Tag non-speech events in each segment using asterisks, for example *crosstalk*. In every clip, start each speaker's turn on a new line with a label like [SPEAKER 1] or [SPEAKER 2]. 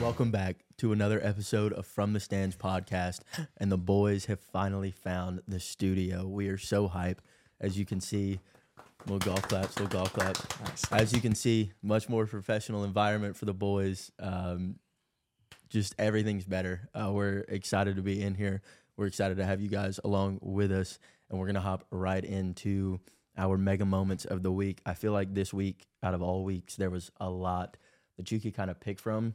[SPEAKER 1] Welcome back to another episode of From the Stands podcast. And the boys have finally found the studio. We are so hype. As you can see, little golf claps, little golf claps. As you can see, much more professional environment for the boys. Um, just everything's better. Uh, we're excited to be in here. We're excited to have you guys along with us. And we're going to hop right into our mega moments of the week. I feel like this week, out of all weeks, there was a lot that you could kind of pick from.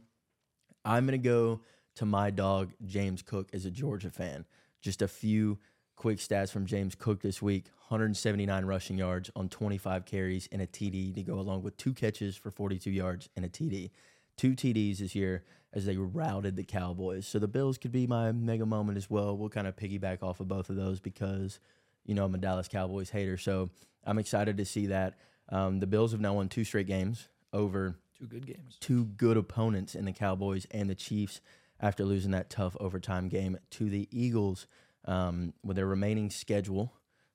[SPEAKER 1] I'm going to go to my dog, James Cook, as a Georgia fan. Just a few quick stats from James Cook this week 179 rushing yards on 25 carries and a TD to go along with two catches for 42 yards and a TD. Two TDs this year as they routed the Cowboys. So the Bills could be my mega moment as well. We'll kind of piggyback off of both of those because, you know, I'm a Dallas Cowboys hater. So I'm excited to see that. Um, the Bills have now won two straight games over
[SPEAKER 2] Two good games.
[SPEAKER 1] two good opponents in the Cowboys and the Chiefs after losing that tough overtime game to the Eagles. Um, with their remaining schedule,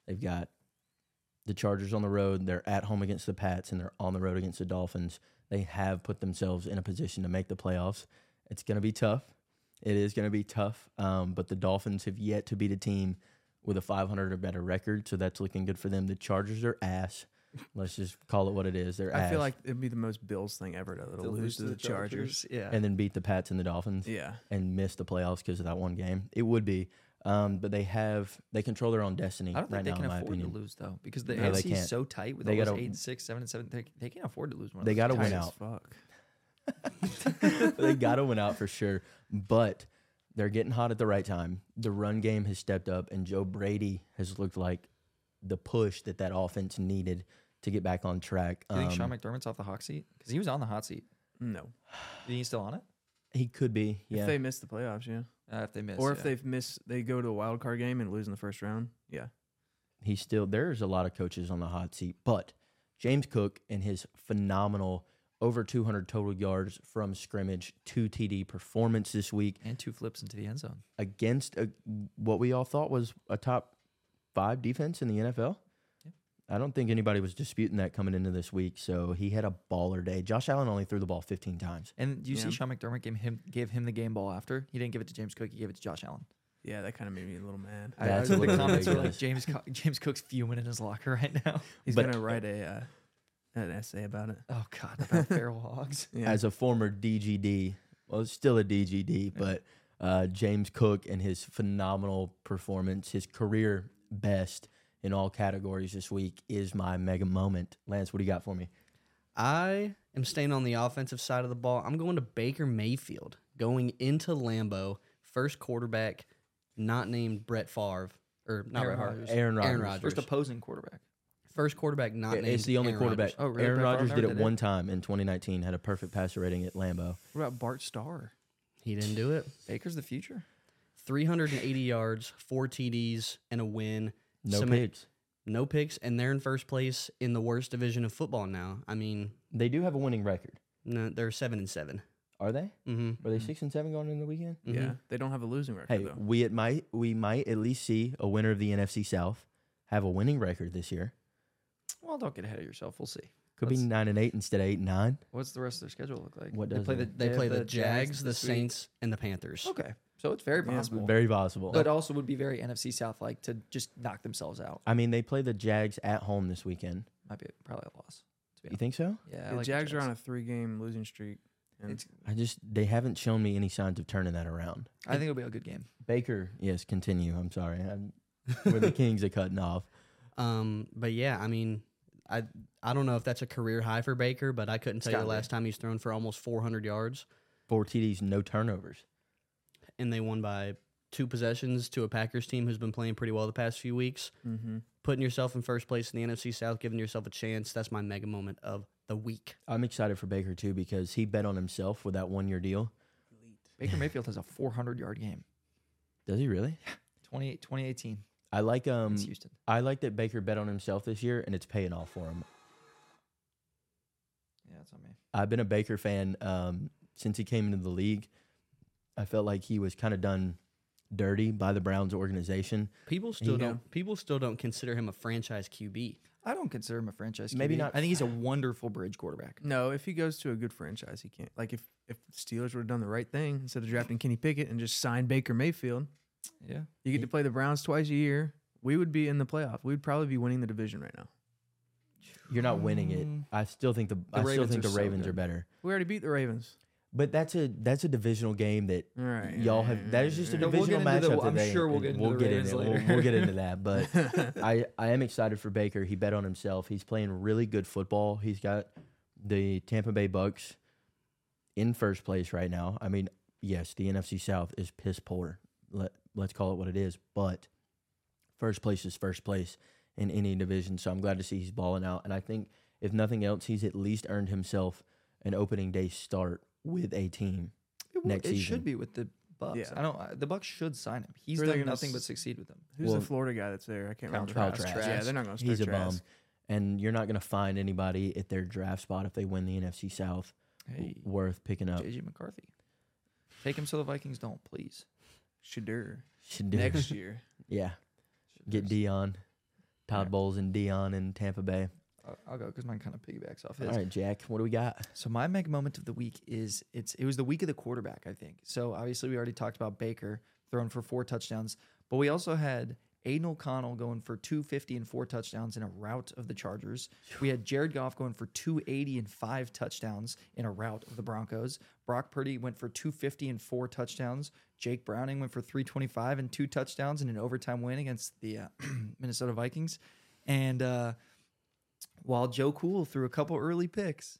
[SPEAKER 1] they've got the Chargers on the road, they're at home against the Pats, and they're on the road against the Dolphins. They have put themselves in a position to make the playoffs. It's going to be tough. It is going to be tough, um, but the Dolphins have yet to beat a team with a 500 or better record, so that's looking good for them. The Chargers are ass. Let's just call it what it is. They're
[SPEAKER 2] I
[SPEAKER 1] ass.
[SPEAKER 2] feel like it'd be the most Bills thing ever to, to lose to the, Chargers. Yeah.
[SPEAKER 1] and then beat the Pats and the Dolphins
[SPEAKER 2] yeah.
[SPEAKER 1] and miss the playoffs because of that one game. It would be, um, but they have they control their own destiny
[SPEAKER 2] I don't think
[SPEAKER 1] right
[SPEAKER 2] they
[SPEAKER 1] now.
[SPEAKER 2] can
[SPEAKER 1] In my
[SPEAKER 2] afford
[SPEAKER 1] opinion,
[SPEAKER 2] to lose though, because the
[SPEAKER 1] No, they
[SPEAKER 2] AFC
[SPEAKER 1] can't.
[SPEAKER 2] is so tight with
[SPEAKER 1] They
[SPEAKER 2] all those
[SPEAKER 1] gotta-
[SPEAKER 2] eight, and six, seven, and seven. They, they can't afford to lose one. Of
[SPEAKER 1] They
[SPEAKER 2] those
[SPEAKER 1] gotta
[SPEAKER 2] games.
[SPEAKER 1] win
[SPEAKER 2] Tight as
[SPEAKER 1] out.
[SPEAKER 2] Fuck.
[SPEAKER 1] *laughs* they gotta win out for sure. But they're getting hot at the right time. The run game has stepped up, and Joe Brady has looked like the push that that offense needed to get back on track.
[SPEAKER 2] Do you think Sean
[SPEAKER 1] Um,
[SPEAKER 2] McDermott's off the hot seat? Because he was on the hot seat.
[SPEAKER 3] No.
[SPEAKER 2] Do you think he's still on it?
[SPEAKER 1] he could be,
[SPEAKER 3] If
[SPEAKER 1] yeah.
[SPEAKER 3] they miss the playoffs, yeah.
[SPEAKER 2] Uh, if they miss,
[SPEAKER 3] or if
[SPEAKER 2] yeah.
[SPEAKER 3] they've missed, they go to the wild card game and lose in the first round. Yeah.
[SPEAKER 1] he's still there's a lot of coaches on the hot seat, but James Cook and his phenomenal over 200 total yards from scrimmage, two TD performance this week.
[SPEAKER 2] and two flips into the end zone.
[SPEAKER 1] against a, what we all thought was a top five defense in the NFL.
[SPEAKER 2] Yeah.
[SPEAKER 1] I don't think anybody was disputing that coming into this week. So he had a baller day. Josh Allen only threw the ball 15 times.
[SPEAKER 2] And do you
[SPEAKER 3] Yeah.
[SPEAKER 2] see Sean McDermott gave him gave him the game ball after he didn't give it to James Cook. He gave it to Josh Allen.
[SPEAKER 3] Yeah, that kind of made me a little mad.
[SPEAKER 2] I- I-
[SPEAKER 1] That's
[SPEAKER 2] the
[SPEAKER 1] literally
[SPEAKER 2] comments are like
[SPEAKER 1] ridiculous.
[SPEAKER 2] James Co- James Cook's fuming in his locker right now. *laughs*
[SPEAKER 3] He's
[SPEAKER 1] but-
[SPEAKER 3] going to write a uh, an essay about it.
[SPEAKER 2] Oh God, about feral hogs.
[SPEAKER 3] Yeah.
[SPEAKER 1] As a former DGD, well, still a DGD, but uh, James Cook and his phenomenal performance, his career best in all categories this week is my mega moment. Lance, what do you got for me?
[SPEAKER 4] I am staying on the offensive side of the ball. I'm going to Baker Mayfield going into Lambeau, first quarterback, not named Brett Favre or not
[SPEAKER 2] Aaron
[SPEAKER 4] Brett Favre,
[SPEAKER 2] Rodgers.
[SPEAKER 1] Aaron Rodgers.
[SPEAKER 4] Aaron
[SPEAKER 2] First
[SPEAKER 4] Rodgers.
[SPEAKER 2] opposing quarterback.
[SPEAKER 4] First quarterback not named.
[SPEAKER 1] It's the only
[SPEAKER 4] Aaron
[SPEAKER 1] quarterback.
[SPEAKER 4] Rodgers.
[SPEAKER 2] Oh, really?
[SPEAKER 1] Aaron
[SPEAKER 2] Brett Favre
[SPEAKER 1] Rodgers
[SPEAKER 2] never
[SPEAKER 1] did it
[SPEAKER 2] did it?
[SPEAKER 1] one time in 2019, had a perfect passer rating at Lambeau.
[SPEAKER 2] What about Bart Starr?
[SPEAKER 4] He didn't do it.
[SPEAKER 2] Baker's the future.
[SPEAKER 4] 380 yards, four TDs, and a win.
[SPEAKER 1] No
[SPEAKER 4] Cement-
[SPEAKER 1] picks.
[SPEAKER 4] No picks, and they're in first place in the worst division of football now. I mean,
[SPEAKER 1] They do have a winning record.
[SPEAKER 4] no, they're seven and seven.
[SPEAKER 1] Are they?
[SPEAKER 4] Mm-hmm.
[SPEAKER 1] Are they six and seven going into the weekend?
[SPEAKER 3] yeah. They don't have a losing record,
[SPEAKER 1] Mhm. Hey,
[SPEAKER 3] though.
[SPEAKER 1] we it might we might at least see a winner of the NFC South have a winning record this year.
[SPEAKER 2] Well, don't get ahead of yourself. We'll see.
[SPEAKER 1] Could be
[SPEAKER 2] Let's-
[SPEAKER 1] nine and eight instead of eight and nine.
[SPEAKER 2] What's the rest of their schedule look like?
[SPEAKER 1] What
[SPEAKER 2] they
[SPEAKER 1] does
[SPEAKER 2] play
[SPEAKER 1] it-
[SPEAKER 2] the
[SPEAKER 4] They,
[SPEAKER 2] have
[SPEAKER 4] play the, Jags, the
[SPEAKER 2] this week.
[SPEAKER 4] Saints, and the Panthers.
[SPEAKER 2] Okay, so it's very
[SPEAKER 3] Yeah,
[SPEAKER 2] possible.
[SPEAKER 1] Very possible.
[SPEAKER 2] but also would be very NFC South like to just knock themselves out.
[SPEAKER 1] I mean, they play the Jags at home this weekend.
[SPEAKER 2] Might be probably a loss. To be
[SPEAKER 1] You think so?
[SPEAKER 2] honest. Yeah, I
[SPEAKER 3] the
[SPEAKER 2] like
[SPEAKER 3] Jags are on a three game losing streak. And
[SPEAKER 2] It's-
[SPEAKER 1] I just they haven't shown me any signs of turning that around.
[SPEAKER 2] I think it'll be a good game.
[SPEAKER 1] Baker, yes, continue. I'm sorry. *laughs* I'm,
[SPEAKER 2] Oh.
[SPEAKER 1] when the Kings are cutting off,
[SPEAKER 4] Um, but yeah, I mean, I I don't know if that's a career high for Baker, but I couldn't tell you
[SPEAKER 2] gotta
[SPEAKER 4] the
[SPEAKER 2] be.
[SPEAKER 4] last time he's thrown for almost 400 yards,
[SPEAKER 1] four TDs, no turnovers.
[SPEAKER 4] and they won by two possessions to a Packers team who's been playing pretty well the past few weeks.
[SPEAKER 3] mm-hmm.
[SPEAKER 4] Putting yourself in first place in the NFC South, giving yourself a chance. That's my mega moment of the week.
[SPEAKER 1] I'm excited for Baker too because he bet on himself with that one year deal.
[SPEAKER 2] Baker Mayfield has a 400 yard game.
[SPEAKER 1] Does he really?
[SPEAKER 2] 20, 2018
[SPEAKER 1] I like um
[SPEAKER 2] against Houston.
[SPEAKER 1] I like that Baker bet on himself this year, and it's paying off for him.
[SPEAKER 2] Yeah, that's on me.
[SPEAKER 1] I've been a Baker fan um, since he came into the league. I felt like he was kind of done dirty by the Browns organization.
[SPEAKER 4] People still don't. People still don't consider him a franchise QB.
[SPEAKER 2] I don't consider him a franchise.
[SPEAKER 1] Maybe
[SPEAKER 2] QB.
[SPEAKER 1] not-
[SPEAKER 2] I think he's a wonderful bridge quarterback.
[SPEAKER 3] No, if he goes to a good franchise, he can't. Like if if the Steelers would have done the right thing instead of drafting Kenny Pickett and just signed Baker Mayfield,
[SPEAKER 2] Yeah.
[SPEAKER 3] you get to play the Browns twice a year. We would be in the playoff. We'd probably be winning the division right now.
[SPEAKER 1] You're not winning it.
[SPEAKER 2] Mm.
[SPEAKER 1] I still think the, I still
[SPEAKER 2] Ravens
[SPEAKER 1] think
[SPEAKER 2] are
[SPEAKER 1] the
[SPEAKER 2] so
[SPEAKER 1] Ravens
[SPEAKER 2] good.
[SPEAKER 1] are better.
[SPEAKER 3] We already beat the Ravens.
[SPEAKER 1] But that's a that's a divisional game that
[SPEAKER 3] All right.
[SPEAKER 1] y'all have. That is just a
[SPEAKER 2] No, we'll get
[SPEAKER 1] divisional
[SPEAKER 2] into the-
[SPEAKER 1] matchup.
[SPEAKER 2] I'm
[SPEAKER 1] that they-
[SPEAKER 2] sure we'll get into the Ravens
[SPEAKER 1] it.
[SPEAKER 2] later.
[SPEAKER 1] We'll, we'll get
[SPEAKER 2] *laughs*
[SPEAKER 1] into that. *laughs* But
[SPEAKER 3] *laughs*
[SPEAKER 1] I I am excited for Baker. He bet on himself. He's playing really good football. He's got the Tampa Bay Bucks in first place right now. I mean, yes, the NFC South is piss poor. Let let's call it what it is. But first place is first place in any division. So I'm glad to see he's balling out. And I think if nothing else, he's at least earned himself an opening day start with a team.
[SPEAKER 2] It, will-
[SPEAKER 1] Next
[SPEAKER 2] it
[SPEAKER 1] season.
[SPEAKER 2] should be with the Bucks.
[SPEAKER 3] Yeah.
[SPEAKER 2] I don't. I, the Bucks should sign him. He's
[SPEAKER 3] Who are they
[SPEAKER 2] done
[SPEAKER 3] gonna
[SPEAKER 2] nothing but
[SPEAKER 3] s-
[SPEAKER 2] succeed with them.
[SPEAKER 3] Who's
[SPEAKER 1] Well,
[SPEAKER 3] the Florida guy that's there? I can't
[SPEAKER 2] Kyle
[SPEAKER 3] remember.
[SPEAKER 1] Kyle Trask.
[SPEAKER 3] Yeah, they're not going to start
[SPEAKER 1] He's a
[SPEAKER 3] Trask.
[SPEAKER 1] bum. And you're not going to find anybody at their draft spot if they win the NFC South w-
[SPEAKER 2] Hey,
[SPEAKER 1] worth picking up.
[SPEAKER 2] JJ McCarthy, take him so the Vikings don't, please.
[SPEAKER 3] Shadur.
[SPEAKER 1] Should do. *laughs*
[SPEAKER 3] Next year.
[SPEAKER 1] Yeah. Get Dion, Todd
[SPEAKER 2] Yeah.
[SPEAKER 1] Bowles, and Dion in Tampa Bay.
[SPEAKER 2] I'll, I'll go because mine kind of piggybacks off
[SPEAKER 1] All
[SPEAKER 2] his.
[SPEAKER 1] right, Jack, what do we got?
[SPEAKER 2] So my mega moment of the week is it's it was the week of the quarterback, I think. So obviously we already talked about Baker throwing for four touchdowns, but we also had Aiden O'Connell going for 250 and four touchdowns in a rout of the Chargers. We had Jared Goff going for 280 and five touchdowns in a rout of the Broncos. Brock Purdy went for 250 and four touchdowns. Jake Browning went for 325 and two touchdowns in an overtime win against the uh, *clears throat* Minnesota Vikings. And uh, while Joe Cool threw a couple early picks,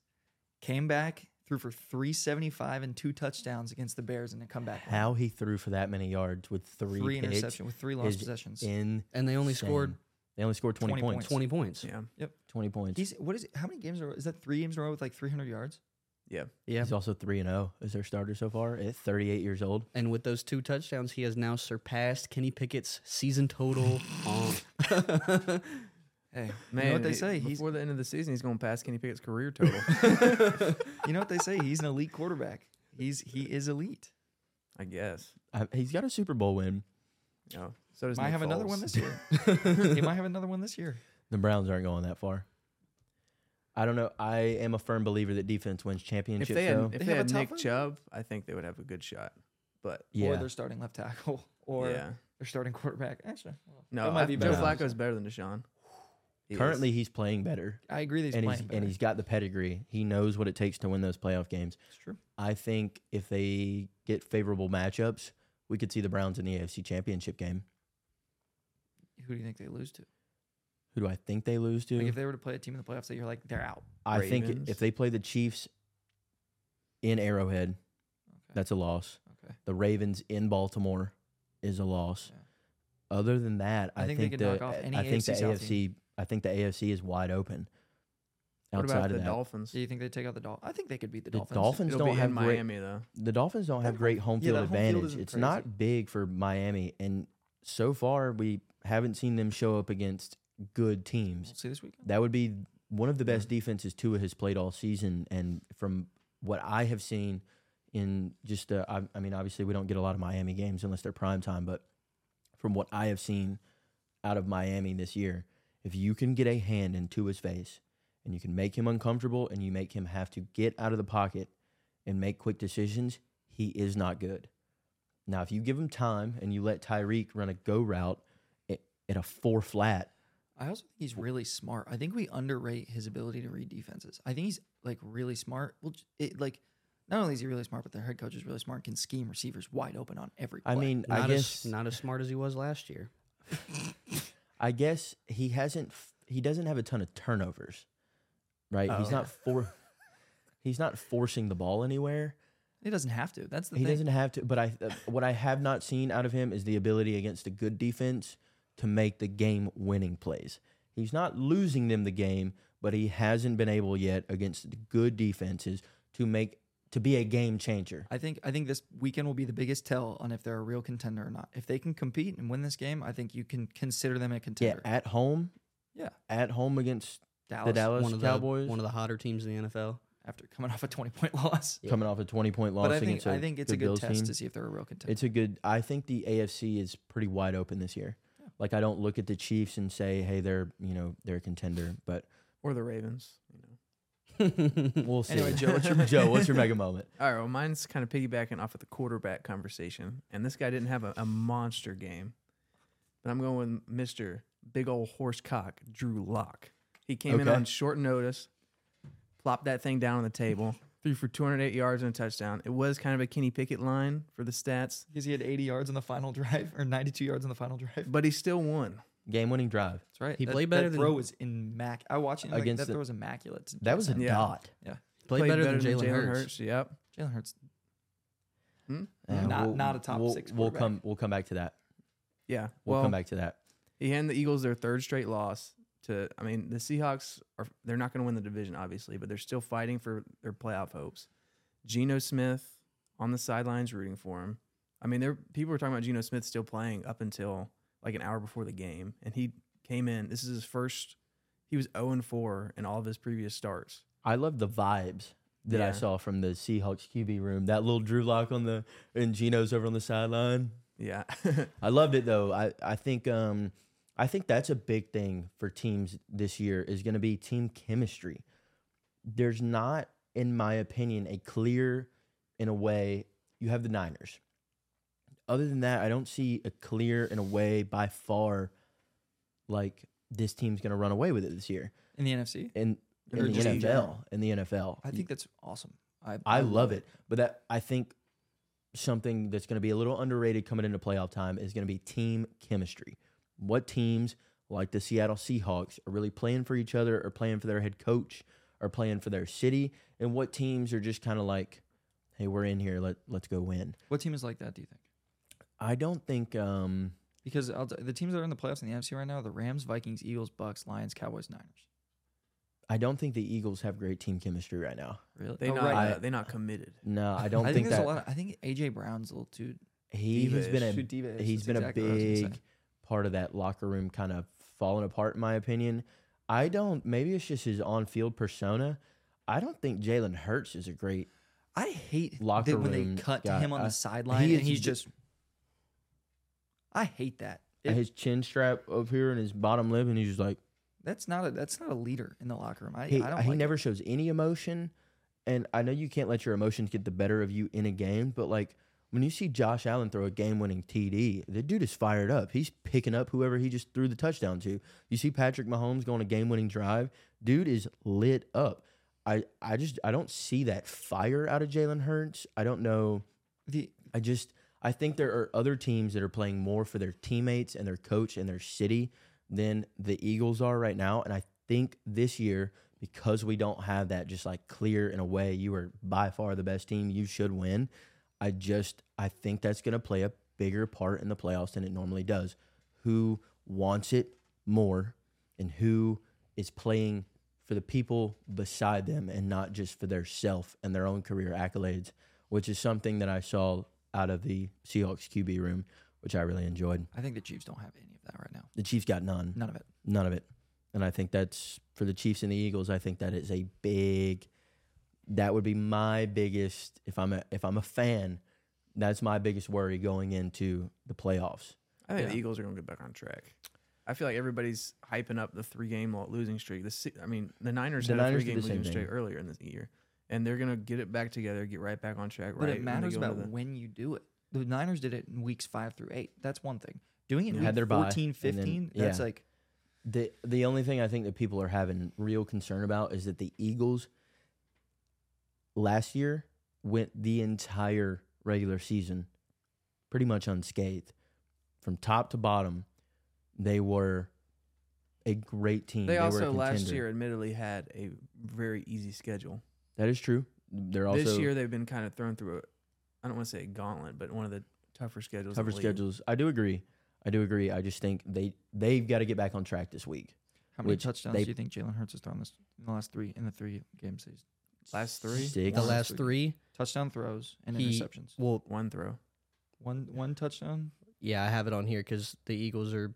[SPEAKER 2] came back, threw for 375 and two touchdowns against the Bears in a comeback. win.
[SPEAKER 1] How he threw for that many yards with three,
[SPEAKER 2] Three
[SPEAKER 1] picks
[SPEAKER 2] interception with three lost
[SPEAKER 1] is
[SPEAKER 2] possessions.
[SPEAKER 1] In
[SPEAKER 4] And they only scored
[SPEAKER 1] They only scored 20,
[SPEAKER 2] 20
[SPEAKER 1] points.
[SPEAKER 2] points.
[SPEAKER 4] twenty points.
[SPEAKER 3] Yeah.
[SPEAKER 1] 20 points. He's,
[SPEAKER 2] He's what is it? How many games are is that? Three games in a row with like
[SPEAKER 1] *laughs*
[SPEAKER 2] 300 yards.
[SPEAKER 3] Yeah.
[SPEAKER 4] Yeah.
[SPEAKER 1] also 3 and 0 as their starter so far at 38 years old.
[SPEAKER 4] And with those two touchdowns, he has now surpassed Kenny Pickett's season total. on
[SPEAKER 2] Hey,
[SPEAKER 3] Man,
[SPEAKER 2] you know what they
[SPEAKER 3] he-
[SPEAKER 2] say? He's
[SPEAKER 3] before the end of the season, he's going to pass Kenny Pickett's career total.
[SPEAKER 2] you know what they say? He's an elite quarterback. He's he is elite.
[SPEAKER 3] I guess.
[SPEAKER 1] I, he's got a Super Bowl win.
[SPEAKER 3] No. So does
[SPEAKER 2] might
[SPEAKER 3] Nick
[SPEAKER 2] have another
[SPEAKER 3] Foles.
[SPEAKER 2] one this year.
[SPEAKER 1] *laughs*
[SPEAKER 2] he might have another one this year.
[SPEAKER 1] The Browns aren't going that far. I don't know. I am a firm believer that defense wins
[SPEAKER 3] If
[SPEAKER 1] championships.
[SPEAKER 3] they had,
[SPEAKER 1] though.
[SPEAKER 3] if
[SPEAKER 2] They
[SPEAKER 3] they
[SPEAKER 2] have a
[SPEAKER 3] had
[SPEAKER 2] top
[SPEAKER 3] Nick
[SPEAKER 2] five?
[SPEAKER 3] Chubb, I think they would have a good shot. But
[SPEAKER 1] yeah.
[SPEAKER 2] Or their starting left tackle, *laughs* or
[SPEAKER 3] yeah,
[SPEAKER 2] their starting quarterback. Actually, well,
[SPEAKER 3] no,
[SPEAKER 2] it might
[SPEAKER 3] I-
[SPEAKER 2] be
[SPEAKER 3] Joe
[SPEAKER 2] better.
[SPEAKER 1] Browns.
[SPEAKER 3] Flacco's better than Deshaun. He is.
[SPEAKER 1] Currently, he's playing better,
[SPEAKER 2] I agree. That he's
[SPEAKER 1] and
[SPEAKER 2] playing
[SPEAKER 1] he's
[SPEAKER 2] better.
[SPEAKER 1] and he's got the pedigree. He knows what it takes to win those playoff games.
[SPEAKER 2] It's true.
[SPEAKER 1] I think if they get favorable matchups, we could see the Browns in the AFC Championship game.
[SPEAKER 2] Who do you think they lose to?
[SPEAKER 1] Who do I think they lose to?
[SPEAKER 2] Like if they were to play a team in the playoffs that you're like they're out.
[SPEAKER 1] I think i-
[SPEAKER 3] Ravens.
[SPEAKER 1] if they play the Chiefs in Arrowhead, that's a loss.
[SPEAKER 2] Okay.
[SPEAKER 1] The Ravens in Baltimore is a loss.
[SPEAKER 2] Yeah.
[SPEAKER 1] Other than that,
[SPEAKER 2] I
[SPEAKER 1] I,
[SPEAKER 2] think they
[SPEAKER 1] think,
[SPEAKER 2] could
[SPEAKER 1] the
[SPEAKER 2] knock off any
[SPEAKER 1] I think
[SPEAKER 2] AFC
[SPEAKER 1] the
[SPEAKER 2] South
[SPEAKER 1] AFC I think the AFC is wide open.
[SPEAKER 3] What
[SPEAKER 1] Outside
[SPEAKER 3] about
[SPEAKER 1] of
[SPEAKER 3] the
[SPEAKER 1] that,
[SPEAKER 3] Dolphins?
[SPEAKER 2] Do you think they take out the Dolphins? I think they could beat the
[SPEAKER 1] the
[SPEAKER 2] Dolphins.
[SPEAKER 1] Dolphins
[SPEAKER 3] It'll
[SPEAKER 1] don't
[SPEAKER 3] be
[SPEAKER 1] have
[SPEAKER 3] in
[SPEAKER 1] great-
[SPEAKER 3] Miami though.
[SPEAKER 1] the Dolphins don't have
[SPEAKER 2] home-
[SPEAKER 1] great home
[SPEAKER 2] yeah,
[SPEAKER 1] field
[SPEAKER 2] that home field
[SPEAKER 1] advantage.
[SPEAKER 2] isn't
[SPEAKER 1] it's
[SPEAKER 2] crazy.
[SPEAKER 1] not big for Miami, and so far we haven't seen them show up against good teams.
[SPEAKER 2] We'll see this weekend.
[SPEAKER 1] That would be one of the best defenses Tua has played all season, and from what I have seen in just the, I, I mean, obviously we don't get a lot of Miami games unless they're prime time, but from what I have seen out of Miami this year, if you can get a hand in Tua's face and you can make him uncomfortable and you make him have to get out of the pocket and make quick decisions, he is not good. Now, if you give him time and you let Tyreek run a go route at, at a four flat,
[SPEAKER 2] I also think he's really smart. I think we underrate his ability to read defenses. I think he's like really smart. Well, j- it, like not only is he really smart, but their head coach is really smart. Can scheme receivers wide open on every.
[SPEAKER 1] I
[SPEAKER 2] play.
[SPEAKER 1] mean, I
[SPEAKER 4] not
[SPEAKER 1] guess
[SPEAKER 4] as not as smart as he was last year.
[SPEAKER 1] I guess he hasn't. f- He doesn't have a ton of turnovers, right? He's
[SPEAKER 2] Oh.
[SPEAKER 1] not for. He's not forcing the ball anywhere.
[SPEAKER 2] he doesn't have to. That's the
[SPEAKER 1] He
[SPEAKER 2] thing.
[SPEAKER 1] doesn't have to. But I, uh, what I have not seen out of him is the ability against a good defense to make the game-winning plays. He's not losing them the game, but he hasn't been able yet against the good defenses to make to be a game changer.
[SPEAKER 2] I think I think this weekend will be the biggest tell on if they're a real contender or not. If they can compete and win this game, I think you can consider them a
[SPEAKER 1] Yeah,
[SPEAKER 2] contender.
[SPEAKER 1] at home,
[SPEAKER 2] Yeah.
[SPEAKER 1] at home against
[SPEAKER 2] Dallas,
[SPEAKER 1] the Dallas
[SPEAKER 4] One of the
[SPEAKER 1] Cowboys.
[SPEAKER 4] one of the hotter teams in the NFL.
[SPEAKER 2] after coming off a 20 point *laughs* loss.
[SPEAKER 4] Yeah.
[SPEAKER 1] coming off a 20 point loss
[SPEAKER 2] But I think
[SPEAKER 1] against a
[SPEAKER 2] I think it's a good
[SPEAKER 1] Bills
[SPEAKER 2] test
[SPEAKER 1] team.
[SPEAKER 2] to see if they're a real contender.
[SPEAKER 1] It's a good. I think the AFC is pretty wide open this year. Like I don't look at the Chiefs and say, "Hey, they're you know they're a contender,"
[SPEAKER 2] *laughs*
[SPEAKER 1] but
[SPEAKER 3] or the Ravens. You know.
[SPEAKER 1] we'll see.
[SPEAKER 2] Anyway,
[SPEAKER 1] *laughs*
[SPEAKER 2] Joe, what's your- *laughs*
[SPEAKER 1] Joe, what's your mega moment?
[SPEAKER 3] All right, well, mine's kind of piggybacking off of the quarterback conversation, and this guy didn't have a, a monster game, but I'm going with Mister Big Old Horse Cock, Drew Lock. He came in
[SPEAKER 1] Okay.
[SPEAKER 3] on short notice, plopped that thing down on the table, threw for 208 yards and a touchdown. It was kind of a Kenny Pickett line for the stats,
[SPEAKER 2] because he had 80 yards on the final *laughs* drive or 92 yards on the final drive.
[SPEAKER 3] but he still won.
[SPEAKER 1] Game winning drive.
[SPEAKER 2] That's right.
[SPEAKER 4] He
[SPEAKER 2] That-
[SPEAKER 4] played
[SPEAKER 2] that
[SPEAKER 4] better than-
[SPEAKER 2] throw was immaculate. I watched it. Against
[SPEAKER 1] Against
[SPEAKER 2] like, that
[SPEAKER 1] the-
[SPEAKER 2] throw was immaculate. to
[SPEAKER 1] That was a
[SPEAKER 2] Jackson.
[SPEAKER 3] Yeah.
[SPEAKER 1] dot.
[SPEAKER 4] Played, better, than Jalen Hurts.
[SPEAKER 3] Yep. Hmm?
[SPEAKER 2] Jalen Hurts.
[SPEAKER 1] Uh,
[SPEAKER 2] Not- not a top
[SPEAKER 1] we'll,
[SPEAKER 2] six
[SPEAKER 1] We'll
[SPEAKER 2] quarterback.
[SPEAKER 1] come. We'll come back to that.
[SPEAKER 3] Yeah.
[SPEAKER 1] We'll
[SPEAKER 3] well,
[SPEAKER 1] come back to that.
[SPEAKER 3] He handed the Eagles their third straight loss. To I mean, the Seahawks are they're not going to win the division, obviously, but they're still fighting for their playoff hopes. Geno Smith on the sidelines rooting for him. I mean, there people were talking about Geno Smith still playing up until like an hour before the game, and he came in. This is his first. He was zero and four in all of his previous starts.
[SPEAKER 1] I love the vibes that I
[SPEAKER 3] Yeah.
[SPEAKER 1] saw from the Seahawks QB room. That little Drew Lock on the and Geno's over on the sideline.
[SPEAKER 3] Yeah, *laughs*
[SPEAKER 1] I loved it though. I I think um I think that's a big thing for teams this year is going to be team chemistry. There's not in my opinion a clear in a way you have the Niners. Other than that, I don't see a clear in a way by far like this team's going to run away with it this year.
[SPEAKER 2] In the NFC.
[SPEAKER 1] In
[SPEAKER 3] Or
[SPEAKER 1] in the
[SPEAKER 3] just in
[SPEAKER 1] NFL,
[SPEAKER 3] general.
[SPEAKER 1] in the NFL.
[SPEAKER 2] I think that's awesome. I,
[SPEAKER 1] I love it. But that I think something that's going to be a little underrated coming into playoff time is going to be team chemistry. What teams like the Seattle Seahawks are really playing for each other or playing for their head coach or playing for their city and what teams are just kind of like hey, we're in here, let let's go win.
[SPEAKER 2] What team is like that, do you think?
[SPEAKER 1] I don't think um
[SPEAKER 2] Because I'll t- the teams that are in the playoffs in the NFC right now are the Rams, Vikings, Eagles, Bucks, Lions, Cowboys, Niners.
[SPEAKER 1] I don't think the Eagles have great team chemistry right now.
[SPEAKER 2] Really?
[SPEAKER 3] they
[SPEAKER 2] Oh,
[SPEAKER 3] not
[SPEAKER 2] right.
[SPEAKER 1] I-
[SPEAKER 3] uh, they not committed.
[SPEAKER 1] No, I don't
[SPEAKER 2] I
[SPEAKER 1] think,
[SPEAKER 2] think, there's
[SPEAKER 1] that
[SPEAKER 2] a lot. Of, I think AJ Brown's a little too.
[SPEAKER 1] he has been a
[SPEAKER 2] too diva-ish.
[SPEAKER 1] he's
[SPEAKER 2] That's
[SPEAKER 1] been
[SPEAKER 2] exactly what
[SPEAKER 1] a
[SPEAKER 2] I was gonna say.
[SPEAKER 1] big part of that locker room kind of falling apart, in my opinion. I don't. Maybe it's just his on-field persona. I don't think Jalen Hurts is a great.
[SPEAKER 2] I hate
[SPEAKER 1] locker
[SPEAKER 2] that when
[SPEAKER 1] room
[SPEAKER 2] they cut
[SPEAKER 1] guy.
[SPEAKER 2] to him on
[SPEAKER 1] I-
[SPEAKER 2] the sideline
[SPEAKER 1] he
[SPEAKER 2] and
[SPEAKER 1] is
[SPEAKER 2] he's
[SPEAKER 1] the-
[SPEAKER 2] just. I hate that. It-
[SPEAKER 1] his chin strap up here and his bottom lip, and he's just like
[SPEAKER 2] that's not a that's not a leader in the locker room. I,
[SPEAKER 1] he.
[SPEAKER 2] I don't.
[SPEAKER 1] he
[SPEAKER 2] like it.
[SPEAKER 1] never shows any emotion, and I know you can't let your emotions get the better of you in a game, but like. When you see Josh Allen throw a game-winning TD, the dude is fired up. He's picking up whoever he just threw the touchdown to. You see Patrick Mahomes going a game-winning drive, dude is lit up. I, I just I don't see that fire out of Jalen Hurts. I don't know.
[SPEAKER 2] The
[SPEAKER 1] I just I think there are other teams that are playing more for their teammates and their coach and their city than the Eagles are right now. And I think this year, because we don't have that just like clear in a way, you are by far the best team, you should win. I just I think that's gonna play a bigger part in the playoffs than it normally does. Who wants it more and who is playing for the people beside them and not just for their self and their own career accolades, which is something that I saw out of the Seahawks QB room, which I really enjoyed.
[SPEAKER 2] I think the Chiefs don't have any of that right now.
[SPEAKER 1] The Chiefs got none,
[SPEAKER 2] None of it.
[SPEAKER 1] none of it. And I think that's for the Chiefs and the Eagles, I think that is a big that would be my biggest if I'm a, if I'm a fan, that's my biggest worry going into the playoffs.
[SPEAKER 3] I think
[SPEAKER 2] Yeah.
[SPEAKER 3] the Eagles are going to get back on track. I feel like everybody's hyping up the three game losing streak. The Se- I mean, the Niners
[SPEAKER 1] The
[SPEAKER 3] had
[SPEAKER 1] Niners
[SPEAKER 3] a three
[SPEAKER 1] did
[SPEAKER 3] game
[SPEAKER 1] the same
[SPEAKER 3] losing streak
[SPEAKER 1] thing.
[SPEAKER 3] earlier in this year, and they're going to get it back together, get right back on track.
[SPEAKER 2] But
[SPEAKER 3] right,
[SPEAKER 2] it
[SPEAKER 3] when they
[SPEAKER 2] matters
[SPEAKER 3] go into
[SPEAKER 2] about
[SPEAKER 3] the-
[SPEAKER 2] when you do it. The Niners did it in weeks five through eight. That's one thing. Doing it in
[SPEAKER 1] Had
[SPEAKER 2] week
[SPEAKER 1] their bye,
[SPEAKER 2] 14,
[SPEAKER 1] and then-
[SPEAKER 2] 15,
[SPEAKER 1] yeah.
[SPEAKER 2] that's like
[SPEAKER 1] The the only thing I think that people are having real concern about is that the Eagles last year went the entire regular season pretty much unscathed from top to bottom. They were a great team.
[SPEAKER 3] they,
[SPEAKER 1] were a
[SPEAKER 3] also last
[SPEAKER 1] contender.
[SPEAKER 3] year, admittedly, had a very easy schedule.
[SPEAKER 1] That is true. They're also
[SPEAKER 3] this year, they've been kind of thrown through a, I don't want to say a gauntlet, but one of the tougher schedules. in
[SPEAKER 1] tougher
[SPEAKER 3] the league.
[SPEAKER 1] schedules. I do agree. I do agree. I just think they they've got to get back on track this week.
[SPEAKER 2] how many
[SPEAKER 1] Which
[SPEAKER 2] touchdowns
[SPEAKER 1] they-
[SPEAKER 2] do you think Jalen Hurts has thrown this in the last three in the three games? He's
[SPEAKER 3] Last three,
[SPEAKER 1] Six.
[SPEAKER 4] The last three,
[SPEAKER 2] touchdown throws and
[SPEAKER 4] He-
[SPEAKER 2] interceptions.
[SPEAKER 4] well,
[SPEAKER 3] one throw.
[SPEAKER 2] One one touchdown.
[SPEAKER 4] yeah, I have it on here because the Eagles are.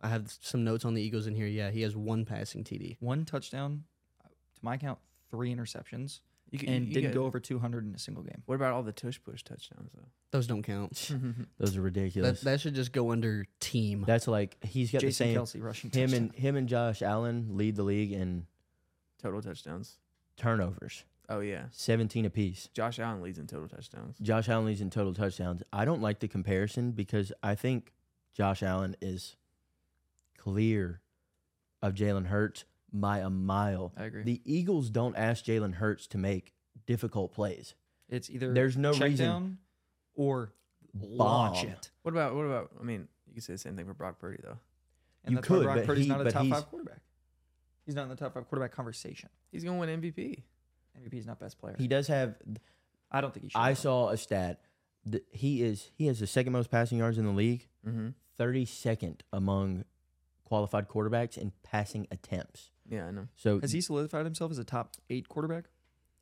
[SPEAKER 4] I have some notes on the Eagles in here. Yeah, he has one passing TD.
[SPEAKER 2] One touchdown. To my count, three interceptions
[SPEAKER 3] You, c- you-
[SPEAKER 2] and
[SPEAKER 3] you
[SPEAKER 2] didn't
[SPEAKER 3] got-
[SPEAKER 2] go over 200 in a single game.
[SPEAKER 3] What about all the tush push touchdowns though?
[SPEAKER 4] Those don't count.
[SPEAKER 1] Those are
[SPEAKER 4] That,
[SPEAKER 1] ridiculous.
[SPEAKER 4] that should just go under team.
[SPEAKER 1] That's like he's got the
[SPEAKER 2] Jason
[SPEAKER 1] same.
[SPEAKER 2] Kelsey rushing
[SPEAKER 1] Him
[SPEAKER 2] touchdown.
[SPEAKER 1] and him and Josh Allen lead the league in
[SPEAKER 3] *laughs* Total touchdowns.
[SPEAKER 1] turnovers,
[SPEAKER 3] Oh yeah,
[SPEAKER 1] seventeen apiece.
[SPEAKER 3] Josh Allen leads in total touchdowns.
[SPEAKER 1] Josh Allen leads in total touchdowns. I don't like the comparison because I think Josh Allen is clear of Jalen Hurts by a mile.
[SPEAKER 3] I agree.
[SPEAKER 1] The Eagles don't ask Jalen Hurts to make difficult plays.
[SPEAKER 2] it's either
[SPEAKER 1] There's no
[SPEAKER 2] check
[SPEAKER 1] reason
[SPEAKER 2] down or launch
[SPEAKER 1] Bomb.
[SPEAKER 2] it.
[SPEAKER 3] what about what about? I mean, you could say the same thing for Brock Purdy though.
[SPEAKER 2] And
[SPEAKER 1] You
[SPEAKER 2] that's why
[SPEAKER 1] could,
[SPEAKER 2] Brock
[SPEAKER 1] but
[SPEAKER 2] Purdy's
[SPEAKER 1] he-
[SPEAKER 2] not a
[SPEAKER 1] but
[SPEAKER 2] top
[SPEAKER 1] he's-
[SPEAKER 2] five quarterback. He's not in the top five quarterback conversation.
[SPEAKER 3] He's gonna win MVP.
[SPEAKER 2] MVP is not best player.
[SPEAKER 1] He does have.
[SPEAKER 2] I don't think he should.
[SPEAKER 1] I
[SPEAKER 2] though.
[SPEAKER 1] saw a stat. that he is he has the second most passing yards in the league,
[SPEAKER 3] Mm-hmm.
[SPEAKER 1] thirty second among qualified quarterbacks in passing attempts.
[SPEAKER 3] Yeah, I know.
[SPEAKER 1] So
[SPEAKER 2] Has he solidified himself as a top eight quarterback?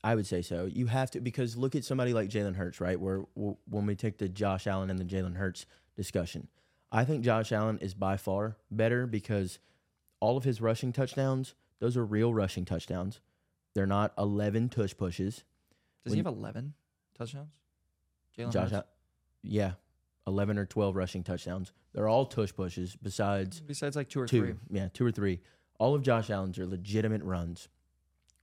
[SPEAKER 1] I would say so. You have to because look at somebody like Jalen Hurts, right? Where w- when we take the Josh Allen and the Jalen Hurts discussion, I think Josh Allen is by far better because all of his rushing touchdowns, those are real rushing touchdowns. They're not eleven tush pushes.
[SPEAKER 2] Does
[SPEAKER 1] When-
[SPEAKER 2] he have 11 touchdowns? Jalen
[SPEAKER 1] Josh,
[SPEAKER 2] Hurts?
[SPEAKER 1] Al- yeah, eleven or twelve rushing touchdowns. They're all tush pushes. Besides
[SPEAKER 2] Besides like two or
[SPEAKER 1] two,
[SPEAKER 2] three.
[SPEAKER 1] yeah, two or three. All of Josh Allen's are legitimate runs.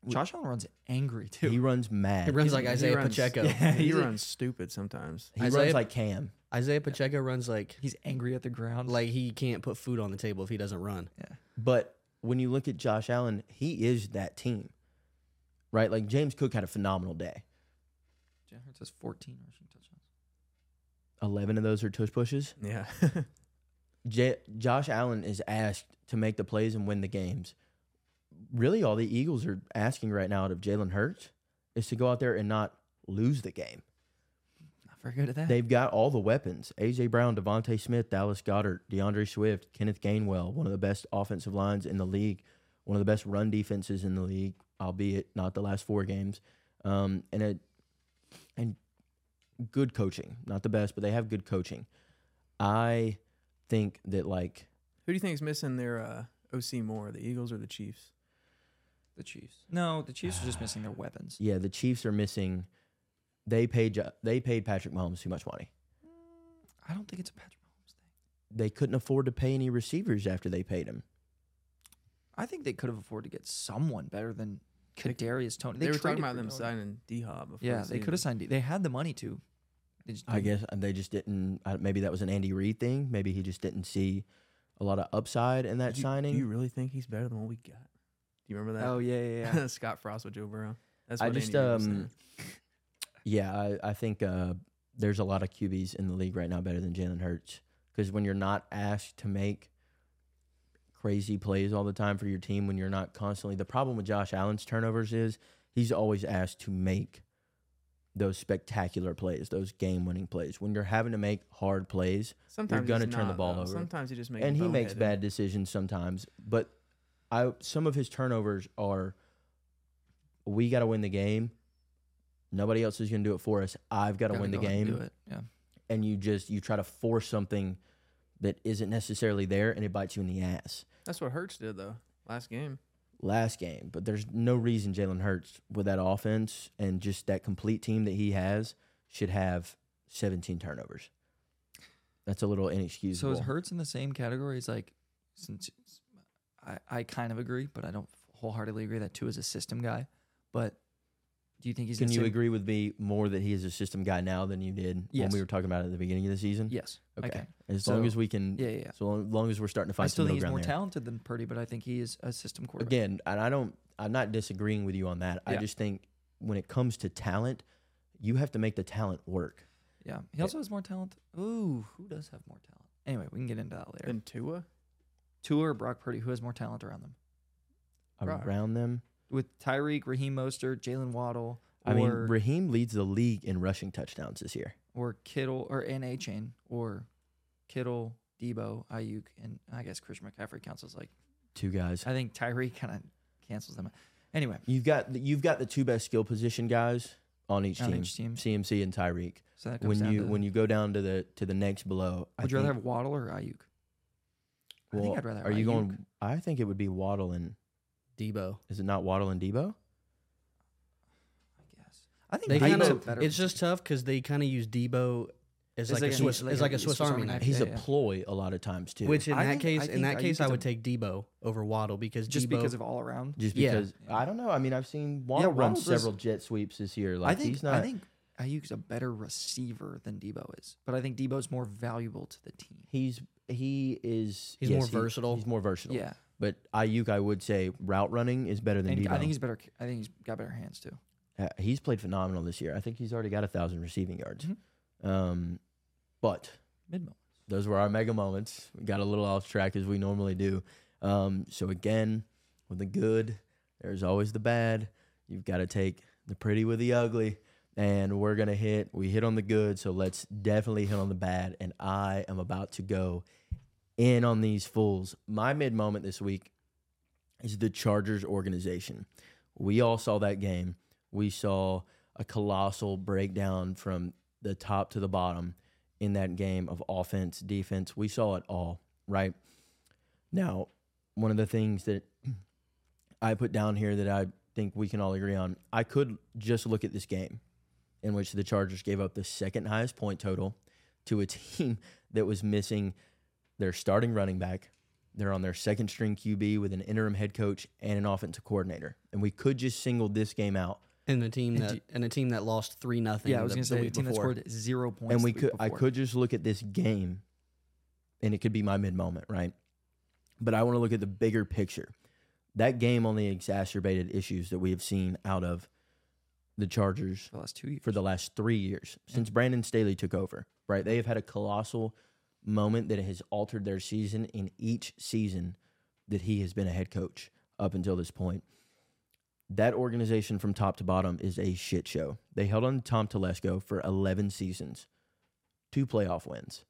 [SPEAKER 1] We-
[SPEAKER 2] Josh Allen runs angry too.
[SPEAKER 1] He runs mad.
[SPEAKER 4] It runs like
[SPEAKER 3] He
[SPEAKER 4] Isaiah
[SPEAKER 3] runs-
[SPEAKER 4] Pacheco.
[SPEAKER 3] *laughs* Yeah, he
[SPEAKER 4] *laughs* He's a-
[SPEAKER 3] runs stupid sometimes.
[SPEAKER 1] he runs
[SPEAKER 4] Isaiah-
[SPEAKER 1] like Cam.
[SPEAKER 4] Isaiah Pacheco runs like
[SPEAKER 2] He's angry at the ground.
[SPEAKER 4] like he can't put food on the table if he doesn't run.
[SPEAKER 2] yeah.
[SPEAKER 1] But when you look at Josh Allen, he is that team, right? Like James Cook had a phenomenal day.
[SPEAKER 2] Jalen Hurts has 14 rushing touchdowns.
[SPEAKER 1] Eleven of those are tush pushes.
[SPEAKER 3] Yeah. *laughs*
[SPEAKER 1] J- Josh Allen is asked to make the plays and win the games. Really, all the Eagles are asking right now out of Jalen Hurts is to go out there and not lose the game.
[SPEAKER 2] Not very good at that.
[SPEAKER 1] They've got all the weapons: AJ Brown, Devontae Smith, Dallas Goddard, DeAndre Swift, Kenneth Gainwell, one of the best offensive lines in the league, one of the best run defenses in the league, albeit not the last four games, um, and a and good coaching, not the best, but they have good coaching. I think that like
[SPEAKER 3] Who do you think is missing their uh, OC more, the Eagles or the Chiefs?
[SPEAKER 2] the Chiefs. No, the Chiefs are just missing their weapons.
[SPEAKER 1] yeah, the Chiefs are missing. They paid Jo- they paid Patrick Mahomes too much money.
[SPEAKER 2] I don't think it's a Patrick Mahomes thing.
[SPEAKER 1] They couldn't afford to pay any receivers after they paid him.
[SPEAKER 2] I think they could have afforded to get someone better than Kadarius Tony.
[SPEAKER 3] They, were talking
[SPEAKER 2] traded
[SPEAKER 3] about
[SPEAKER 2] for
[SPEAKER 3] them
[SPEAKER 2] Tony.
[SPEAKER 3] signing D Hop. before
[SPEAKER 2] Yeah,
[SPEAKER 3] the
[SPEAKER 2] they could have
[SPEAKER 3] season.
[SPEAKER 2] signed. They had the money to. They just
[SPEAKER 1] I
[SPEAKER 3] Mm.
[SPEAKER 2] didn't.
[SPEAKER 1] guess they just didn't. I- Maybe that was an Andy Reid thing. Maybe he just didn't see a lot of upside in that
[SPEAKER 3] Do you-
[SPEAKER 1] signing.
[SPEAKER 3] Do you really think he's better than what we got? Do you remember that? *laughs*
[SPEAKER 2] Oh yeah, yeah, yeah.
[SPEAKER 3] Scott Frost with Joe Burrow. That's
[SPEAKER 1] I
[SPEAKER 3] what
[SPEAKER 1] just,
[SPEAKER 3] Andy Reid was
[SPEAKER 1] um,
[SPEAKER 3] saying.
[SPEAKER 1] yeah, I, I think uh, there's a lot of QBs in the league right now better than Jalen Hurts because when you're not asked to make crazy plays all the time for your team, when you're not constantly the problem with Josh Allen's turnovers is he's always asked to make those spectacular plays, those game-winning plays. When you're having to make hard plays,
[SPEAKER 3] sometimes he's
[SPEAKER 1] gonna turn the
[SPEAKER 3] not,
[SPEAKER 1] ball
[SPEAKER 3] though.
[SPEAKER 1] over.
[SPEAKER 3] Sometimes he just makes
[SPEAKER 1] and he makes
[SPEAKER 3] boneheaded-
[SPEAKER 1] bad decisions sometimes. But I some of his turnovers are we got to win the game. Nobody else is going to do it for us. I've got to
[SPEAKER 2] Gotta
[SPEAKER 1] win the
[SPEAKER 2] go out and Do
[SPEAKER 1] game,
[SPEAKER 2] it. Yeah.
[SPEAKER 1] and you just you try to force something that isn't necessarily there, and it bites you in the ass.
[SPEAKER 3] That's what Hurts did though last game.
[SPEAKER 1] Last game, but there's no reason Jalen Hurts with that offense and just that complete team that he has should have 17 turnovers. That's a little
[SPEAKER 2] So
[SPEAKER 1] inexcusable.
[SPEAKER 2] is Hurts in the same category as like, since I, I kind of agree, but I don't wholeheartedly agree that too is a system guy. But do you think he's in
[SPEAKER 1] Can
[SPEAKER 2] the
[SPEAKER 1] you
[SPEAKER 2] same-
[SPEAKER 1] agree with me more that he is a system guy now than you did when
[SPEAKER 2] Yes.
[SPEAKER 1] we were talking about it at the beginning of the season?
[SPEAKER 2] Yes.
[SPEAKER 1] Okay.
[SPEAKER 2] Okay.
[SPEAKER 1] As long
[SPEAKER 2] So-
[SPEAKER 1] as we can,
[SPEAKER 2] Yeah, yeah. yeah.
[SPEAKER 1] so long, long as we're starting to
[SPEAKER 2] I
[SPEAKER 1] find
[SPEAKER 2] still
[SPEAKER 1] some
[SPEAKER 2] think
[SPEAKER 1] middle
[SPEAKER 2] he's
[SPEAKER 1] ground
[SPEAKER 2] more
[SPEAKER 1] there.
[SPEAKER 2] talented than Purdy, but I think he is a system quarterback.
[SPEAKER 1] Again, and I don't, I'm not disagreeing with you on that. I
[SPEAKER 3] Yeah.
[SPEAKER 1] just think when it comes to talent, you have to make the talent work.
[SPEAKER 2] Yeah. He also has more talent. Ooh, who does have more talent? Anyway, we can get into that later.
[SPEAKER 3] Then Tua.
[SPEAKER 2] Tua or Brock Purdy, who has more talent around them?
[SPEAKER 3] Right.
[SPEAKER 1] Around them,
[SPEAKER 2] With Tyreek, Raheem Mostert, Jalen Waddle,
[SPEAKER 1] I
[SPEAKER 2] or,
[SPEAKER 1] mean, Raheem leads the league in rushing touchdowns this year.
[SPEAKER 2] or Kittle or NA Chain or Kittle, Debo, Ayuk, and I guess Christian McCaffrey counts as like
[SPEAKER 1] Two guys.
[SPEAKER 2] I think Tyreek kind of cancels them. out. Anyway,
[SPEAKER 1] You've got the- you've got the two best skill position guys on each
[SPEAKER 2] on
[SPEAKER 1] team,
[SPEAKER 2] each team.
[SPEAKER 1] CMC and Tyreek.
[SPEAKER 2] So that comes
[SPEAKER 1] When
[SPEAKER 2] down
[SPEAKER 1] you
[SPEAKER 2] to
[SPEAKER 1] when you go down to the to the next below, I
[SPEAKER 2] would you rather
[SPEAKER 1] think-
[SPEAKER 2] have Waddle or Ayuk? I
[SPEAKER 1] Well,
[SPEAKER 2] think I'd rather
[SPEAKER 1] Are you
[SPEAKER 2] Ayuk.
[SPEAKER 1] going? I think it would be Waddle and
[SPEAKER 4] Debo.
[SPEAKER 1] is it not Waddle and Debo?
[SPEAKER 2] I think
[SPEAKER 4] They
[SPEAKER 1] Debo's
[SPEAKER 4] kind
[SPEAKER 2] Debo-
[SPEAKER 4] of it's just tough because they kind of use Debo as
[SPEAKER 3] It's
[SPEAKER 4] like,
[SPEAKER 3] like
[SPEAKER 4] a
[SPEAKER 3] a-
[SPEAKER 4] Swiss
[SPEAKER 3] he's like
[SPEAKER 4] as
[SPEAKER 3] a
[SPEAKER 4] like a Swiss Army knife.
[SPEAKER 2] He's
[SPEAKER 1] He's
[SPEAKER 2] a
[SPEAKER 1] a ploy a lot of times too.
[SPEAKER 4] Which in
[SPEAKER 2] I
[SPEAKER 4] that
[SPEAKER 2] think-
[SPEAKER 4] case,
[SPEAKER 2] I
[SPEAKER 4] in that
[SPEAKER 2] think
[SPEAKER 4] case, I
[SPEAKER 2] Ayuk's a-
[SPEAKER 4] would take Debo over Waddle because
[SPEAKER 2] just
[SPEAKER 4] Debo,
[SPEAKER 2] because of all around.
[SPEAKER 1] just
[SPEAKER 4] yeah.
[SPEAKER 1] because I don't know. I mean, I've seen Watt
[SPEAKER 2] Yeah,
[SPEAKER 1] run
[SPEAKER 2] Waddle does-
[SPEAKER 1] several jet sweeps this year. Like
[SPEAKER 2] I think
[SPEAKER 1] he's not.
[SPEAKER 2] I think Ayuk's a better receiver than Debo is, but I think Debo's more valuable to the team.
[SPEAKER 1] he's he is.
[SPEAKER 4] He's
[SPEAKER 1] yes,
[SPEAKER 4] more
[SPEAKER 1] he-
[SPEAKER 4] versatile.
[SPEAKER 1] He's more versatile.
[SPEAKER 2] Yeah,
[SPEAKER 1] But Ayuk, I would say route running is better than
[SPEAKER 2] and
[SPEAKER 1] Debo.
[SPEAKER 2] I think he's better. I think he's got better hands too.
[SPEAKER 1] Uh, he's played phenomenal this year. I think he's already got a thousand receiving yards.
[SPEAKER 2] Mhm.
[SPEAKER 1] Um, but
[SPEAKER 2] Mid moment.
[SPEAKER 1] those were our mega moments. We got a little off track as we normally do. Um, so again, with the good, there's always the bad. You've got to take the pretty with the ugly, and we're gonna hit. We hit on the good, so let's definitely hit on the bad. And I am about to go in on these fools. My mid moment this week is the Chargers organization. We all saw that game. We saw a colossal breakdown from the top to the bottom in that game of offense, defense. We saw it all, right? Now, one of the things that *clears throat* I put down here that I think we can all agree on, I could just look at this game in which the Chargers gave up the second highest point total to a *laughs* team that was missing their starting running back. They're on their second string QB with an interim head coach and an offensive coordinator. And we could just single this game out
[SPEAKER 4] in the team
[SPEAKER 2] And
[SPEAKER 4] that
[SPEAKER 2] do-
[SPEAKER 4] and a team that lost three nothing.
[SPEAKER 2] Yeah, I was
[SPEAKER 4] the,
[SPEAKER 2] gonna
[SPEAKER 4] the
[SPEAKER 2] say a
[SPEAKER 4] week
[SPEAKER 2] team that
[SPEAKER 4] before.
[SPEAKER 2] scored zero points.
[SPEAKER 1] and we
[SPEAKER 2] the
[SPEAKER 1] could
[SPEAKER 2] week
[SPEAKER 1] I
[SPEAKER 2] before.
[SPEAKER 1] could just look at this game and it could be my mid moment, right? But I want to look at the bigger picture. That game only exacerbated issues that we have seen out of the Chargers
[SPEAKER 2] for the last two years.
[SPEAKER 1] for the last three years since Brandon Staley took over, right? They have had a colossal moment that has altered their season in each season that he has been a head coach up until this point. That organization from top to bottom is a shit show. They held on to Tom Telesco for 11 seasons, two playoff wins.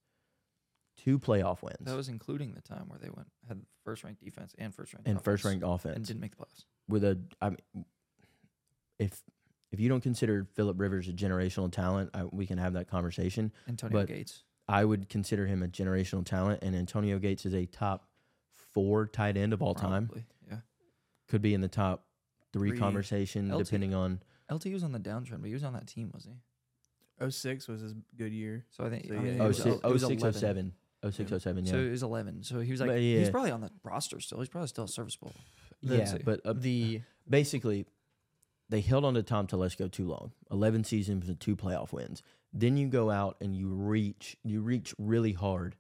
[SPEAKER 1] Two playoff wins
[SPEAKER 2] That was including the time where they went had first ranked defense and first ranked
[SPEAKER 1] and first ranked offense.
[SPEAKER 2] and didn't make the playoffs.
[SPEAKER 1] with a I mean, if if you don't consider Philip Rivers a generational talent, I, we can have that conversation.
[SPEAKER 2] Antonio
[SPEAKER 1] But-
[SPEAKER 2] Gates.
[SPEAKER 1] I would consider him a generational talent, and Antonio Gates is a top four tight end of all time.
[SPEAKER 2] probably, Yeah.
[SPEAKER 1] Could be in the top three,
[SPEAKER 3] Three.
[SPEAKER 1] conversation,
[SPEAKER 2] LT.
[SPEAKER 1] depending on.
[SPEAKER 2] LT was on the downtrend, but he was on that team, was he?
[SPEAKER 3] 06 was his good year.
[SPEAKER 2] So I think
[SPEAKER 3] So,
[SPEAKER 2] I mean,
[SPEAKER 3] yeah,
[SPEAKER 2] he
[SPEAKER 3] It
[SPEAKER 1] Oh,
[SPEAKER 2] was,
[SPEAKER 1] six,
[SPEAKER 2] el- he
[SPEAKER 1] oh,
[SPEAKER 2] was
[SPEAKER 1] six, oh,
[SPEAKER 2] 11.
[SPEAKER 1] seven. Oh, six, oh, seven, yeah.
[SPEAKER 2] So he was eleven. So he was like
[SPEAKER 1] But
[SPEAKER 2] he's
[SPEAKER 1] yeah.
[SPEAKER 2] probably on the roster still. He's probably still serviceable.
[SPEAKER 1] yeah,
[SPEAKER 4] the-
[SPEAKER 1] but uh,
[SPEAKER 4] the
[SPEAKER 1] basically, they held on to Tom Telesco too long. Eleven seasons and two playoff wins. Then you go out and you reach, you reach really hard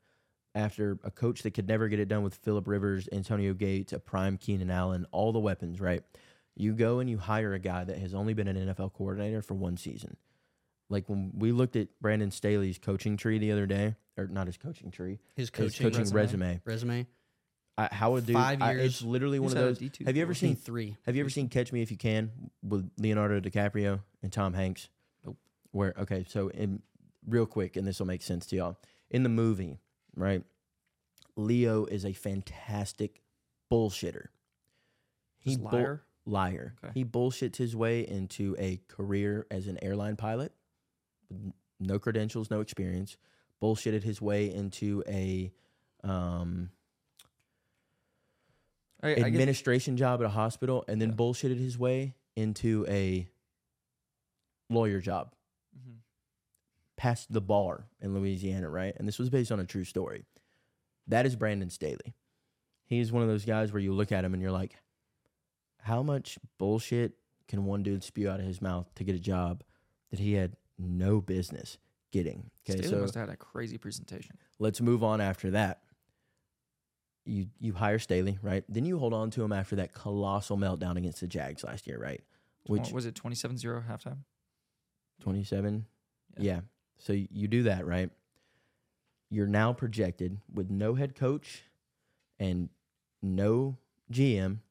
[SPEAKER 1] after a coach that could never get it done with Philip Rivers, Antonio Gates, a prime Keenan Allen, all the weapons, right? You go and you hire a guy that has only been an NFL coordinator for one season. Like when we looked at Brandon Staley's coaching tree the other day, or not his coaching tree,
[SPEAKER 4] his
[SPEAKER 1] coaching his
[SPEAKER 4] coaching,
[SPEAKER 1] coaching
[SPEAKER 2] resume.
[SPEAKER 1] resume.
[SPEAKER 4] resume.
[SPEAKER 1] I, how would do
[SPEAKER 4] Five
[SPEAKER 1] I-
[SPEAKER 4] years.
[SPEAKER 1] it's literally one
[SPEAKER 2] He's
[SPEAKER 1] of
[SPEAKER 2] had
[SPEAKER 1] those.
[SPEAKER 2] a D2
[SPEAKER 1] Have you
[SPEAKER 2] before.
[SPEAKER 1] ever seen
[SPEAKER 4] Seen three.
[SPEAKER 1] have you ever seen Catch Me If You Can with Leonardo DiCaprio and Tom Hanks?
[SPEAKER 2] Nope.
[SPEAKER 1] Where okay, so in real quick, and this will make sense to y'all. In the movie, right? Leo is a fantastic bullshitter. He
[SPEAKER 2] Just
[SPEAKER 1] bull-
[SPEAKER 2] liar.
[SPEAKER 1] liar.
[SPEAKER 2] Okay.
[SPEAKER 1] He bullshits his way into a career as an airline pilot, with n- no credentials, no experience. Bullshitted his way into a um,
[SPEAKER 2] I, I guess,
[SPEAKER 1] administration job at a hospital and then
[SPEAKER 2] Yeah.
[SPEAKER 1] bullshitted his way into a lawyer job
[SPEAKER 2] Mhm.
[SPEAKER 1] past the bar in Louisiana, right? And this was based on a true story. That is Brandon Staley. He is one of those guys where you look at him and you're like, how much bullshit can one dude spew out of his mouth to get a job that he had no business getting? Okay,
[SPEAKER 2] Staley
[SPEAKER 1] so
[SPEAKER 2] must have had a crazy presentation.
[SPEAKER 1] let's move on after that. You you hire Staley, right? Then you hold on to him after that colossal meltdown against the Jags last year, right? Which
[SPEAKER 2] Which was it 27-0 halftime?
[SPEAKER 1] 27?
[SPEAKER 2] Yeah.
[SPEAKER 1] Yeah. So y- you do that, right? You're now projected with no head coach and no GM.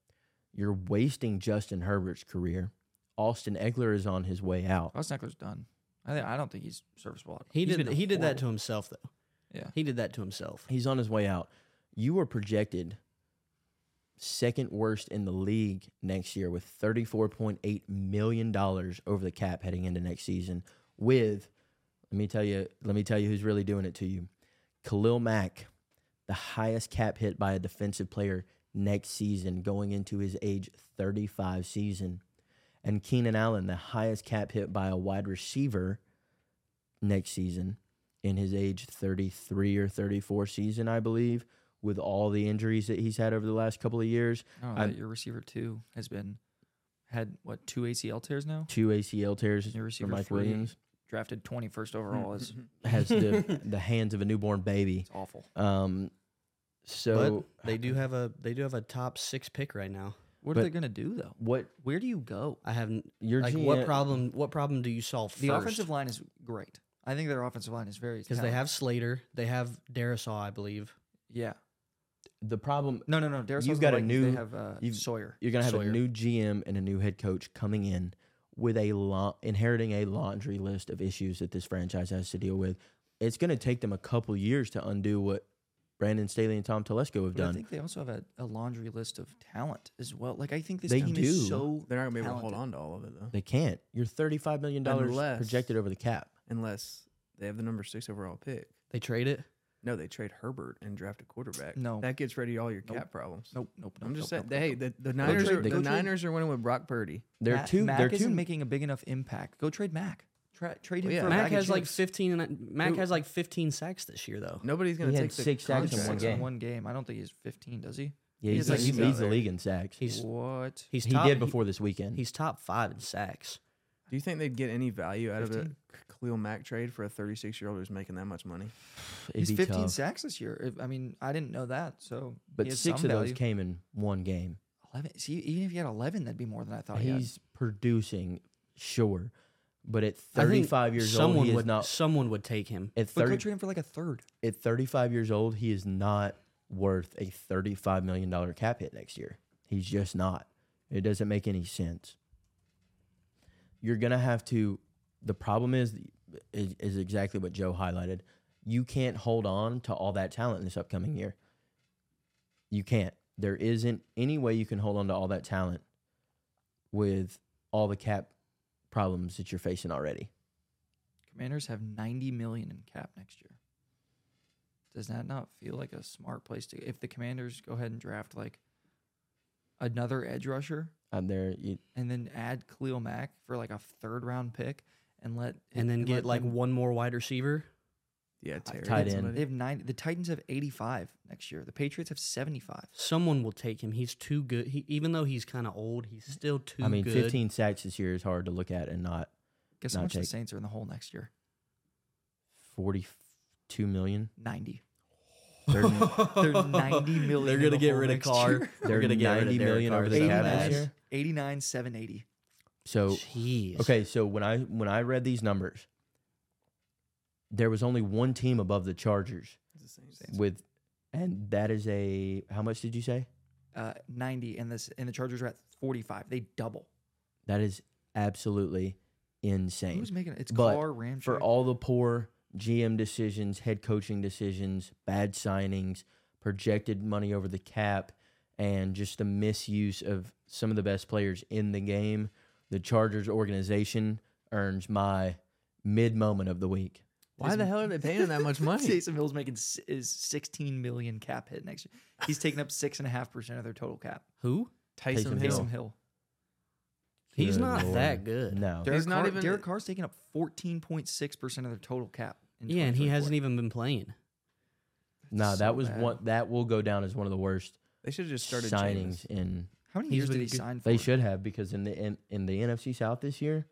[SPEAKER 1] You're wasting Justin Herbert's career. Austin Eckler is on his way out.
[SPEAKER 2] Austin Eckler's done. I think I don't think he's serviceable.
[SPEAKER 4] He
[SPEAKER 2] He's
[SPEAKER 4] did
[SPEAKER 2] been
[SPEAKER 4] he did that to
[SPEAKER 2] horrible.
[SPEAKER 4] himself though.
[SPEAKER 2] Yeah.
[SPEAKER 4] He did that to himself.
[SPEAKER 1] He's on his way out. You were projected second worst in the league next year with $34.8 million over the cap heading into next season with let me tell you let me tell you who's really doing it to you. Khalil Mack, the highest cap hit by a defensive player next season going into his age 35 season. and Keenan Allen, the highest cap hit by a wide receiver next season in his age 33 or 34 season, I believe, with all the injuries that he's had over the last couple of years.
[SPEAKER 2] I don't know
[SPEAKER 1] I'm-
[SPEAKER 2] that your receiver two has been had what two ACL tears now.
[SPEAKER 1] Two ACL tears
[SPEAKER 2] Your
[SPEAKER 1] from
[SPEAKER 2] receiver
[SPEAKER 1] Mike
[SPEAKER 2] three,
[SPEAKER 1] Williams
[SPEAKER 2] drafted twenty first overall
[SPEAKER 3] *laughs*
[SPEAKER 4] *laughs*
[SPEAKER 2] is
[SPEAKER 1] has the, the hands of a newborn baby.
[SPEAKER 2] it's awful.
[SPEAKER 1] Um, so
[SPEAKER 4] but they do have a they do have a top six pick right now.
[SPEAKER 2] What
[SPEAKER 1] But-
[SPEAKER 2] are they gonna do though?
[SPEAKER 1] what
[SPEAKER 2] Where do you go?
[SPEAKER 4] I haven't.
[SPEAKER 1] your
[SPEAKER 4] Like,
[SPEAKER 1] GM
[SPEAKER 4] what problem? What problem do you solve
[SPEAKER 2] The
[SPEAKER 4] first?
[SPEAKER 2] offensive line is great. I think their offensive line is very
[SPEAKER 4] because they
[SPEAKER 2] talented.
[SPEAKER 4] have Slater, they have Darisaw, I believe.
[SPEAKER 2] yeah
[SPEAKER 1] the problem
[SPEAKER 2] no no no Darius
[SPEAKER 1] You've got a new-
[SPEAKER 2] they have uh,
[SPEAKER 1] you've-
[SPEAKER 2] Sawyer
[SPEAKER 1] You're gonna have a
[SPEAKER 4] Sawyer.
[SPEAKER 1] new GM and a new head coach coming in with a la- inheriting a laundry list of issues that this franchise has to deal with. It's gonna take them a couple years to undo what Brandon Staley and Tom Telesco have
[SPEAKER 2] But I
[SPEAKER 1] done.
[SPEAKER 2] think they also have a, a laundry list of talent as well. Like I think this
[SPEAKER 1] They
[SPEAKER 2] team
[SPEAKER 1] do.
[SPEAKER 2] is so
[SPEAKER 3] They're not gonna be able to hold
[SPEAKER 2] talented.
[SPEAKER 3] on to all of it though,
[SPEAKER 1] they can't. You're 35 million dollars
[SPEAKER 3] Unless-
[SPEAKER 1] projected over the cap.
[SPEAKER 3] unless they have the number six overall pick.
[SPEAKER 4] They trade it.
[SPEAKER 3] No, they trade Herbert and draft a quarterback.
[SPEAKER 2] No.
[SPEAKER 3] that gets rid of all your
[SPEAKER 2] Nope.
[SPEAKER 3] cap problems.
[SPEAKER 2] Nope, nope.
[SPEAKER 3] I'm
[SPEAKER 2] nope,
[SPEAKER 3] just
[SPEAKER 2] nope, nope,
[SPEAKER 3] saying. they, hey,
[SPEAKER 2] nope.
[SPEAKER 3] the, the Niners
[SPEAKER 1] trade-
[SPEAKER 3] are
[SPEAKER 1] they-
[SPEAKER 3] the
[SPEAKER 1] go
[SPEAKER 2] trade-
[SPEAKER 3] Niners are winning with Brock Purdy.
[SPEAKER 1] They're
[SPEAKER 2] Mac,
[SPEAKER 1] two.
[SPEAKER 2] Mac
[SPEAKER 1] they're
[SPEAKER 2] isn't
[SPEAKER 1] two.
[SPEAKER 2] making a big enough impact. Go trade Mac. Tra- trade
[SPEAKER 1] Oh,
[SPEAKER 2] him
[SPEAKER 3] Well, yeah.
[SPEAKER 2] for a
[SPEAKER 3] Mac
[SPEAKER 2] bag
[SPEAKER 4] Mac
[SPEAKER 2] of
[SPEAKER 4] has like
[SPEAKER 2] chips.
[SPEAKER 4] 15 and Mac
[SPEAKER 3] Who-
[SPEAKER 4] has like 15 sacks this year though.
[SPEAKER 3] Nobody's gonna
[SPEAKER 1] He had
[SPEAKER 3] take the
[SPEAKER 1] six sacks in
[SPEAKER 3] contract.
[SPEAKER 1] one
[SPEAKER 2] Six in
[SPEAKER 1] game.
[SPEAKER 2] one game. I don't think he's 15, does he?
[SPEAKER 1] Yeah, he's,
[SPEAKER 3] He's like-
[SPEAKER 1] he
[SPEAKER 3] he's
[SPEAKER 1] leads
[SPEAKER 3] out
[SPEAKER 1] the
[SPEAKER 3] there.
[SPEAKER 1] league in sacks.
[SPEAKER 4] He's
[SPEAKER 2] what?
[SPEAKER 4] he's
[SPEAKER 1] he
[SPEAKER 4] top,
[SPEAKER 1] did before this weekend.
[SPEAKER 4] he's top five in sacks.
[SPEAKER 3] Do you think they'd get any value out of
[SPEAKER 2] 15?
[SPEAKER 3] a Khalil Mack trade for a 36 year old who's making that much money?
[SPEAKER 1] It'd
[SPEAKER 2] He's
[SPEAKER 1] be
[SPEAKER 2] 15
[SPEAKER 1] tough.
[SPEAKER 2] sacks this year. If- I mean, I didn't know that. So,
[SPEAKER 1] But
[SPEAKER 2] he has
[SPEAKER 1] six
[SPEAKER 2] some
[SPEAKER 1] of those
[SPEAKER 2] value.
[SPEAKER 1] came in one game.
[SPEAKER 2] 11. See, even if he had 11, that'd be more than I thought. he had.
[SPEAKER 1] he's producing, sure, but at
[SPEAKER 4] I think
[SPEAKER 1] 35 years old,
[SPEAKER 4] someone
[SPEAKER 1] he is
[SPEAKER 4] would
[SPEAKER 1] not.
[SPEAKER 4] someone would take him.
[SPEAKER 1] At
[SPEAKER 2] But
[SPEAKER 1] 30,
[SPEAKER 2] go trade him for like a third.
[SPEAKER 1] at 35 years old, he is not worth a $35 million cap hit next year. He's just not. It doesn't make any sense. You're going to have to. The problem is, is, is exactly what Joe highlighted. You can't hold on to all that talent in this upcoming year. You can't. There isn't any way you can hold on to all that talent with all the cap problems that you're facing already.
[SPEAKER 2] Commanders have 90 million in cap next year. Does that not feel like a smart place to? If the Commanders go ahead and draft like another edge rusher
[SPEAKER 1] Um, there, you,
[SPEAKER 2] and then add Khalil Mack for like a third round pick and let
[SPEAKER 4] and then
[SPEAKER 2] let
[SPEAKER 4] get like
[SPEAKER 2] them-
[SPEAKER 4] one more wide receiver.
[SPEAKER 3] Yeah, Terry.
[SPEAKER 1] Uh, tight end.
[SPEAKER 2] They have nine. The Titans have 85 next year. The Patriots have 75.
[SPEAKER 4] Someone will take him. He's too good. He, even though he's kind of old, he's still too
[SPEAKER 1] I mean,
[SPEAKER 4] good. *laughs*
[SPEAKER 1] 15 sacks this year is hard to look at and not
[SPEAKER 2] Guess how
[SPEAKER 1] Not
[SPEAKER 2] much the
[SPEAKER 1] take-
[SPEAKER 2] Saints are in the hole next year?
[SPEAKER 1] 42 million.
[SPEAKER 2] 90.
[SPEAKER 1] They're,
[SPEAKER 2] They're 90 million.
[SPEAKER 4] They're
[SPEAKER 2] in
[SPEAKER 4] gonna
[SPEAKER 2] the
[SPEAKER 4] get
[SPEAKER 2] hole
[SPEAKER 4] rid of
[SPEAKER 2] next
[SPEAKER 4] Carr.
[SPEAKER 2] year.
[SPEAKER 1] they're
[SPEAKER 4] gonna get rid of
[SPEAKER 1] 90
[SPEAKER 4] Derek
[SPEAKER 1] million
[SPEAKER 4] Carr
[SPEAKER 1] over the
[SPEAKER 4] this
[SPEAKER 1] cap
[SPEAKER 4] year.
[SPEAKER 1] this
[SPEAKER 2] 89,
[SPEAKER 1] year.
[SPEAKER 2] 89, 780.
[SPEAKER 1] So
[SPEAKER 4] Jeez.
[SPEAKER 1] okay, so when I when I read these numbers, there was only one team above the Chargers with, and that is a how much did you say?
[SPEAKER 2] uh, 90 and this and the Chargers are at 45. They double.
[SPEAKER 1] That is absolutely insane.
[SPEAKER 2] Who's making it? It's
[SPEAKER 1] But
[SPEAKER 2] Carr, Ramchick.
[SPEAKER 1] for all the poor GM decisions, head coaching decisions, bad signings, projected money over the cap, and just the misuse of some of the best players in the game, the Chargers organization earns my mid moment of the week.
[SPEAKER 3] Why the hell are they paying him
[SPEAKER 2] *laughs*
[SPEAKER 3] that much
[SPEAKER 1] *laughs*
[SPEAKER 3] money?
[SPEAKER 2] Taysom Hill's making s- is 16 million cap hit next year. He's taking up six and a half percent of their total cap.
[SPEAKER 4] Who?
[SPEAKER 1] Taysom Hill.
[SPEAKER 3] Taysom
[SPEAKER 2] Taysom
[SPEAKER 3] Hill.
[SPEAKER 2] Hill.
[SPEAKER 4] He's
[SPEAKER 1] Good
[SPEAKER 4] not
[SPEAKER 1] Lord.
[SPEAKER 4] that good.
[SPEAKER 1] No.
[SPEAKER 2] Derek
[SPEAKER 3] not
[SPEAKER 2] Carr,
[SPEAKER 3] even-
[SPEAKER 2] Derek Carr's taking up 14.6 percent of their total cap. in
[SPEAKER 4] Yeah, and he
[SPEAKER 2] 2024.
[SPEAKER 4] hasn't even been playing.
[SPEAKER 1] No, that
[SPEAKER 2] so
[SPEAKER 1] was
[SPEAKER 2] bad.
[SPEAKER 1] one that will go down as one of the worst
[SPEAKER 3] They should have just started
[SPEAKER 1] signings
[SPEAKER 3] Jameis.
[SPEAKER 1] in
[SPEAKER 2] How many
[SPEAKER 4] He's
[SPEAKER 2] years
[SPEAKER 4] been
[SPEAKER 2] did he
[SPEAKER 4] good-
[SPEAKER 2] sign for?
[SPEAKER 1] They should have because in the in, in the NFC South this year,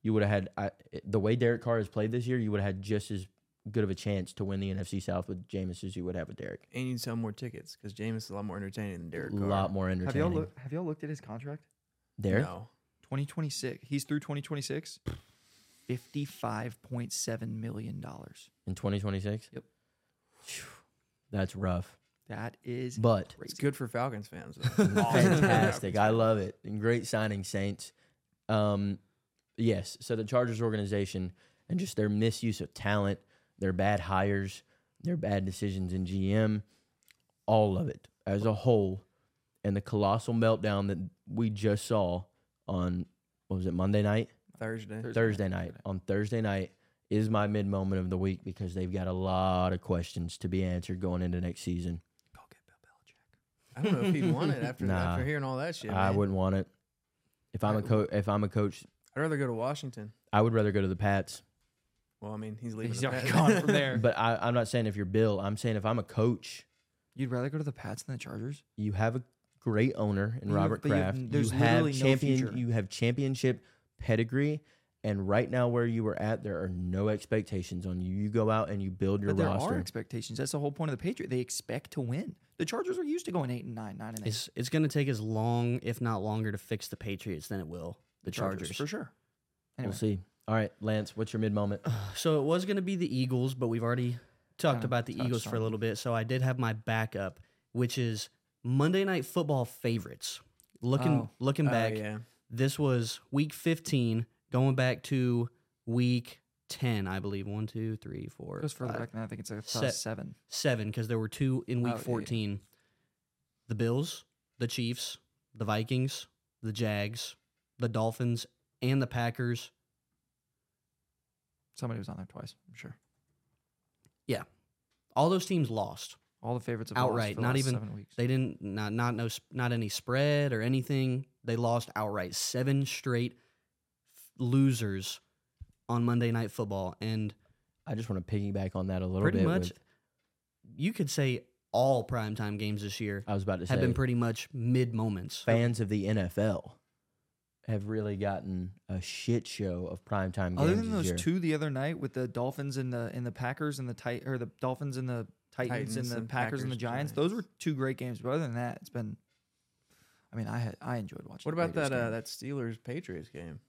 [SPEAKER 1] you would have had I, the way Derek Carr has played this year. You would have had just as good of a chance to win the NFC South with Jameis as you would have with Derek.
[SPEAKER 3] And you'd sell more tickets because Jameis is a lot more entertaining than Derek
[SPEAKER 1] a
[SPEAKER 3] Carr.
[SPEAKER 1] lot more
[SPEAKER 2] Have y'all
[SPEAKER 1] entertaining.
[SPEAKER 2] look, Have y'all looked at his contract?
[SPEAKER 1] Derek,
[SPEAKER 3] No.
[SPEAKER 2] 2026. He's through 2026. 55.7 million dollars.
[SPEAKER 1] in 2026.
[SPEAKER 2] Yep.
[SPEAKER 1] Phew, That's rough,
[SPEAKER 2] That is
[SPEAKER 1] but
[SPEAKER 2] crazy.
[SPEAKER 3] It's good for Falcons fans. though.
[SPEAKER 1] fantastic. I love it. And great signing, Saints. Um, yes. So the Chargers organization and just their misuse of talent, their bad hires, their bad decisions in GM, all of it as a whole, and the colossal meltdown that we just saw on what was it Monday night,
[SPEAKER 3] *laughs* Thursday.
[SPEAKER 2] Thursday.
[SPEAKER 1] Thursday night. On Thursday night is my mid moment of the week because they've got a lot of questions to be answered going into next season.
[SPEAKER 2] Go get Bill Belichick.
[SPEAKER 3] I don't know if he'd want it after,
[SPEAKER 1] Nah.
[SPEAKER 3] after hearing all that shit.
[SPEAKER 1] I
[SPEAKER 3] man.
[SPEAKER 1] wouldn't want it. If I'm a coach, if I'm a coach,
[SPEAKER 3] I'd rather go to Washington.
[SPEAKER 1] I would rather go to the Pats.
[SPEAKER 3] Well, I mean, he's leaving.
[SPEAKER 2] He's
[SPEAKER 3] the
[SPEAKER 2] already
[SPEAKER 3] Pats.
[SPEAKER 2] gone from
[SPEAKER 3] *laughs*
[SPEAKER 2] there.
[SPEAKER 1] But I, I'm not saying if you're Bill. I'm saying if I'm a coach,
[SPEAKER 2] You'd rather go to the Pats than the Chargers?
[SPEAKER 1] you have a great owner in
[SPEAKER 2] You have-
[SPEAKER 1] Robert
[SPEAKER 2] but you have-
[SPEAKER 1] Kraft.
[SPEAKER 2] there's
[SPEAKER 1] you have
[SPEAKER 2] literally no
[SPEAKER 1] champion.
[SPEAKER 2] future.
[SPEAKER 1] you have championship pedigree, and right now where you were at, there are no expectations on you. You go out and you build your
[SPEAKER 2] but there
[SPEAKER 1] roster.
[SPEAKER 2] are expectations. That's the whole point of the Patriot. They expect to win. The Chargers are used to going eight and nine, nine and eight.
[SPEAKER 4] It's it's going to take as long, if not longer, to fix the Patriots than it will the Chargers.
[SPEAKER 2] for sure.
[SPEAKER 1] We'll
[SPEAKER 2] Anyway,
[SPEAKER 1] see. All right, Lance, what's your mid moment?
[SPEAKER 4] So it was going to be the Eagles, but we've already talked
[SPEAKER 2] Kinda
[SPEAKER 4] about the
[SPEAKER 2] touched
[SPEAKER 4] Eagles for
[SPEAKER 2] on
[SPEAKER 4] a
[SPEAKER 2] it.
[SPEAKER 4] little bit. So I did have my backup, which is Monday Night Football favorites. Looking
[SPEAKER 2] Oh.
[SPEAKER 4] looking
[SPEAKER 3] Oh,
[SPEAKER 4] back,
[SPEAKER 3] yeah.
[SPEAKER 4] this was Week 15, going back to Week 10, I believe. One, two, three, four,
[SPEAKER 2] it goes further
[SPEAKER 1] Uh,
[SPEAKER 4] five,
[SPEAKER 2] back than that. I think it's a plus
[SPEAKER 4] set-
[SPEAKER 2] seven.
[SPEAKER 4] seven, because there were two in Week
[SPEAKER 3] Oh, yeah, yeah.
[SPEAKER 4] 14. The Bills, the Chiefs, the Vikings, the Jags, the Dolphins, and the Packers.
[SPEAKER 2] Somebody was on there twice. I'm sure.
[SPEAKER 4] All those teams lost.
[SPEAKER 2] All the favorites have Lost
[SPEAKER 4] Outright,
[SPEAKER 2] for the
[SPEAKER 4] not
[SPEAKER 2] last
[SPEAKER 4] even-
[SPEAKER 2] seven weeks.
[SPEAKER 4] They didn't not not no s- not any spread or anything. They lost outright seven straight f- losers on Monday Night Football, and
[SPEAKER 1] I just want to piggyback on that a little
[SPEAKER 4] pretty
[SPEAKER 1] bit.
[SPEAKER 4] much
[SPEAKER 1] with-
[SPEAKER 4] you could say all primetime games this year
[SPEAKER 1] I was about to say
[SPEAKER 4] have been pretty much mid moments.
[SPEAKER 1] fans of the NFL have really gotten a shit show of primetime games
[SPEAKER 2] Other than
[SPEAKER 1] this
[SPEAKER 2] those
[SPEAKER 1] year.
[SPEAKER 2] two the other night with the Dolphins and the and the Packers and the tight or the Dolphins and the Titans, and
[SPEAKER 3] Titans
[SPEAKER 2] the
[SPEAKER 3] and
[SPEAKER 2] Packers and the
[SPEAKER 3] Packers,
[SPEAKER 2] Giants, those were two great games. But other than that, it's been. I mean, I had I enjoyed watching.
[SPEAKER 3] What
[SPEAKER 2] the
[SPEAKER 3] about
[SPEAKER 2] Raiders
[SPEAKER 3] that uh,
[SPEAKER 2] game.
[SPEAKER 3] that Steelers Patriots game?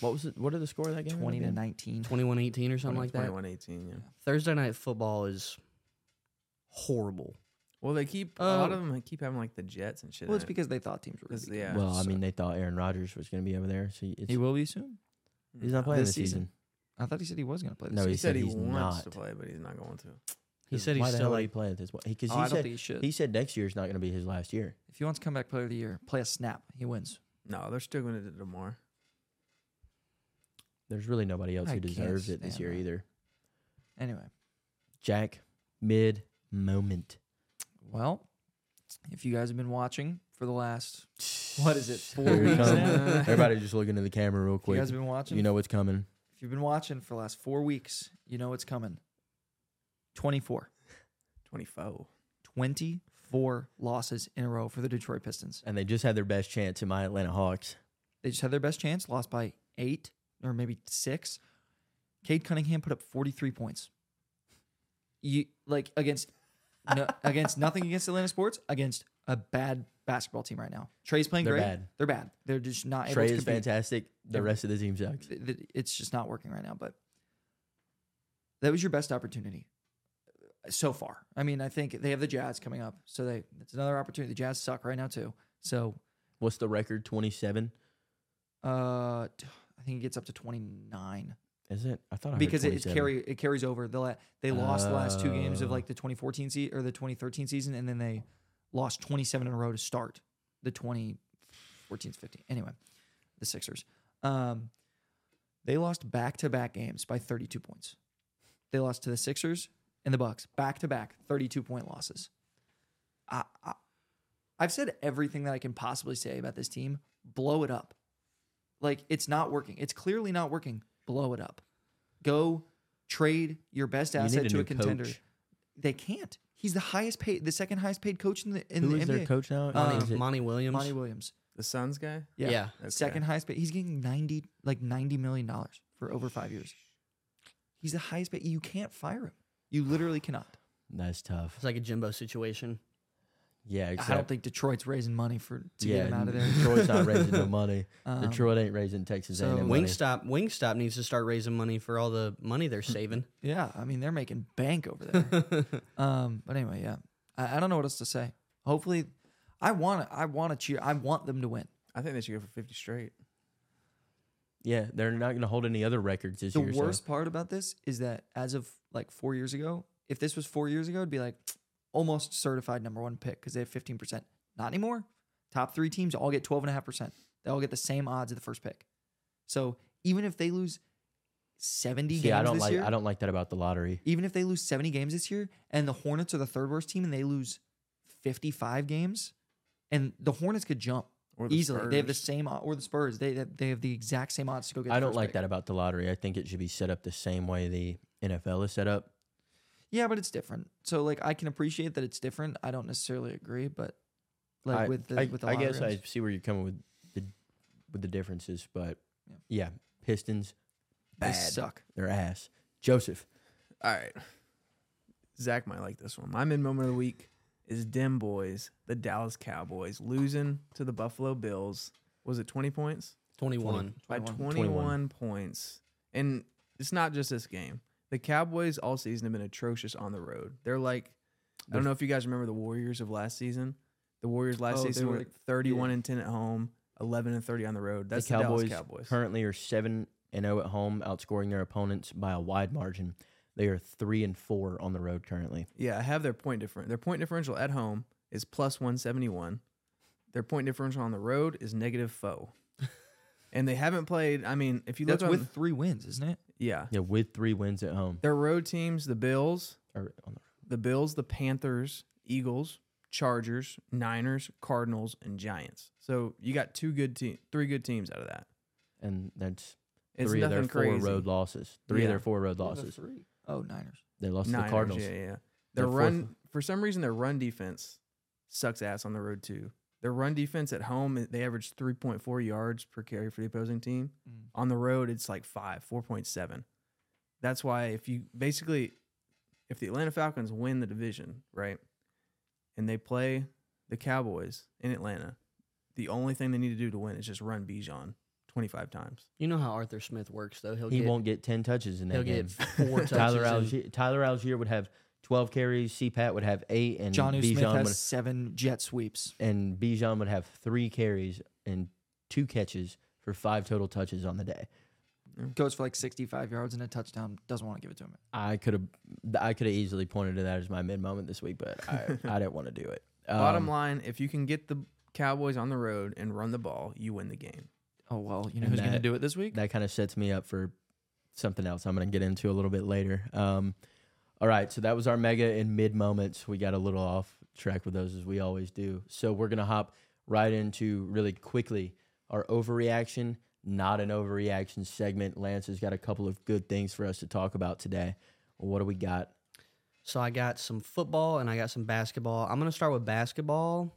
[SPEAKER 1] What was it? What are the score of that game?
[SPEAKER 2] twenty to
[SPEAKER 1] again?
[SPEAKER 2] nineteen?
[SPEAKER 4] 21 18 or something like that.
[SPEAKER 3] 21-18, yeah.
[SPEAKER 4] Thursday night football is horrible.
[SPEAKER 3] Well, they keep a lot
[SPEAKER 4] Oh.
[SPEAKER 3] of them keep having like the Jets and shit.
[SPEAKER 2] Well,
[SPEAKER 3] in
[SPEAKER 2] it's
[SPEAKER 3] it.
[SPEAKER 2] because they thought teams were. gonna
[SPEAKER 3] It's-
[SPEAKER 2] be good.
[SPEAKER 3] yeah.
[SPEAKER 1] Well, I
[SPEAKER 3] so-
[SPEAKER 1] mean, they thought Aaron Rodgers was going to be over there, so it's,
[SPEAKER 2] he will be soon.
[SPEAKER 1] he's not playing
[SPEAKER 2] this
[SPEAKER 1] this season.
[SPEAKER 2] I thought he said he was going to play. This
[SPEAKER 1] No,
[SPEAKER 2] season.
[SPEAKER 1] he
[SPEAKER 3] he,
[SPEAKER 1] said
[SPEAKER 3] said he
[SPEAKER 1] he's
[SPEAKER 3] wants to
[SPEAKER 1] not.
[SPEAKER 3] play, but he's not going to.
[SPEAKER 4] He said
[SPEAKER 1] Why
[SPEAKER 4] he's
[SPEAKER 1] the
[SPEAKER 4] still
[SPEAKER 1] hell would he
[SPEAKER 4] like
[SPEAKER 1] playing at this point? Because
[SPEAKER 2] Oh, I
[SPEAKER 1] he
[SPEAKER 2] don't
[SPEAKER 1] said
[SPEAKER 2] think he should.
[SPEAKER 1] he said next year's not going to be his last year.
[SPEAKER 2] if he wants to come back player of the year, play a snap, he wins.
[SPEAKER 3] No, they're still going to do Demar.
[SPEAKER 1] There's really nobody else
[SPEAKER 2] I
[SPEAKER 1] who
[SPEAKER 2] can't
[SPEAKER 1] deserves it this
[SPEAKER 2] stand
[SPEAKER 1] year
[SPEAKER 2] that.
[SPEAKER 1] either.
[SPEAKER 2] Anyway,
[SPEAKER 1] Jack, mid
[SPEAKER 2] *laughs*
[SPEAKER 1] moment.
[SPEAKER 2] well, if you guys have been watching for the last what
[SPEAKER 1] *sighs*
[SPEAKER 2] is it four
[SPEAKER 1] Here it
[SPEAKER 2] weeks
[SPEAKER 1] comes. *laughs*
[SPEAKER 2] now, if
[SPEAKER 1] Everybody just look into the camera real
[SPEAKER 2] you
[SPEAKER 1] quick.
[SPEAKER 2] guys have been watching,
[SPEAKER 1] You know what's coming.
[SPEAKER 2] if you've been watching for the last four weeks, you know it's coming. 24.
[SPEAKER 3] Twenty four.
[SPEAKER 2] 24 losses in a row for the Detroit Pistons.
[SPEAKER 1] And they just had their best chance in my Atlanta Hawks.
[SPEAKER 2] They just had their best chance, lost by eight or maybe six. Cade Cunningham put up 43 points. You like against
[SPEAKER 1] *laughs*
[SPEAKER 2] no, against nothing against Atlanta sports against a bad basketball team right now. Trey's playing
[SPEAKER 1] They're
[SPEAKER 2] great.
[SPEAKER 1] bad.
[SPEAKER 2] They're bad. They're just not able
[SPEAKER 1] Trey
[SPEAKER 2] to
[SPEAKER 1] is
[SPEAKER 2] compete.
[SPEAKER 1] fantastic. The
[SPEAKER 2] Every-
[SPEAKER 1] rest of the team sucks.
[SPEAKER 2] th- th- it's just not working right now. But that was your best opportunity so far. I mean, I think they have the Jazz coming up, so they it's another opportunity. The Jazz suck right now too, so
[SPEAKER 1] What's the record? 27?
[SPEAKER 2] uh, t- I think it gets up to twenty nine
[SPEAKER 1] Is it? I thought I heard
[SPEAKER 2] because it, it's
[SPEAKER 1] 27.
[SPEAKER 2] carry it carries over. The la- they lost the last two games of
[SPEAKER 1] Oh.
[SPEAKER 2] like the twenty fourteen season or the twenty thirteen season, and then they lost twenty seven in a row to start the 2014 15. Anyway, the Sixers. Um, they lost back to back games by 32 points. They lost to the Sixers and the Bucks back to back 32 point losses. I, I, I've said everything that I can possibly say about this team. Blow it up. Like it's not working. It's clearly not working. Blow it up. Go trade your best
[SPEAKER 1] You need
[SPEAKER 2] asset
[SPEAKER 1] a
[SPEAKER 2] to a
[SPEAKER 1] new
[SPEAKER 2] contender.
[SPEAKER 1] coach.
[SPEAKER 2] They can't. He's the highest paid, the second highest paid coach in the in
[SPEAKER 1] Who
[SPEAKER 2] the
[SPEAKER 1] is
[SPEAKER 2] NBA.
[SPEAKER 1] their coach now?
[SPEAKER 2] Uh,
[SPEAKER 1] Is it-
[SPEAKER 4] Monty Williams.
[SPEAKER 2] Monty Williams.
[SPEAKER 3] The Suns guy.
[SPEAKER 2] Yeah.
[SPEAKER 4] Yeah.
[SPEAKER 3] Okay.
[SPEAKER 2] Second highest paid. He's getting 90 like 90 million dollars for over 5 years. He's the highest paid. You can't fire him. You literally cannot.
[SPEAKER 1] That's tough.
[SPEAKER 4] it's like a Jimbo situation.
[SPEAKER 1] Yeah,
[SPEAKER 2] I don't
[SPEAKER 1] exactly.
[SPEAKER 2] think Detroit's raising money for to get him out of there.
[SPEAKER 1] *laughs* Detroit's not raising no money.
[SPEAKER 2] Um,
[SPEAKER 1] Detroit ain't raising Texas
[SPEAKER 2] so
[SPEAKER 1] A&M money.
[SPEAKER 4] Wingstop Wingstop needs to start raising money for all the money they're saving.
[SPEAKER 2] *laughs* Yeah, I mean they're making bank over there. um, but anyway, yeah, I, I don't know what else to say. Hopefully, I want to. I want to cheer. I want them to win.
[SPEAKER 3] I think they should go for fifty straight.
[SPEAKER 1] Yeah, they're not going to hold any other records this
[SPEAKER 2] The
[SPEAKER 1] year. so-
[SPEAKER 2] worst part about this is that as of like four years ago, if this was four years ago, it'd be like almost certified number one pick because they have 15%. Not anymore. Top three teams all get 12.5%. They all get the same odds at the first pick. So even if they lose 70
[SPEAKER 1] See,
[SPEAKER 2] games
[SPEAKER 1] I don't
[SPEAKER 2] this
[SPEAKER 1] like.
[SPEAKER 2] year,
[SPEAKER 1] I don't like that about the lottery.
[SPEAKER 2] even if they lose 70 games this year and the Hornets are the third worst team and they lose 55 games and the Hornets could jump
[SPEAKER 3] Or the
[SPEAKER 2] Easily, they have the
[SPEAKER 3] Spurs.
[SPEAKER 2] same o- or the Spurs. They they- they have the exact same odds to go get. The
[SPEAKER 1] I don't
[SPEAKER 2] first
[SPEAKER 1] like
[SPEAKER 2] pick.
[SPEAKER 1] that about the lottery. I think it should be set up the same way the NFL is set up.
[SPEAKER 2] Yeah, but it's different. So like, I can appreciate that it's different. I don't necessarily agree, but like
[SPEAKER 1] I,
[SPEAKER 2] with the
[SPEAKER 1] I,
[SPEAKER 2] with the
[SPEAKER 1] I guess
[SPEAKER 2] lottery
[SPEAKER 1] I
[SPEAKER 2] odds.
[SPEAKER 1] see where you're coming with the with the differences, but
[SPEAKER 2] Yeah.
[SPEAKER 1] yeah, Pistons
[SPEAKER 2] they
[SPEAKER 1] bad.
[SPEAKER 2] suck.
[SPEAKER 1] Their ass. Joseph.
[SPEAKER 3] All right. Zach might like this one. My mid moment of the week is Dem Boys, the Dallas Cowboys, losing to the Buffalo Bills. Was it 20 points?
[SPEAKER 4] 21.
[SPEAKER 3] By
[SPEAKER 2] 21.
[SPEAKER 3] 21, points. And it's not just this game. The Cowboys all season have been atrocious on the road. They're like, I don't know if you guys remember the Warriors of last season. The Warriors last
[SPEAKER 2] Oh, they
[SPEAKER 3] season
[SPEAKER 2] were
[SPEAKER 3] were
[SPEAKER 2] like-
[SPEAKER 3] 31 and 10 at home, 11 and 30 on the road. That's
[SPEAKER 1] the Cowboys,
[SPEAKER 3] Dallas Cowboys.
[SPEAKER 1] currently are seven and zero at home, outscoring their opponents by a wide margin. They are three and four on the road currently.
[SPEAKER 3] Yeah, I have their point different. Their point differential at home is plus one seventy one. Their point differential on the road is negative
[SPEAKER 1] *laughs*
[SPEAKER 3] foe. and they haven't played. I mean, if you look
[SPEAKER 2] That's
[SPEAKER 3] on,
[SPEAKER 2] with three wins, isn't it?
[SPEAKER 3] yeah,
[SPEAKER 1] Yeah, with three wins at home.
[SPEAKER 3] their road teams: the Bills,
[SPEAKER 1] Or on the
[SPEAKER 3] the Bills, the Panthers, Eagles, Chargers, Niners, Cardinals, and Giants. So you got two good team, three good teams out of that.
[SPEAKER 1] and that's
[SPEAKER 3] It's
[SPEAKER 1] three of their
[SPEAKER 3] nothing crazy.
[SPEAKER 1] four road losses. Three
[SPEAKER 3] Yeah.
[SPEAKER 1] of their four road
[SPEAKER 2] What are the
[SPEAKER 1] losses.
[SPEAKER 2] three? Oh, Niners.
[SPEAKER 1] They lost to
[SPEAKER 3] Niners,
[SPEAKER 1] the Cardinals.
[SPEAKER 3] Yeah, yeah. yeah.
[SPEAKER 1] Their
[SPEAKER 3] Their
[SPEAKER 1] fourth-
[SPEAKER 3] run for some reason their run defense sucks ass on the road too. Their run defense at home they average three point four yards per carry for the opposing team.
[SPEAKER 2] Mm.
[SPEAKER 3] On the road it's like five, four point seven. That's why if you basically if the Atlanta Falcons win the division, right, and they play the Cowboys in Atlanta, the only thing they need to do to win is just run Bijan twenty five times.
[SPEAKER 4] You know how Arthur Smith works, though. He'll
[SPEAKER 1] He
[SPEAKER 4] get,
[SPEAKER 1] won't get ten touches in that
[SPEAKER 4] he'll
[SPEAKER 1] game.
[SPEAKER 4] *laughs*
[SPEAKER 1] *laughs*
[SPEAKER 4] get four touches.
[SPEAKER 1] Tyler
[SPEAKER 4] and-
[SPEAKER 1] Algier, Tyler Algier would have twelve carries. C. Pat would have eight, and
[SPEAKER 2] John Smith
[SPEAKER 1] Bijan
[SPEAKER 2] has
[SPEAKER 1] would,
[SPEAKER 2] seven jet sweeps.
[SPEAKER 1] and Bijan would have three carries and two catches for five total touches on the day.
[SPEAKER 2] Goes for like 65 yards and a touchdown. Doesn't want to give it to him.
[SPEAKER 1] I could have, I could have easily pointed to that as my mid moment this week, but
[SPEAKER 4] *laughs*
[SPEAKER 1] I, I didn't want to do it.
[SPEAKER 3] Bottom
[SPEAKER 1] Um,
[SPEAKER 3] line, if you can get the Cowboys on the road and run the ball, you win the game.
[SPEAKER 2] Oh well, you know
[SPEAKER 1] And
[SPEAKER 2] who's going to
[SPEAKER 1] that-
[SPEAKER 2] do it this week?
[SPEAKER 1] that kind of sets me up for something else I'm going to get into a little bit later. Um, all right, so that was our mega and mid moments. We got a little off track with those as we always do. So we're going to hop right into really quickly our overreaction, not an overreaction segment. Lance has got a couple of good things for us to talk about today. What do we got?
[SPEAKER 4] So I got some football and I got some basketball. I'm going to start with basketball.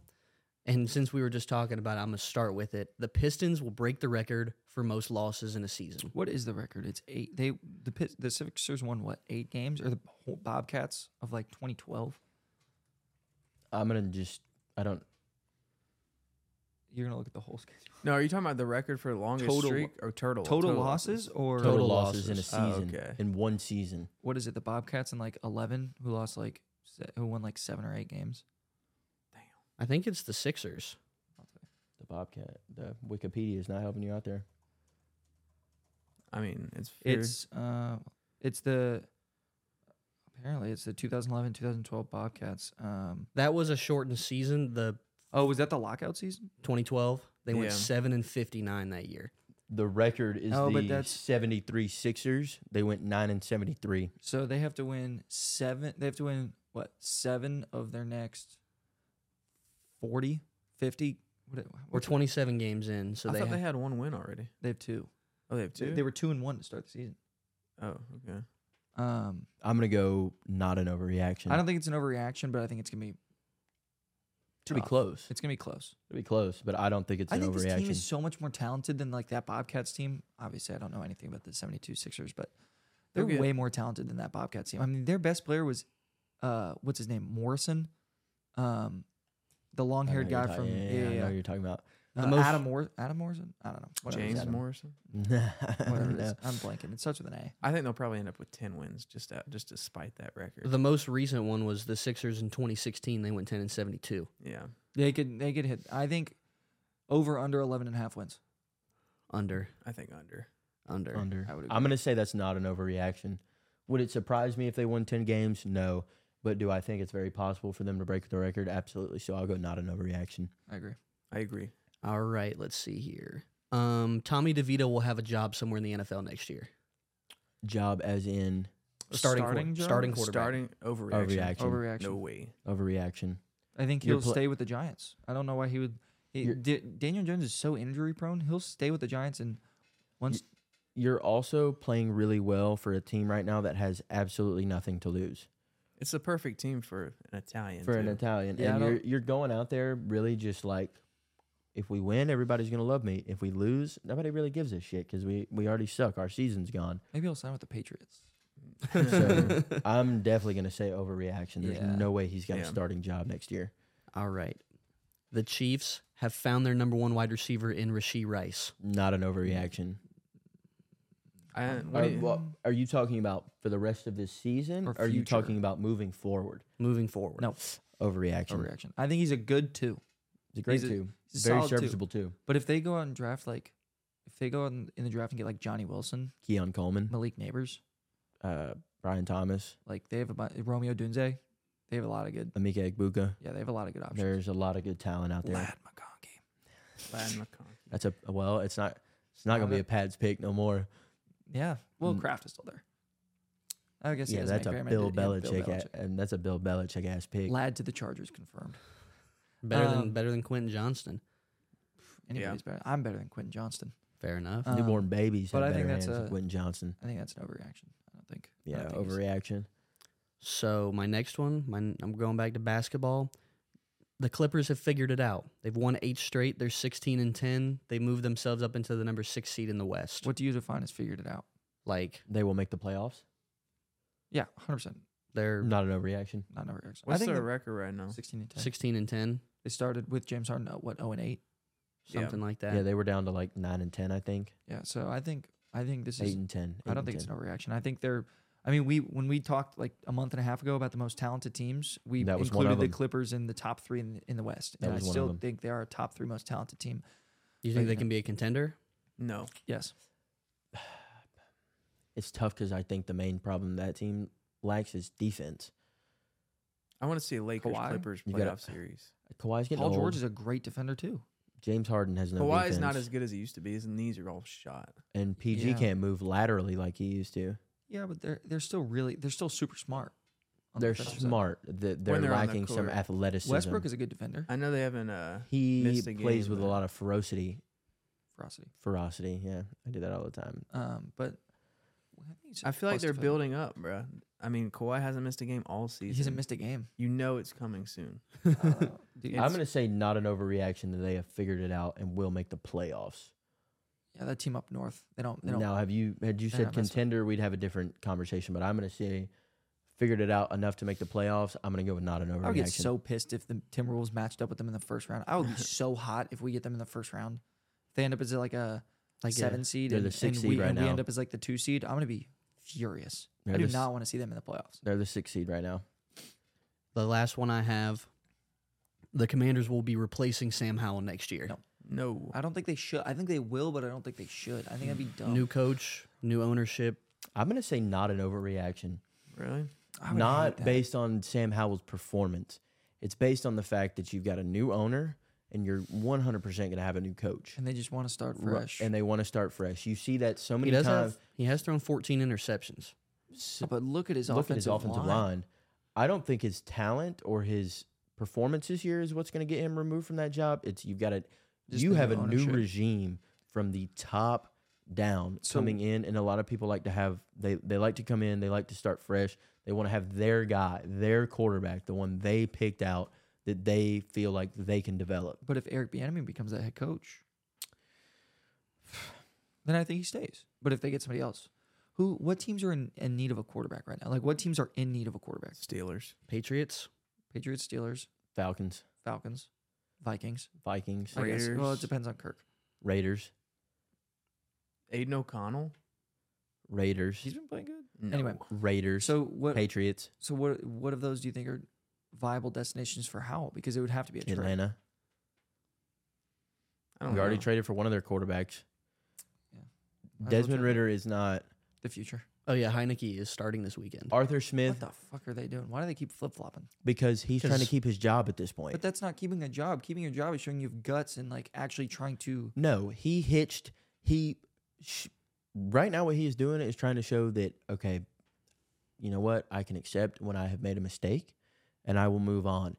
[SPEAKER 4] And since we were just talking about it, I'm going to start with it. The Pistons will break the record for most losses in a season.
[SPEAKER 2] What is the record? It's eight. They the Pit- the Sixers won what eight games or the whole Bobcats of like 2012.
[SPEAKER 1] I'm going to just, I don't,
[SPEAKER 2] You're going to look at the whole schedule.
[SPEAKER 3] No, are you talking about the record for longest
[SPEAKER 2] Total-
[SPEAKER 3] streak or total?
[SPEAKER 2] Total, losses, or
[SPEAKER 1] Oh, total, losses, in a
[SPEAKER 3] Oh,
[SPEAKER 1] season,
[SPEAKER 3] okay.
[SPEAKER 1] in one season.
[SPEAKER 2] what is it? The Bobcats in like 11 who lost like se- who won like seven or eight games.
[SPEAKER 4] I think it's the Sixers.
[SPEAKER 1] The Bobcat, the Wikipedia is not helping you out there.
[SPEAKER 3] I mean, it's fair.
[SPEAKER 2] It's uh, it's the apparently it's the 2011 2012 Bobcats. Um,
[SPEAKER 4] That was a shortened season. The
[SPEAKER 2] oh, was that the lockout season?
[SPEAKER 4] 2012, they went
[SPEAKER 3] Yeah.
[SPEAKER 4] 7 and 59 that year.
[SPEAKER 1] The record is
[SPEAKER 2] No,
[SPEAKER 1] the
[SPEAKER 2] Oh, but that's-
[SPEAKER 1] 73 Sixers. They went 9 and 73.
[SPEAKER 2] So they have to win seven. They have to win what seven of their next 40, 50. What, it-
[SPEAKER 4] We're
[SPEAKER 2] what,
[SPEAKER 4] 27 games in, so
[SPEAKER 3] I
[SPEAKER 4] they,
[SPEAKER 3] thought
[SPEAKER 4] ha-
[SPEAKER 3] they had one win already.
[SPEAKER 2] they have two.
[SPEAKER 3] Oh, they have two.
[SPEAKER 2] They, they were two and one to start the season.
[SPEAKER 3] oh, okay.
[SPEAKER 2] Um,
[SPEAKER 1] I'm going to go not an overreaction.
[SPEAKER 2] I don't think it's an overreaction, but I think it's gonna be
[SPEAKER 1] to be
[SPEAKER 2] tough.
[SPEAKER 1] close.
[SPEAKER 2] It's gonna be close.
[SPEAKER 1] To be close, but I don't think it's
[SPEAKER 2] I
[SPEAKER 1] an
[SPEAKER 2] think this team
[SPEAKER 1] overreaction.
[SPEAKER 2] is so much more talented than like that Bobcats team. Obviously, I don't know anything about the 72 Sixers, but they're
[SPEAKER 3] They're good.
[SPEAKER 2] way more talented than that Bobcats team. I mean, their best player was uh what's his name? Morrison. Um the
[SPEAKER 1] I know
[SPEAKER 2] long-haired
[SPEAKER 1] you're
[SPEAKER 2] guy
[SPEAKER 1] talking-
[SPEAKER 2] from
[SPEAKER 1] yeah, yeah,
[SPEAKER 2] yeah,
[SPEAKER 1] I know
[SPEAKER 2] yeah,
[SPEAKER 1] what you're talking about. *laughs*
[SPEAKER 2] yeah.
[SPEAKER 4] The
[SPEAKER 2] Uh,
[SPEAKER 4] most-
[SPEAKER 2] Adam Mor- Adam Morrison. I don't know. Whatever his
[SPEAKER 3] James
[SPEAKER 2] Adam-
[SPEAKER 3] Morrison.
[SPEAKER 1] I don't
[SPEAKER 2] *laughs* Whatever it is.
[SPEAKER 1] know.
[SPEAKER 2] I'm blanking. It starts with an A.
[SPEAKER 3] I think they'll probably end up with ten wins just out, just to spite that record.
[SPEAKER 4] the most recent one was the Sixers in 2016. They went 10 and 72.
[SPEAKER 3] yeah,
[SPEAKER 2] They could they could hit. I think over under 11 and a half wins.
[SPEAKER 4] Under,
[SPEAKER 3] I think under.
[SPEAKER 4] under.
[SPEAKER 1] Under.
[SPEAKER 2] I would
[SPEAKER 1] I'm going to say that's not an overreaction. Would it surprise me if they won 10 games? No. But do I think it's very possible for them to break the record? Absolutely. So I'll go not an overreaction.
[SPEAKER 2] I agree.
[SPEAKER 3] I agree.
[SPEAKER 4] All right, let's see here. Um, Tommy DeVito will have a job somewhere in the NFL next year.
[SPEAKER 1] Job as in
[SPEAKER 2] A
[SPEAKER 4] Starting, quar-
[SPEAKER 2] starting job?
[SPEAKER 4] starting quarterback.
[SPEAKER 3] Starting overreaction.
[SPEAKER 1] Overreaction.
[SPEAKER 2] Overreaction.
[SPEAKER 3] No way.
[SPEAKER 1] overreaction.
[SPEAKER 2] I think
[SPEAKER 1] You're
[SPEAKER 2] he'll
[SPEAKER 1] pl-
[SPEAKER 2] stay with the Giants. I don't know why he would. He, D- Daniel Jones is so injury prone. He'll stay with the Giants and once
[SPEAKER 1] You're also playing really well for a team right now that has absolutely nothing to lose
[SPEAKER 3] It's the perfect team for an Italian.
[SPEAKER 1] for an
[SPEAKER 3] too.
[SPEAKER 1] Italian.
[SPEAKER 2] Yeah, I
[SPEAKER 1] and
[SPEAKER 2] don't-
[SPEAKER 1] you're you're going out there really just like if we win, everybody's gonna love me. If we lose, nobody really gives a shit because we we already suck. Our season's
[SPEAKER 2] *laughs*
[SPEAKER 1] gone.
[SPEAKER 2] maybe he'll sign with the Patriots.
[SPEAKER 1] So I'm definitely gonna say overreaction. There's
[SPEAKER 2] Yeah.
[SPEAKER 1] no way he's got a
[SPEAKER 3] Yeah.
[SPEAKER 1] starting job next year.
[SPEAKER 4] All right. The Chiefs have found their number one wide receiver in Rasheed Rice.
[SPEAKER 1] Not an overreaction.
[SPEAKER 3] I, what
[SPEAKER 1] Are,
[SPEAKER 3] do you-
[SPEAKER 1] well, are you talking about for the rest of this season?
[SPEAKER 2] Or
[SPEAKER 1] Or are you
[SPEAKER 2] future?
[SPEAKER 1] talking about moving forward?
[SPEAKER 4] Moving forward.
[SPEAKER 2] No
[SPEAKER 1] Overreaction.
[SPEAKER 2] overreaction. I think he's a good two.
[SPEAKER 1] It's a great
[SPEAKER 2] He's a-
[SPEAKER 1] two.
[SPEAKER 2] he's a
[SPEAKER 1] Very
[SPEAKER 2] solid two.
[SPEAKER 1] serviceable two.
[SPEAKER 2] But if they go out and draft like, if they go out in in the draft and get like Johnny Wilson,
[SPEAKER 1] Keon Coleman,
[SPEAKER 2] Malik Neighbors,
[SPEAKER 1] uh, Brian Thomas,
[SPEAKER 2] like they have a bu- Romeo Dunze, they have a lot of good.
[SPEAKER 1] Amika Egbuka.
[SPEAKER 2] Yeah, they have a lot of good options.
[SPEAKER 1] There's a lot of good talent out there.
[SPEAKER 2] Lad McConkey.
[SPEAKER 3] Lad McConkey.
[SPEAKER 1] That's a well. It's not. It's not gonna be a Pats pick no more.
[SPEAKER 2] Yeah. Well,
[SPEAKER 1] Mm.
[SPEAKER 2] Kraft is still there. I guess he
[SPEAKER 1] Yeah,
[SPEAKER 2] has
[SPEAKER 1] that's a
[SPEAKER 2] Matt Graham. I
[SPEAKER 1] Bill
[SPEAKER 2] did- yeah,
[SPEAKER 1] Belichick, a- and that's a Bill Belichick ass pick.
[SPEAKER 2] Lad to the Chargers confirmed.
[SPEAKER 4] Better than
[SPEAKER 2] Um,
[SPEAKER 4] better than Quentin Johnston.
[SPEAKER 2] Anybody's better. I'm better than Quentin Johnston.
[SPEAKER 4] Fair enough.
[SPEAKER 2] um,
[SPEAKER 1] Newborn babies
[SPEAKER 2] but
[SPEAKER 1] have
[SPEAKER 2] I think
[SPEAKER 1] better
[SPEAKER 2] that's
[SPEAKER 1] hands than
[SPEAKER 2] a-
[SPEAKER 1] Quentin Johnson.
[SPEAKER 2] I think that's an overreaction. I don't think. I
[SPEAKER 1] Yeah,
[SPEAKER 2] don't think he's-
[SPEAKER 1] overreaction.
[SPEAKER 4] so my next one, my, I'm going back to basketball. The Clippers have figured it out. They've won eight straight. They're 16 and 10. They moved themselves up into the number six seed in the West.
[SPEAKER 2] What do you define as figured it out?
[SPEAKER 4] Like
[SPEAKER 1] They will make the playoffs.
[SPEAKER 2] Yeah, 100%.
[SPEAKER 4] they're
[SPEAKER 1] Not an overreaction.
[SPEAKER 2] Not an overreaction. I
[SPEAKER 3] What's
[SPEAKER 2] think
[SPEAKER 3] their
[SPEAKER 2] the-
[SPEAKER 3] record right now?
[SPEAKER 2] 16 and 10.
[SPEAKER 4] 16 and 10,
[SPEAKER 2] They started with James Harden at what 0 and 8.
[SPEAKER 3] Yeah.
[SPEAKER 4] something like that.
[SPEAKER 1] Yeah, they were down to like nine and ten, I think.
[SPEAKER 2] Yeah, so I think I think this
[SPEAKER 1] Eight
[SPEAKER 2] is
[SPEAKER 1] and ten.
[SPEAKER 2] I
[SPEAKER 1] eight
[SPEAKER 2] don't
[SPEAKER 1] and
[SPEAKER 2] think it's
[SPEAKER 1] 10.
[SPEAKER 2] an overreaction. I think they're I mean, we when we talked like a month and a half ago about the most talented teams, we
[SPEAKER 1] That was one
[SPEAKER 2] included
[SPEAKER 1] of
[SPEAKER 2] the
[SPEAKER 1] them.
[SPEAKER 2] Clippers in the top 3 in, in the West.
[SPEAKER 1] That
[SPEAKER 2] and I
[SPEAKER 1] was one of
[SPEAKER 2] still
[SPEAKER 1] them.
[SPEAKER 2] think they are a top 3 most talented team.
[SPEAKER 4] you
[SPEAKER 2] Like,
[SPEAKER 4] think they
[SPEAKER 2] uh,
[SPEAKER 4] can be a contender?
[SPEAKER 3] No.
[SPEAKER 2] Yes.
[SPEAKER 1] It's tough because I think the main problem that team lacks is defense.
[SPEAKER 3] I want to see a Lakers
[SPEAKER 2] Kawhi?
[SPEAKER 3] Clippers
[SPEAKER 1] You gotta-
[SPEAKER 3] playoff series.
[SPEAKER 1] Kawhi's getting
[SPEAKER 2] Paul
[SPEAKER 1] old.
[SPEAKER 2] George is a great defender too.
[SPEAKER 1] James Harden has no
[SPEAKER 3] Kawhi
[SPEAKER 1] defense.
[SPEAKER 3] is not as good as he used to be. His knees are all shot.
[SPEAKER 1] and PG
[SPEAKER 2] Yeah.
[SPEAKER 1] can't move laterally like he used to.
[SPEAKER 2] Yeah, but they're they're still really they're still super smart. on the
[SPEAKER 1] They're
[SPEAKER 2] defensive side.
[SPEAKER 1] smart. Th- They're,
[SPEAKER 3] they're on the
[SPEAKER 1] lacking some
[SPEAKER 3] court.
[SPEAKER 1] athleticism.
[SPEAKER 2] Westbrook is a good defender.
[SPEAKER 3] I know they haven't. Uh,
[SPEAKER 1] he
[SPEAKER 3] missed a
[SPEAKER 1] plays
[SPEAKER 3] game,
[SPEAKER 1] with a
[SPEAKER 3] but-
[SPEAKER 1] lot of ferocity.
[SPEAKER 2] Ferocity.
[SPEAKER 1] Ferocity. Yeah, I do that all the time.
[SPEAKER 2] Um, but I, think he's a
[SPEAKER 3] I feel like
[SPEAKER 2] plus
[SPEAKER 3] they're
[SPEAKER 2] defender.
[SPEAKER 3] building up, bruh. I mean, Kawhi hasn't missed a game all season.
[SPEAKER 2] He hasn't missed
[SPEAKER 1] *laughs*
[SPEAKER 2] a game.
[SPEAKER 3] You know it's coming soon.
[SPEAKER 2] Uh, dude,
[SPEAKER 1] I'm gonna say not an overreaction that they have figured it out and will make the playoffs.
[SPEAKER 2] yeah, that team up north. They don't. They don't.
[SPEAKER 1] Now, have you had you
[SPEAKER 2] They're
[SPEAKER 1] said
[SPEAKER 2] not messing-
[SPEAKER 1] contender, we'd have a different conversation. But I'm gonna say figured it out enough to make the playoffs. I'm gonna go with not an
[SPEAKER 2] I would get
[SPEAKER 1] overreaction.
[SPEAKER 2] so pissed if the Timberwolves matched up with them in the first round. I would
[SPEAKER 1] *laughs*
[SPEAKER 2] be so hot if we get them in the first round. If they end up as like a
[SPEAKER 4] Like a-
[SPEAKER 2] seven seed,
[SPEAKER 1] they're
[SPEAKER 2] and,
[SPEAKER 1] the six
[SPEAKER 2] and
[SPEAKER 1] seed
[SPEAKER 2] we,
[SPEAKER 1] right
[SPEAKER 2] and we end
[SPEAKER 1] now.
[SPEAKER 2] up as like the two seed. I'm gonna be furious.
[SPEAKER 1] They're
[SPEAKER 2] I do
[SPEAKER 1] the s-
[SPEAKER 2] not want to see them in the playoffs.
[SPEAKER 1] They're the sixth seed right now.
[SPEAKER 4] The last one I have, the Commanders will be replacing Sam Howell next year.
[SPEAKER 2] No.
[SPEAKER 3] No.
[SPEAKER 2] I don't think they should. I think they will, but I don't think they should. I think that'd be dumb.
[SPEAKER 4] New coach, new ownership.
[SPEAKER 1] I'm gonna say not an overreaction.
[SPEAKER 3] Really?
[SPEAKER 2] I would hate
[SPEAKER 1] Not
[SPEAKER 2] that.
[SPEAKER 1] based on Sam Howell's performance. It's based on the fact that you've got a new owner and you're 100% gonna have a new coach.
[SPEAKER 2] And they just want to start
[SPEAKER 1] Ru-
[SPEAKER 2] fresh.
[SPEAKER 1] And they want to start fresh. You see that so
[SPEAKER 4] He
[SPEAKER 1] many
[SPEAKER 4] does
[SPEAKER 1] times.
[SPEAKER 4] have, he has thrown 14 interceptions.
[SPEAKER 1] s-
[SPEAKER 2] but look at his
[SPEAKER 1] look at his
[SPEAKER 2] offensive,
[SPEAKER 1] offensive line.
[SPEAKER 2] line.
[SPEAKER 1] I don't think his talent or his performance this year is what's going to get him removed from that job. It's you've got to
[SPEAKER 2] Just
[SPEAKER 1] you
[SPEAKER 2] the
[SPEAKER 1] have
[SPEAKER 2] new
[SPEAKER 1] a new
[SPEAKER 2] ownership.
[SPEAKER 1] regime from the top down
[SPEAKER 2] So-
[SPEAKER 1] coming in, and a lot of people like to have they they like to come in, they like to start fresh, they want to have their guy, their quarterback, the one they picked out that they feel like they can develop.
[SPEAKER 2] But if Eric Bieniemy becomes that head coach, *sighs* then I think he stays. But if they get somebody else, who what teams are in, in need of a quarterback right now? Like what teams are in need of a quarterback?
[SPEAKER 3] Steelers.
[SPEAKER 4] Patriots,
[SPEAKER 2] Patriots, Steelers,
[SPEAKER 1] Falcons,
[SPEAKER 2] Falcons, Vikings.
[SPEAKER 1] Vikings,
[SPEAKER 2] I guess. Well, it
[SPEAKER 3] Raiders.
[SPEAKER 2] depends on Kirk.
[SPEAKER 1] Raiders,
[SPEAKER 3] Aiden O'Connell.
[SPEAKER 1] Raiders,
[SPEAKER 2] He's been playing good.
[SPEAKER 3] No.
[SPEAKER 2] Anyway.
[SPEAKER 1] Raiders,
[SPEAKER 2] So what?
[SPEAKER 1] Patriots,
[SPEAKER 2] So what? What of those do you think are viable destinations for Howell? Because it would have to be a trade.
[SPEAKER 1] Atlanta.
[SPEAKER 2] Oh,
[SPEAKER 3] I don't
[SPEAKER 1] We already
[SPEAKER 3] know.
[SPEAKER 1] traded for one of their quarterbacks.
[SPEAKER 2] Yeah. Might as well
[SPEAKER 1] Desmond
[SPEAKER 2] trade
[SPEAKER 1] Ritter is not.
[SPEAKER 2] The future.
[SPEAKER 4] Oh yeah, Heineke is starting this weekend.
[SPEAKER 1] Arthur
[SPEAKER 2] What
[SPEAKER 1] Smith
[SPEAKER 2] the fuck are they doing? Why do they keep flip flopping?
[SPEAKER 1] because he's trying to
[SPEAKER 4] Because-
[SPEAKER 1] keep his job at this point.
[SPEAKER 2] But that's not keeping a job. Keeping your job is showing you have guts and like actually trying to.
[SPEAKER 1] no, he hitched. He sh- right now what he's doing is trying to show that okay, you know what I can accept when I have made a mistake, and I will move on.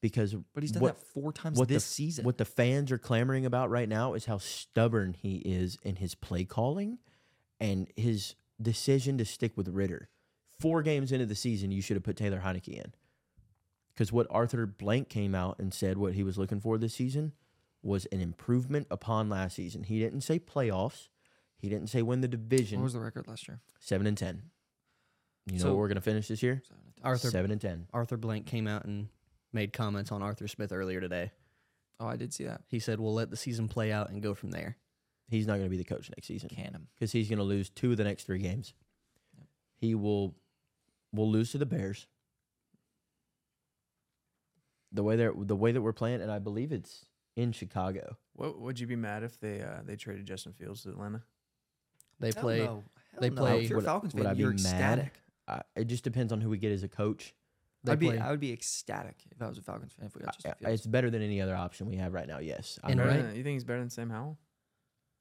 [SPEAKER 1] because
[SPEAKER 2] But he's done
[SPEAKER 1] what,
[SPEAKER 2] that four times
[SPEAKER 1] what the
[SPEAKER 2] this
[SPEAKER 1] f-
[SPEAKER 2] season.
[SPEAKER 1] What the fans are clamoring about right now is how stubborn he is in his play calling and his decision to stick with Ritter. Four games into the season, you should have put Taylor Heineke in. Because what Arthur Blank came out and said what he was looking for this season was an improvement upon last season. He didn't say playoffs. He didn't say win the
[SPEAKER 2] what
[SPEAKER 1] division.
[SPEAKER 2] was the record last year?
[SPEAKER 1] seven and ten. You know
[SPEAKER 2] So-
[SPEAKER 1] what we're gonna finish this year?
[SPEAKER 4] Arthur
[SPEAKER 1] Seven and ten.
[SPEAKER 4] Arthur Blank came out and made comments on Arthur Smith earlier today.
[SPEAKER 2] Oh, I did see that.
[SPEAKER 4] He said, "We'll let the season play out and go from there."
[SPEAKER 1] He's not gonna be the coach next season.
[SPEAKER 2] Can him.
[SPEAKER 1] because he's going to lose two of the next three games. He will will lose to the Bears. The way they the way that we're playing, and I believe it's in Chicago.
[SPEAKER 3] What would you be mad if they uh, they traded Justin Fields to Atlanta?
[SPEAKER 4] They play. they
[SPEAKER 2] no.
[SPEAKER 4] play-
[SPEAKER 2] If you're a
[SPEAKER 1] Would I-
[SPEAKER 2] Falcons
[SPEAKER 1] would
[SPEAKER 2] fan,
[SPEAKER 1] I be
[SPEAKER 2] you're
[SPEAKER 1] mad?
[SPEAKER 2] ecstatic.
[SPEAKER 1] I, it just depends on who we get as a coach.
[SPEAKER 4] They
[SPEAKER 2] I'd be,
[SPEAKER 4] play-
[SPEAKER 2] I would be ecstatic if I was a Falcons fan if we got Justin
[SPEAKER 1] I-
[SPEAKER 2] Fields.
[SPEAKER 1] it's better than any other option we have right now. Yes,
[SPEAKER 4] And
[SPEAKER 3] Better
[SPEAKER 4] right-
[SPEAKER 3] than- you think he's better than Sam Howell?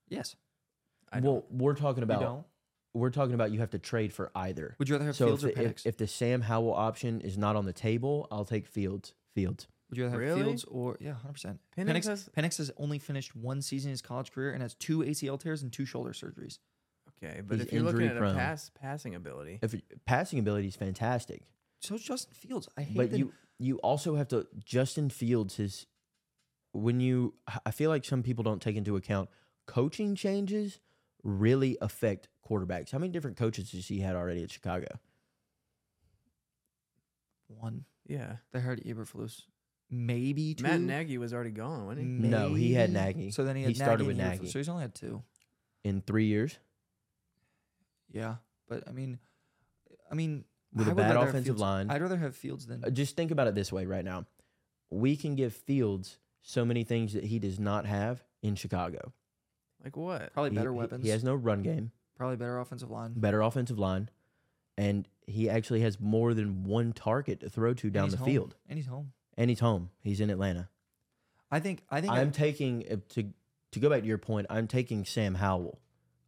[SPEAKER 2] yes.
[SPEAKER 3] I don't.
[SPEAKER 1] well, we're talking
[SPEAKER 2] You
[SPEAKER 1] about
[SPEAKER 2] don't?
[SPEAKER 1] we're talking about you have to trade for either.
[SPEAKER 2] Would you rather have
[SPEAKER 1] So if
[SPEAKER 2] Fields or
[SPEAKER 1] the,
[SPEAKER 2] Penix?
[SPEAKER 1] if, if the Sam Howell option is not on the table, I'll take Fields. Fields.
[SPEAKER 2] Would you rather have
[SPEAKER 3] Really?
[SPEAKER 2] Fields or yeah, hundred percent.
[SPEAKER 3] Penix
[SPEAKER 2] Penix,
[SPEAKER 3] has-
[SPEAKER 2] Penix has only finished one season in his college career and has two ACL tears and two shoulder surgeries.
[SPEAKER 3] okay, but
[SPEAKER 1] he's
[SPEAKER 3] if you're looking
[SPEAKER 1] injury
[SPEAKER 3] at
[SPEAKER 1] prone.
[SPEAKER 3] a pass passing ability,
[SPEAKER 1] If passing ability is fantastic,
[SPEAKER 2] So is Justin Fields, I hate
[SPEAKER 1] but
[SPEAKER 2] that-
[SPEAKER 1] you you also have to Justin Fields his when you I feel like some people don't take into account coaching changes really affect quarterbacks. How many different coaches has he had already at Chicago?
[SPEAKER 2] one.
[SPEAKER 3] yeah,
[SPEAKER 2] They hired Eberflus, maybe two. Mm.
[SPEAKER 3] Matt Nagy was already gone, wasn't he?
[SPEAKER 1] No, he had
[SPEAKER 2] maybe.
[SPEAKER 1] Nagy.
[SPEAKER 2] So then he
[SPEAKER 1] He
[SPEAKER 2] had
[SPEAKER 1] started
[SPEAKER 2] Nagy
[SPEAKER 1] with
[SPEAKER 2] and Eberflus.
[SPEAKER 1] Nagy.
[SPEAKER 2] So he's only had two.
[SPEAKER 1] In three years
[SPEAKER 2] Yeah, but I mean, I mean,
[SPEAKER 1] with
[SPEAKER 2] I
[SPEAKER 1] a
[SPEAKER 2] would
[SPEAKER 1] bad
[SPEAKER 2] rather have
[SPEAKER 1] offensive
[SPEAKER 2] Fields-
[SPEAKER 1] line.
[SPEAKER 2] I'd rather have Fields than
[SPEAKER 1] Uh, Just think about it this way right now. We can give Fields so many things that he does not have in Chicago.
[SPEAKER 3] Like what?
[SPEAKER 2] probably
[SPEAKER 1] He-
[SPEAKER 2] better
[SPEAKER 1] he-
[SPEAKER 2] weapons.
[SPEAKER 1] He has no run game,
[SPEAKER 2] probably better offensive line.
[SPEAKER 1] better offensive line, and he actually has more than one target to throw to
[SPEAKER 2] And
[SPEAKER 1] down
[SPEAKER 2] he's
[SPEAKER 1] the
[SPEAKER 2] home.
[SPEAKER 1] field.
[SPEAKER 2] and he's home.
[SPEAKER 1] And he's home. He's in Atlanta.
[SPEAKER 2] I think. I think.
[SPEAKER 1] I'm
[SPEAKER 2] I'd-
[SPEAKER 1] taking uh, to to go back to your point. I'm taking Sam Howell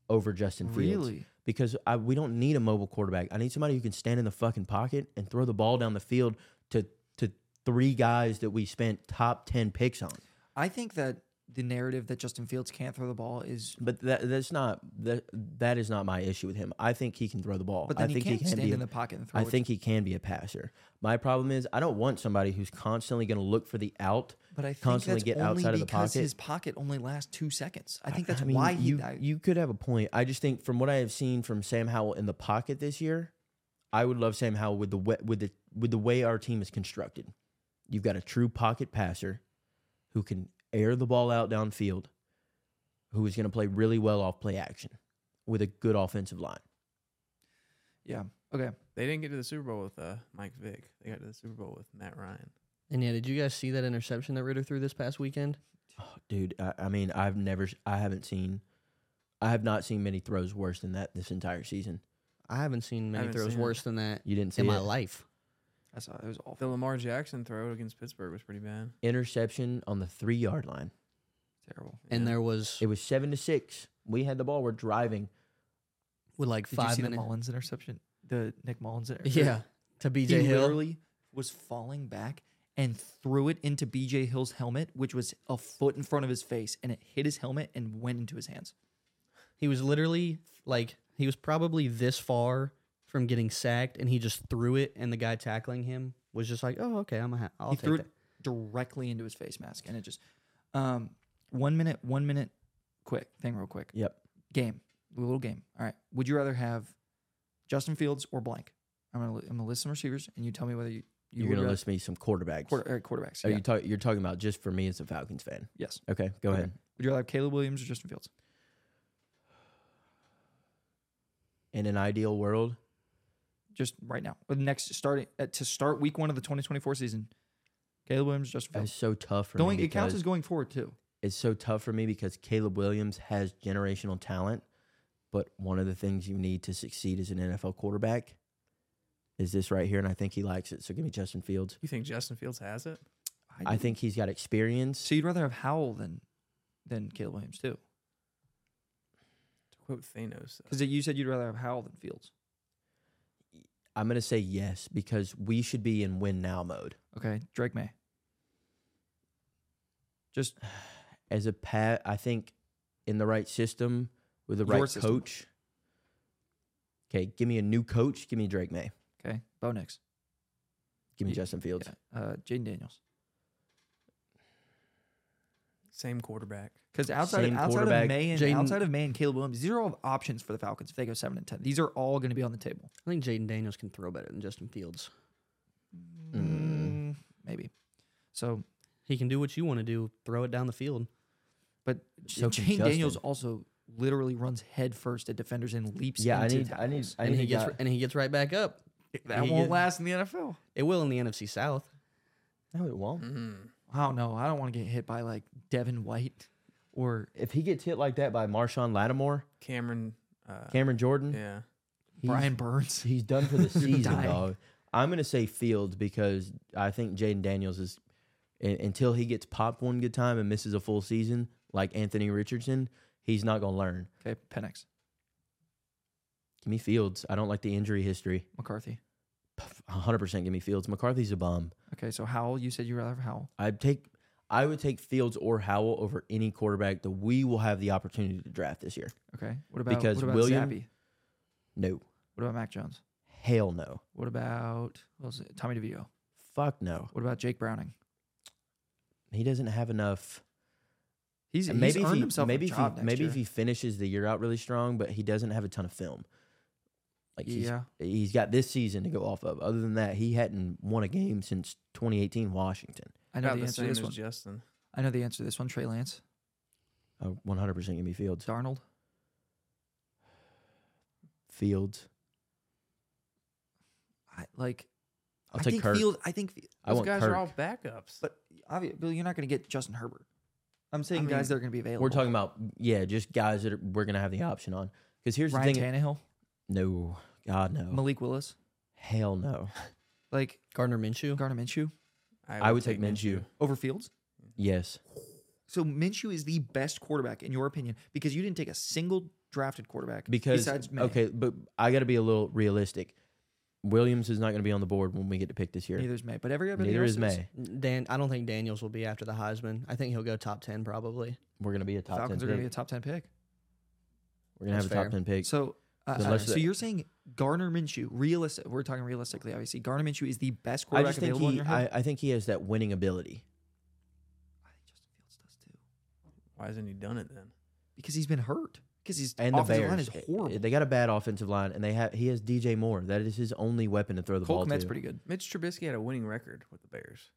[SPEAKER 1] over Justin Fields
[SPEAKER 2] really.
[SPEAKER 1] because I, we don't need a mobile quarterback. I need somebody who can stand in the fucking pocket and throw the ball down the field to to three guys that we spent top ten picks on.
[SPEAKER 2] I think that the narrative that Justin Fields can't throw the ball is
[SPEAKER 1] But that that's not that that is not my issue with him. I think he can throw the ball.
[SPEAKER 2] But then
[SPEAKER 1] I think
[SPEAKER 2] he can't stand
[SPEAKER 1] be
[SPEAKER 2] in
[SPEAKER 1] a-
[SPEAKER 2] the pocket and throw.
[SPEAKER 1] I
[SPEAKER 2] it.
[SPEAKER 1] think he can be a passer. My problem is I don't want somebody who's constantly going to look for the out.
[SPEAKER 2] but I think
[SPEAKER 1] constantly
[SPEAKER 2] that's
[SPEAKER 1] get
[SPEAKER 2] only
[SPEAKER 1] outside of the
[SPEAKER 2] because
[SPEAKER 1] pocket.
[SPEAKER 2] His pocket only lasts two seconds. I think that's
[SPEAKER 1] mean,
[SPEAKER 2] why he.
[SPEAKER 1] you
[SPEAKER 2] I-
[SPEAKER 1] you could have a point. I just think from what I have seen from Sam Howell in the pocket this year, I would love Sam Howell with the we- with the with the way our team is constructed. You've got a true pocket passer who can air the ball out downfield, who is going to play really well off play action with a good offensive line.
[SPEAKER 2] yeah. Okay.
[SPEAKER 3] They didn't get to the Super Bowl with uh, Mike Vick. They got to the Super Bowl with Matt Ryan.
[SPEAKER 4] And yeah, did you guys see that interception that Ritter threw this past weekend?
[SPEAKER 1] Oh, dude, I, I mean, I've never, s- I haven't seen, I have not seen many throws worse than that this entire season.
[SPEAKER 4] I haven't seen many
[SPEAKER 3] haven't
[SPEAKER 4] throws
[SPEAKER 3] seen it.
[SPEAKER 4] worse than that
[SPEAKER 1] You didn't see
[SPEAKER 4] in my
[SPEAKER 1] it?
[SPEAKER 4] life.
[SPEAKER 2] I saw it was awful.
[SPEAKER 3] The Lamar Jackson throw against Pittsburgh was pretty bad.
[SPEAKER 1] interception on the three yard line.
[SPEAKER 2] Terrible.
[SPEAKER 4] And
[SPEAKER 3] Yeah.
[SPEAKER 4] there was
[SPEAKER 1] It was seven to six. We had the ball. We're driving.
[SPEAKER 4] with like
[SPEAKER 2] Did you
[SPEAKER 4] five
[SPEAKER 2] see
[SPEAKER 4] minutes.
[SPEAKER 2] the
[SPEAKER 4] *laughs*
[SPEAKER 2] Mullins interception? The Nick Mullins interception.
[SPEAKER 4] Yeah, to
[SPEAKER 2] He
[SPEAKER 4] BJ Hill.
[SPEAKER 2] literally was falling back and threw it into BJ Hill's helmet, which was a foot in front of his face, and it hit his helmet and went into his hands.
[SPEAKER 4] He was literally like he was probably this far from getting sacked, and he just threw it, and the guy tackling him was just like, "Oh, okay, I'm a ha- I'll
[SPEAKER 2] he
[SPEAKER 4] take
[SPEAKER 2] threw
[SPEAKER 4] that."
[SPEAKER 2] it directly into his face mask, and it just um, one minute, one minute, quick thing, real quick.
[SPEAKER 1] Yep.
[SPEAKER 2] game, a little game. All right. Would you rather have Justin Fields or blank? I'm gonna li- I'm gonna list some receivers, and you tell me whether you, you
[SPEAKER 1] You're
[SPEAKER 2] would
[SPEAKER 1] gonna
[SPEAKER 2] rather-
[SPEAKER 1] list me some quarterbacks.
[SPEAKER 2] quarter, or quarterbacks.
[SPEAKER 1] Are
[SPEAKER 2] yeah.
[SPEAKER 1] you talk, You're talking about just for me as a Falcons fan.
[SPEAKER 2] yes.
[SPEAKER 1] Okay, go
[SPEAKER 2] Okay.
[SPEAKER 1] ahead.
[SPEAKER 2] Would you rather have Caleb Williams or Justin Fields?
[SPEAKER 1] In an ideal world,
[SPEAKER 2] Just right now, With next starting at, to start week one of the 2024 season. Caleb Williams, Justin
[SPEAKER 1] that's
[SPEAKER 2] Fields.
[SPEAKER 1] so tough for
[SPEAKER 2] Going,
[SPEAKER 1] me.
[SPEAKER 2] it counts
[SPEAKER 1] because
[SPEAKER 2] as going forward too.
[SPEAKER 1] it's so tough for me because Caleb Williams has generational talent, but one of the things you need to succeed as an NFL quarterback is this right here, and I think he likes it. So give me Justin Fields.
[SPEAKER 3] You think Justin Fields has it?
[SPEAKER 1] I think he's got experience.
[SPEAKER 2] so. You'd rather have Howell than than Caleb Williams too,
[SPEAKER 3] To quote Thanos, uh,
[SPEAKER 2] because you said you'd rather have Howell than Fields.
[SPEAKER 1] I'm gonna say yes because we should be in win now mode.
[SPEAKER 2] Okay, Drake May. Just
[SPEAKER 1] as a pat, I think in the right system with the
[SPEAKER 2] Your
[SPEAKER 1] right
[SPEAKER 2] system.
[SPEAKER 1] coach. Okay, give me a new coach. Give me Drake May.
[SPEAKER 2] okay. Bo Nix,
[SPEAKER 1] Give me
[SPEAKER 2] Ye-
[SPEAKER 1] Justin Fields.
[SPEAKER 2] yeah. uh, Jaden Daniels.
[SPEAKER 3] Same quarterback.
[SPEAKER 2] Because outside
[SPEAKER 1] Same
[SPEAKER 2] of, outside
[SPEAKER 1] quarterback,
[SPEAKER 2] of May and
[SPEAKER 4] Jaden-
[SPEAKER 2] outside of May and Caleb Williams, these are all options for the Falcons if they go seven and ten. These are all going to be on the table.
[SPEAKER 4] I think Jaden Daniels can throw better than Justin Fields.
[SPEAKER 1] Mm.
[SPEAKER 2] Mm, maybe. So,
[SPEAKER 4] He can do what you want to do, throw it down the field.
[SPEAKER 2] but
[SPEAKER 1] So can
[SPEAKER 2] Jaden Daniels
[SPEAKER 1] Justin.
[SPEAKER 2] also literally runs head first at defenders and leaps.
[SPEAKER 1] Yeah, I
[SPEAKER 2] into
[SPEAKER 1] need, I need,
[SPEAKER 2] tackles.
[SPEAKER 1] I need.
[SPEAKER 4] and
[SPEAKER 1] a
[SPEAKER 4] he gets
[SPEAKER 1] guy-
[SPEAKER 4] and he gets right back up.
[SPEAKER 2] that
[SPEAKER 1] he
[SPEAKER 2] won't
[SPEAKER 1] is-
[SPEAKER 2] last in the NFL.
[SPEAKER 4] It will in the NFC South.
[SPEAKER 1] no, it won't.
[SPEAKER 3] Mm.
[SPEAKER 2] Mm-hmm. I don't know. I don't want to get hit by like Devin White or
[SPEAKER 1] If he gets hit like that by Marshawn Lattimore,
[SPEAKER 3] Cameron. Uh,
[SPEAKER 1] Cameron Jordan,
[SPEAKER 3] Yeah.
[SPEAKER 1] he's-
[SPEAKER 2] Brian Burns.
[SPEAKER 1] He's done for the season,
[SPEAKER 2] dying.
[SPEAKER 1] dog. I'm gonna say Fields because I think Jaden Daniels is un- until he gets popped one good time and misses a full season like Anthony Richardson, he's not gonna learn.
[SPEAKER 2] Okay, Penix,
[SPEAKER 1] Give me Fields. I don't like the injury history.
[SPEAKER 2] McCarthy.
[SPEAKER 1] 100 percent give me Fields. McCarthy's a bum.
[SPEAKER 2] Okay, so Howell. You said you rather have Howell.
[SPEAKER 1] I'd take. I would take Fields or Howell over any quarterback that we will have the opportunity to draft this year.
[SPEAKER 2] Okay, what about
[SPEAKER 1] Because
[SPEAKER 2] what about
[SPEAKER 1] William-
[SPEAKER 2] Zappy?
[SPEAKER 1] No,
[SPEAKER 2] What about Mac Jones?
[SPEAKER 1] hell no,
[SPEAKER 2] What about what was it? Tommy DeVito?
[SPEAKER 1] fuck no.
[SPEAKER 2] What about Jake Browning?
[SPEAKER 1] He doesn't have enough.
[SPEAKER 2] He's,
[SPEAKER 1] And
[SPEAKER 2] he's
[SPEAKER 1] maybe
[SPEAKER 2] earned
[SPEAKER 1] if he,
[SPEAKER 2] himself
[SPEAKER 1] maybe
[SPEAKER 2] a
[SPEAKER 1] if he,
[SPEAKER 2] job next
[SPEAKER 1] maybe
[SPEAKER 2] year.
[SPEAKER 1] if he finishes the year out really strong, but he doesn't have a ton of film. Like he's,
[SPEAKER 2] yeah,
[SPEAKER 1] he's got this season to go off of. Other than that, he hadn't won a game since 2018 Washington.
[SPEAKER 2] I know
[SPEAKER 3] About
[SPEAKER 2] the
[SPEAKER 3] the
[SPEAKER 2] answer to
[SPEAKER 3] same
[SPEAKER 2] this
[SPEAKER 3] as
[SPEAKER 2] one.
[SPEAKER 3] Justin.
[SPEAKER 2] I know the answer to this one. Trey Lance,
[SPEAKER 1] Uh, 100% give me Fields.
[SPEAKER 2] Darnold.
[SPEAKER 1] Fields.
[SPEAKER 2] I, like
[SPEAKER 1] I'll
[SPEAKER 2] I
[SPEAKER 1] take
[SPEAKER 2] think
[SPEAKER 1] Kirk.
[SPEAKER 2] Fields. I think, Fi-
[SPEAKER 1] I
[SPEAKER 3] Those
[SPEAKER 1] want
[SPEAKER 3] guys
[SPEAKER 1] Kirk.
[SPEAKER 3] are all backups.
[SPEAKER 2] but obviously, Bill, you're not going to get Justin Herbert. I'm saying
[SPEAKER 3] mean,
[SPEAKER 2] guys that are going to be available.
[SPEAKER 1] We're talking about yeah, just guys that are, we're gonna have the option on. Because here's
[SPEAKER 2] Ryan
[SPEAKER 1] the thing.
[SPEAKER 2] Tannehill,
[SPEAKER 1] No, God no,
[SPEAKER 2] Malik Willis,
[SPEAKER 1] hell no.
[SPEAKER 2] like
[SPEAKER 4] Gardner Minshew.
[SPEAKER 2] Garner Minshew
[SPEAKER 1] I would take Minshew.
[SPEAKER 2] over Fields.
[SPEAKER 1] Yes,
[SPEAKER 2] So Minshew is the best quarterback in your opinion because you didn't take a single drafted quarterback
[SPEAKER 1] because
[SPEAKER 2] besides May.
[SPEAKER 1] okay, but I got to be a little realistic. Williams is not gonna be on the board when we get to pick this year.
[SPEAKER 2] Neither is May, but every everybody
[SPEAKER 1] Neither
[SPEAKER 2] else
[SPEAKER 1] is May.
[SPEAKER 4] Dan, I don't think Daniels will be after the Heisman. I think he'll go top ten probably.
[SPEAKER 1] We're gonna be a top
[SPEAKER 2] Falcons are
[SPEAKER 1] ten.
[SPEAKER 2] going
[SPEAKER 1] Pick.
[SPEAKER 2] to be a top ten pick.
[SPEAKER 1] we're gonna have a
[SPEAKER 4] That's
[SPEAKER 1] top
[SPEAKER 4] fair.
[SPEAKER 1] ten pick.
[SPEAKER 2] So, uh,
[SPEAKER 1] So
[SPEAKER 2] so,
[SPEAKER 1] unless
[SPEAKER 2] so
[SPEAKER 1] they-
[SPEAKER 2] you're saying Garner Minshew, realistic? We're talking realistically, obviously. Garner Minshew is the best
[SPEAKER 1] I
[SPEAKER 2] quarterback
[SPEAKER 1] just think
[SPEAKER 2] available in
[SPEAKER 1] he,
[SPEAKER 2] your head.
[SPEAKER 1] I, I think he has that winning ability.
[SPEAKER 2] I think Justin Fields does too
[SPEAKER 3] Why hasn't he done it then?
[SPEAKER 2] because he's been hurt. Because his
[SPEAKER 1] And the
[SPEAKER 2] offensive
[SPEAKER 1] Bears,
[SPEAKER 2] line is
[SPEAKER 1] eh,
[SPEAKER 2] horrible.
[SPEAKER 1] They got a bad offensive line, and they have he has DJ Moore. That is his only weapon to throw the ball
[SPEAKER 2] Cole Kmet's
[SPEAKER 1] to.
[SPEAKER 2] pretty good.
[SPEAKER 3] Mitch Trubisky had a winning record with the Bears.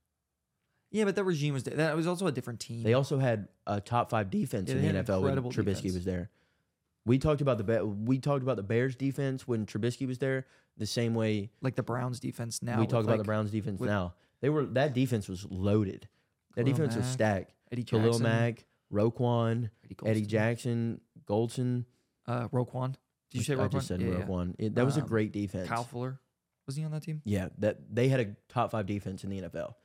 [SPEAKER 2] Yeah, but that regime was di- that was also a different team.
[SPEAKER 1] They also had a top five defense
[SPEAKER 2] Yeah, they
[SPEAKER 1] in
[SPEAKER 2] had
[SPEAKER 1] the NFL when
[SPEAKER 2] incredible
[SPEAKER 1] Trubisky
[SPEAKER 2] defense.
[SPEAKER 1] was there. We talked about the Be- we talked about the Bears defense when Trubisky was there. The same way
[SPEAKER 2] like the Browns defense now.
[SPEAKER 1] we
[SPEAKER 2] with,
[SPEAKER 1] talk about the
[SPEAKER 2] like,
[SPEAKER 1] Browns defense
[SPEAKER 2] with-
[SPEAKER 1] now. They were that defense was loaded. That
[SPEAKER 2] Khalil
[SPEAKER 1] defense was
[SPEAKER 2] Mack,
[SPEAKER 1] stacked.
[SPEAKER 2] Eddie
[SPEAKER 1] Khalil
[SPEAKER 2] Jackson,
[SPEAKER 1] Mack, Roquan, Eddie
[SPEAKER 2] Goldstein,
[SPEAKER 1] Jackson, Goldson.
[SPEAKER 2] uh, Roquan. Did you say
[SPEAKER 1] I
[SPEAKER 2] Roquan?
[SPEAKER 1] just said
[SPEAKER 2] Yeah, yeah.
[SPEAKER 1] Roquan. It- that was a
[SPEAKER 2] Um,
[SPEAKER 1] great defense.
[SPEAKER 2] Kyle Fuller was he on that team?
[SPEAKER 1] Yeah, that they had a top five defense in the NFL.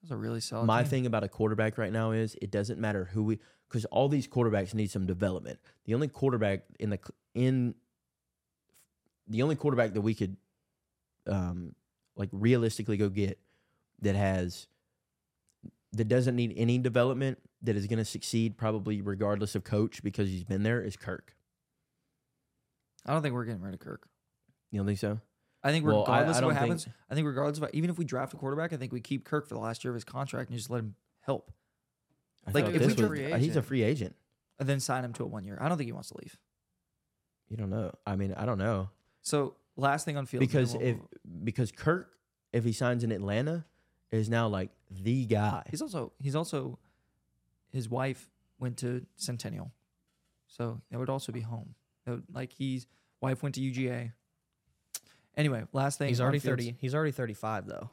[SPEAKER 2] That was a really solid.
[SPEAKER 1] My
[SPEAKER 2] team.
[SPEAKER 1] thing about a quarterback right now is it doesn't matter who we because all these quarterbacks need some development. The only quarterback in the cl- in the only quarterback that we could um like realistically go get that has that doesn't need any development that is going to succeed probably regardless of coach because he's been there is Kirk.
[SPEAKER 2] I don't think we're getting rid of Kirk.
[SPEAKER 1] You don't think so?
[SPEAKER 2] I think
[SPEAKER 1] Well, I-
[SPEAKER 2] regardless
[SPEAKER 1] I
[SPEAKER 2] of what
[SPEAKER 1] don't think-
[SPEAKER 2] happens, I think regardless of even if we draft a quarterback, I think we keep Kirk for the last year of his contract and just let him help,
[SPEAKER 1] I
[SPEAKER 2] Like,
[SPEAKER 1] thought
[SPEAKER 2] if we
[SPEAKER 1] this
[SPEAKER 2] took-
[SPEAKER 1] was-
[SPEAKER 3] Free
[SPEAKER 1] uh, he's a
[SPEAKER 3] agent.
[SPEAKER 1] free agent.
[SPEAKER 2] and then sign him to a one year. I don't think he wants to leave.
[SPEAKER 1] You don't know. I mean, I don't know.
[SPEAKER 2] So last thing on field
[SPEAKER 1] because if because Kirk, if he signs in Atlanta, is now like the guy.
[SPEAKER 2] he's also he's also his wife went to Centennial, so that would also be home. That would, like his wife went to UGA. Anyway, last thing
[SPEAKER 4] He's already
[SPEAKER 2] on Fields,
[SPEAKER 4] thirty. He's already thirty-five though.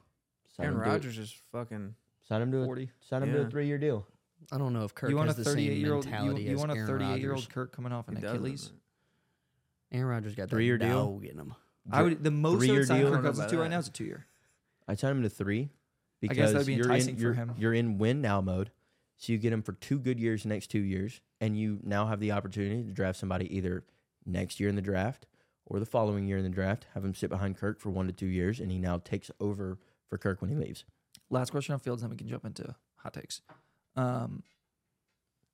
[SPEAKER 1] Sign
[SPEAKER 3] Aaron
[SPEAKER 1] him to a-
[SPEAKER 3] Rodgers is fucking.
[SPEAKER 1] Sign him to a,
[SPEAKER 2] forty.
[SPEAKER 1] sign him to
[SPEAKER 3] Yeah.
[SPEAKER 1] a three year deal.
[SPEAKER 4] I don't know if Kirk
[SPEAKER 2] you want a
[SPEAKER 4] has the same
[SPEAKER 2] thirty-eight year old? You,
[SPEAKER 4] mentality
[SPEAKER 2] you
[SPEAKER 4] as
[SPEAKER 2] want a
[SPEAKER 4] Aaron
[SPEAKER 2] thirty-eight year
[SPEAKER 4] Rodgers.
[SPEAKER 2] old Kirk coming off an
[SPEAKER 3] he does,
[SPEAKER 2] Achilles?
[SPEAKER 3] doesn't
[SPEAKER 4] Aaron Rodgers got
[SPEAKER 1] Three-year
[SPEAKER 4] three-year
[SPEAKER 1] deal?
[SPEAKER 4] deal. Getting him.
[SPEAKER 2] I would the most I
[SPEAKER 1] Three-year
[SPEAKER 2] would sign
[SPEAKER 1] deal? I
[SPEAKER 2] Kirk
[SPEAKER 3] don't know
[SPEAKER 2] Cousins
[SPEAKER 3] about
[SPEAKER 2] to right
[SPEAKER 3] that.
[SPEAKER 2] now is a two year.
[SPEAKER 1] I sign him to three
[SPEAKER 2] guess
[SPEAKER 1] because
[SPEAKER 2] that would be
[SPEAKER 1] you're in
[SPEAKER 2] enticing for
[SPEAKER 1] you're,
[SPEAKER 2] him.
[SPEAKER 1] you're in win now mode. So you get him for two good years, next two years, and you now have the opportunity to draft somebody either next year in the draft or the following year in the draft. Have him sit behind Kirk for one to two years, and he now takes over for Kirk when he leaves.
[SPEAKER 2] Last question on Fields, then we can jump into hot takes. Um,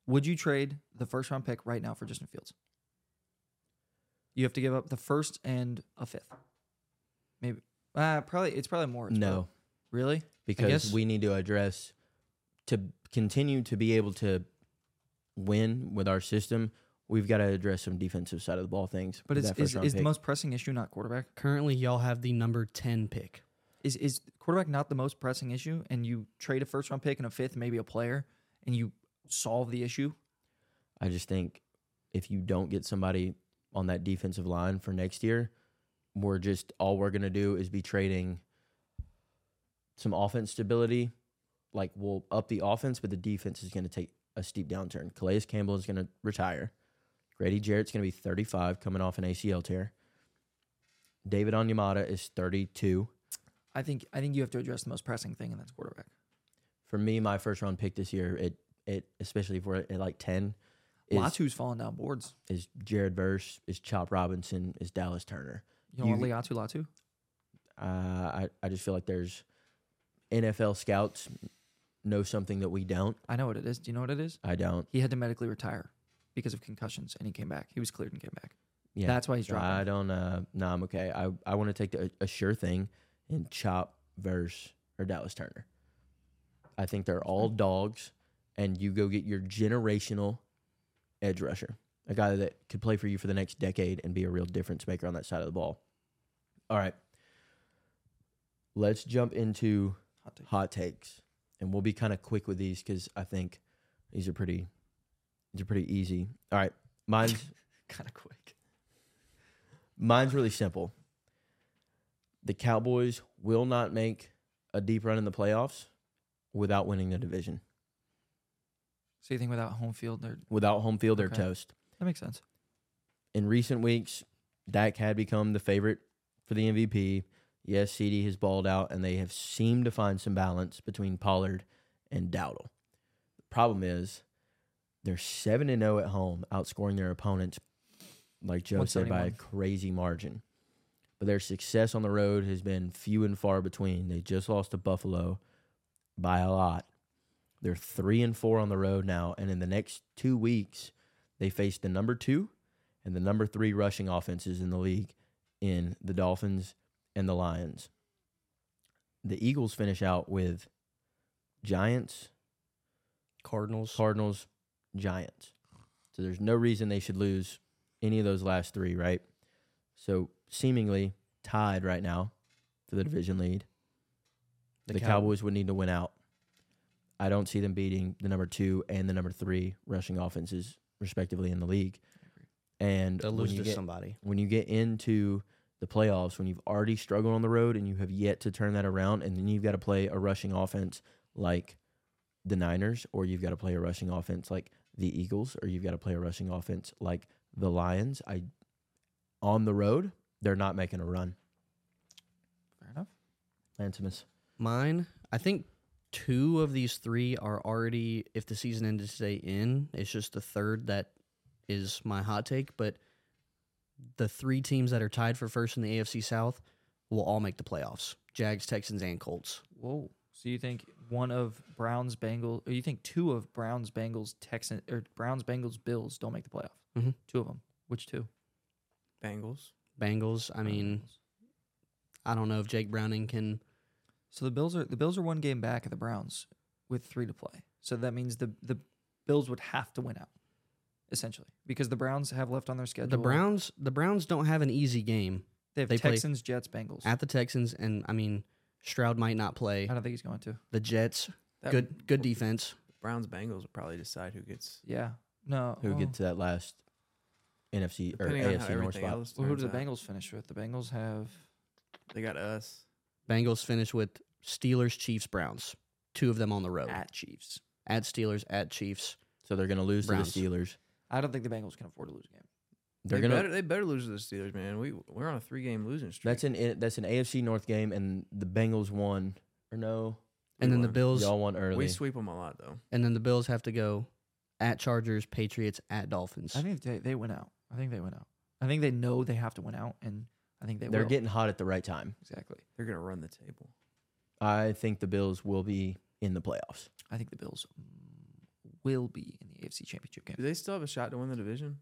[SPEAKER 2] would you trade the first round pick right now for Justin Fields? You have to give up the first and a fifth, maybe. Uh, probably it's probably more. it's
[SPEAKER 1] No,
[SPEAKER 2] probably- really?
[SPEAKER 1] because
[SPEAKER 2] guess-
[SPEAKER 1] we need to address to continue to be able to win with our system. We've got to address some defensive side of the ball things.
[SPEAKER 2] But
[SPEAKER 1] with
[SPEAKER 2] it's
[SPEAKER 1] that
[SPEAKER 2] is,
[SPEAKER 1] first-round
[SPEAKER 2] is the
[SPEAKER 1] pick.
[SPEAKER 2] most pressing issue not quarterback?
[SPEAKER 4] Currently, y'all have the number 10 pick.
[SPEAKER 2] Is is quarterback not the most pressing issue? And you trade a first round pick and a fifth, maybe a player, and you solve the issue.
[SPEAKER 1] I just think if you don't get somebody on that defensive line for next year, we're just all we're gonna do is be trading some offense stability. Like we'll up the offense, but the defense is gonna take a steep downturn. Calais Campbell is gonna retire. Grady Jarrett's gonna be 35, coming off an ACL tear. David Onyemata is 32.
[SPEAKER 2] I think I think you have to address the most pressing thing, and that's quarterback.
[SPEAKER 1] For me, my first round pick this year, it it especially if we're at like 10, is
[SPEAKER 2] Latu's falling down boards.
[SPEAKER 1] is Jared Verse, is Chop Robinson, is Dallas Turner.
[SPEAKER 2] You don't want
[SPEAKER 1] You-
[SPEAKER 2] Liatu Latu?
[SPEAKER 1] Uh, I I just feel like there's NFL scouts know something that we don't.
[SPEAKER 2] I know what it is. Do you know what it is?
[SPEAKER 1] I don't.
[SPEAKER 2] He had to medically retire because of concussions, and he came back. He was cleared and came back.
[SPEAKER 1] Yeah,
[SPEAKER 2] That's why he's dropping.
[SPEAKER 1] I don't. Uh, no, I'm okay. I I want to take the, a sure thing and chop verse or Dallas Turner. I think they're all dogs, and you go get your generational edge rusher, a guy that could play for you for the next decade and be a real difference maker on that side of the ball. All right, let's jump into
[SPEAKER 2] Hot take.
[SPEAKER 1] hot takes, and we'll be kind of quick with these because I think these are pretty, these are pretty easy. All right,
[SPEAKER 2] *laughs*
[SPEAKER 1] mine's
[SPEAKER 2] kind of quick.
[SPEAKER 1] mine's really simple. The Cowboys will not make a deep run in the playoffs without winning the division.
[SPEAKER 2] So you think without home field, they're-
[SPEAKER 1] Without home field, they're
[SPEAKER 2] Okay.
[SPEAKER 1] toast.
[SPEAKER 2] that makes sense.
[SPEAKER 1] In recent weeks, Dak had become the favorite for the MVP. Yes, CD has balled out, and they have seemed to find some balance between Pollard and Dowdle. The problem is they're seven and zero at home, outscoring their opponents, like Joe said, by a
[SPEAKER 2] 171.
[SPEAKER 1] crazy margin. But their success on the road has been few and far between. They just lost to Buffalo by a lot. They're three and four on the road now, and in the next two weeks, they face the number two and the number three rushing offenses in the league in the Dolphins and the Lions. The Eagles finish out with Giants,
[SPEAKER 4] Cardinals.
[SPEAKER 1] Cardinals, Giants. So there's no reason they should lose any of those last three, right? So seemingly tied right now for the division lead. The,
[SPEAKER 4] The Cow-
[SPEAKER 1] Cowboys would need to win out. I don't see them beating the number two and the number three rushing offenses, respectively, in the league. And
[SPEAKER 4] They'll
[SPEAKER 1] when
[SPEAKER 4] lose
[SPEAKER 1] you
[SPEAKER 4] to
[SPEAKER 1] get-
[SPEAKER 4] somebody.
[SPEAKER 1] when you get into the playoffs, when you've already struggled on the road and you have yet to turn that around, and then you've got to play a rushing offense like the Niners, or you've got to play a rushing offense like the Eagles, or you've got to play a rushing offense like the Lions. I on the road, they're not making a run.
[SPEAKER 2] Fair enough.
[SPEAKER 1] Lantimus.
[SPEAKER 4] Mine, I think two of these three are already, if the season ended today, in. It's just the third that is my hot take. But the three teams that are tied for first in the AFC South will all make the playoffs Jags, Texans, and Colts.
[SPEAKER 2] Whoa. So you think one of Browns, Bengals, or you think two of Browns, Bengals, Texans, or Browns, Bengals, Bills don't make the playoff?
[SPEAKER 4] Mhm.
[SPEAKER 2] Two of them. Which two?
[SPEAKER 3] Bengals.
[SPEAKER 4] Bengals,
[SPEAKER 1] Mm.
[SPEAKER 4] I mean, I don't know if Jake Browning can.
[SPEAKER 2] so the Bills are the Bills are one game back of the Browns with three to play. So that means the the Bills would have to win out, essentially, because the Browns have left on their schedule.
[SPEAKER 4] The Browns, the Browns don't have an easy game
[SPEAKER 2] they have
[SPEAKER 4] they play-
[SPEAKER 2] Texans, Jets, Bengals.
[SPEAKER 4] at the Texans, and I mean, Stroud might not play.
[SPEAKER 2] I don't think he's going to.
[SPEAKER 4] The Jets,
[SPEAKER 3] That-
[SPEAKER 4] good, good defense.
[SPEAKER 3] Browns Bengals will probably decide who gets
[SPEAKER 2] Yeah. No. oh.
[SPEAKER 1] Who
[SPEAKER 2] well,
[SPEAKER 1] gets to that last NFC or
[SPEAKER 3] Oh. depending on how
[SPEAKER 1] AFC North
[SPEAKER 3] everything
[SPEAKER 1] spot?
[SPEAKER 3] else.
[SPEAKER 2] well, who
[SPEAKER 3] turns
[SPEAKER 2] do the
[SPEAKER 3] out.
[SPEAKER 2] Bengals finish with? The Bengals have
[SPEAKER 3] They got us
[SPEAKER 4] Bengals finish with Steelers, Chiefs, Browns. Two of them on the road. At,
[SPEAKER 2] at Chiefs.
[SPEAKER 4] Steelers, at Chiefs.
[SPEAKER 1] So they're gonna lose
[SPEAKER 4] Browns.
[SPEAKER 1] to the Steelers.
[SPEAKER 2] I don't think the Bengals can afford to lose a game.
[SPEAKER 1] They're
[SPEAKER 3] they
[SPEAKER 1] gonna
[SPEAKER 3] better, they better lose to the Steelers, man. We we're on a three game losing streak.
[SPEAKER 1] that's an that's an AFC North game and the Bengals won. Or no.
[SPEAKER 4] And then the
[SPEAKER 3] won.
[SPEAKER 4] Bills
[SPEAKER 1] Y'all won early.
[SPEAKER 3] We sweep them a lot though.
[SPEAKER 4] and then the Bills have to go at Chargers, Patriots, at Dolphins.
[SPEAKER 2] I think they, they went out. I think they went out. I think they know they have to win out, and I think they
[SPEAKER 1] they're
[SPEAKER 2] will.
[SPEAKER 1] getting hot at the right time.
[SPEAKER 2] exactly.
[SPEAKER 3] They're gonna run the table.
[SPEAKER 1] I think the Bills will be in the playoffs.
[SPEAKER 2] I think the Bills will be in the AFC Championship game.
[SPEAKER 3] Do they still have a shot to win the division?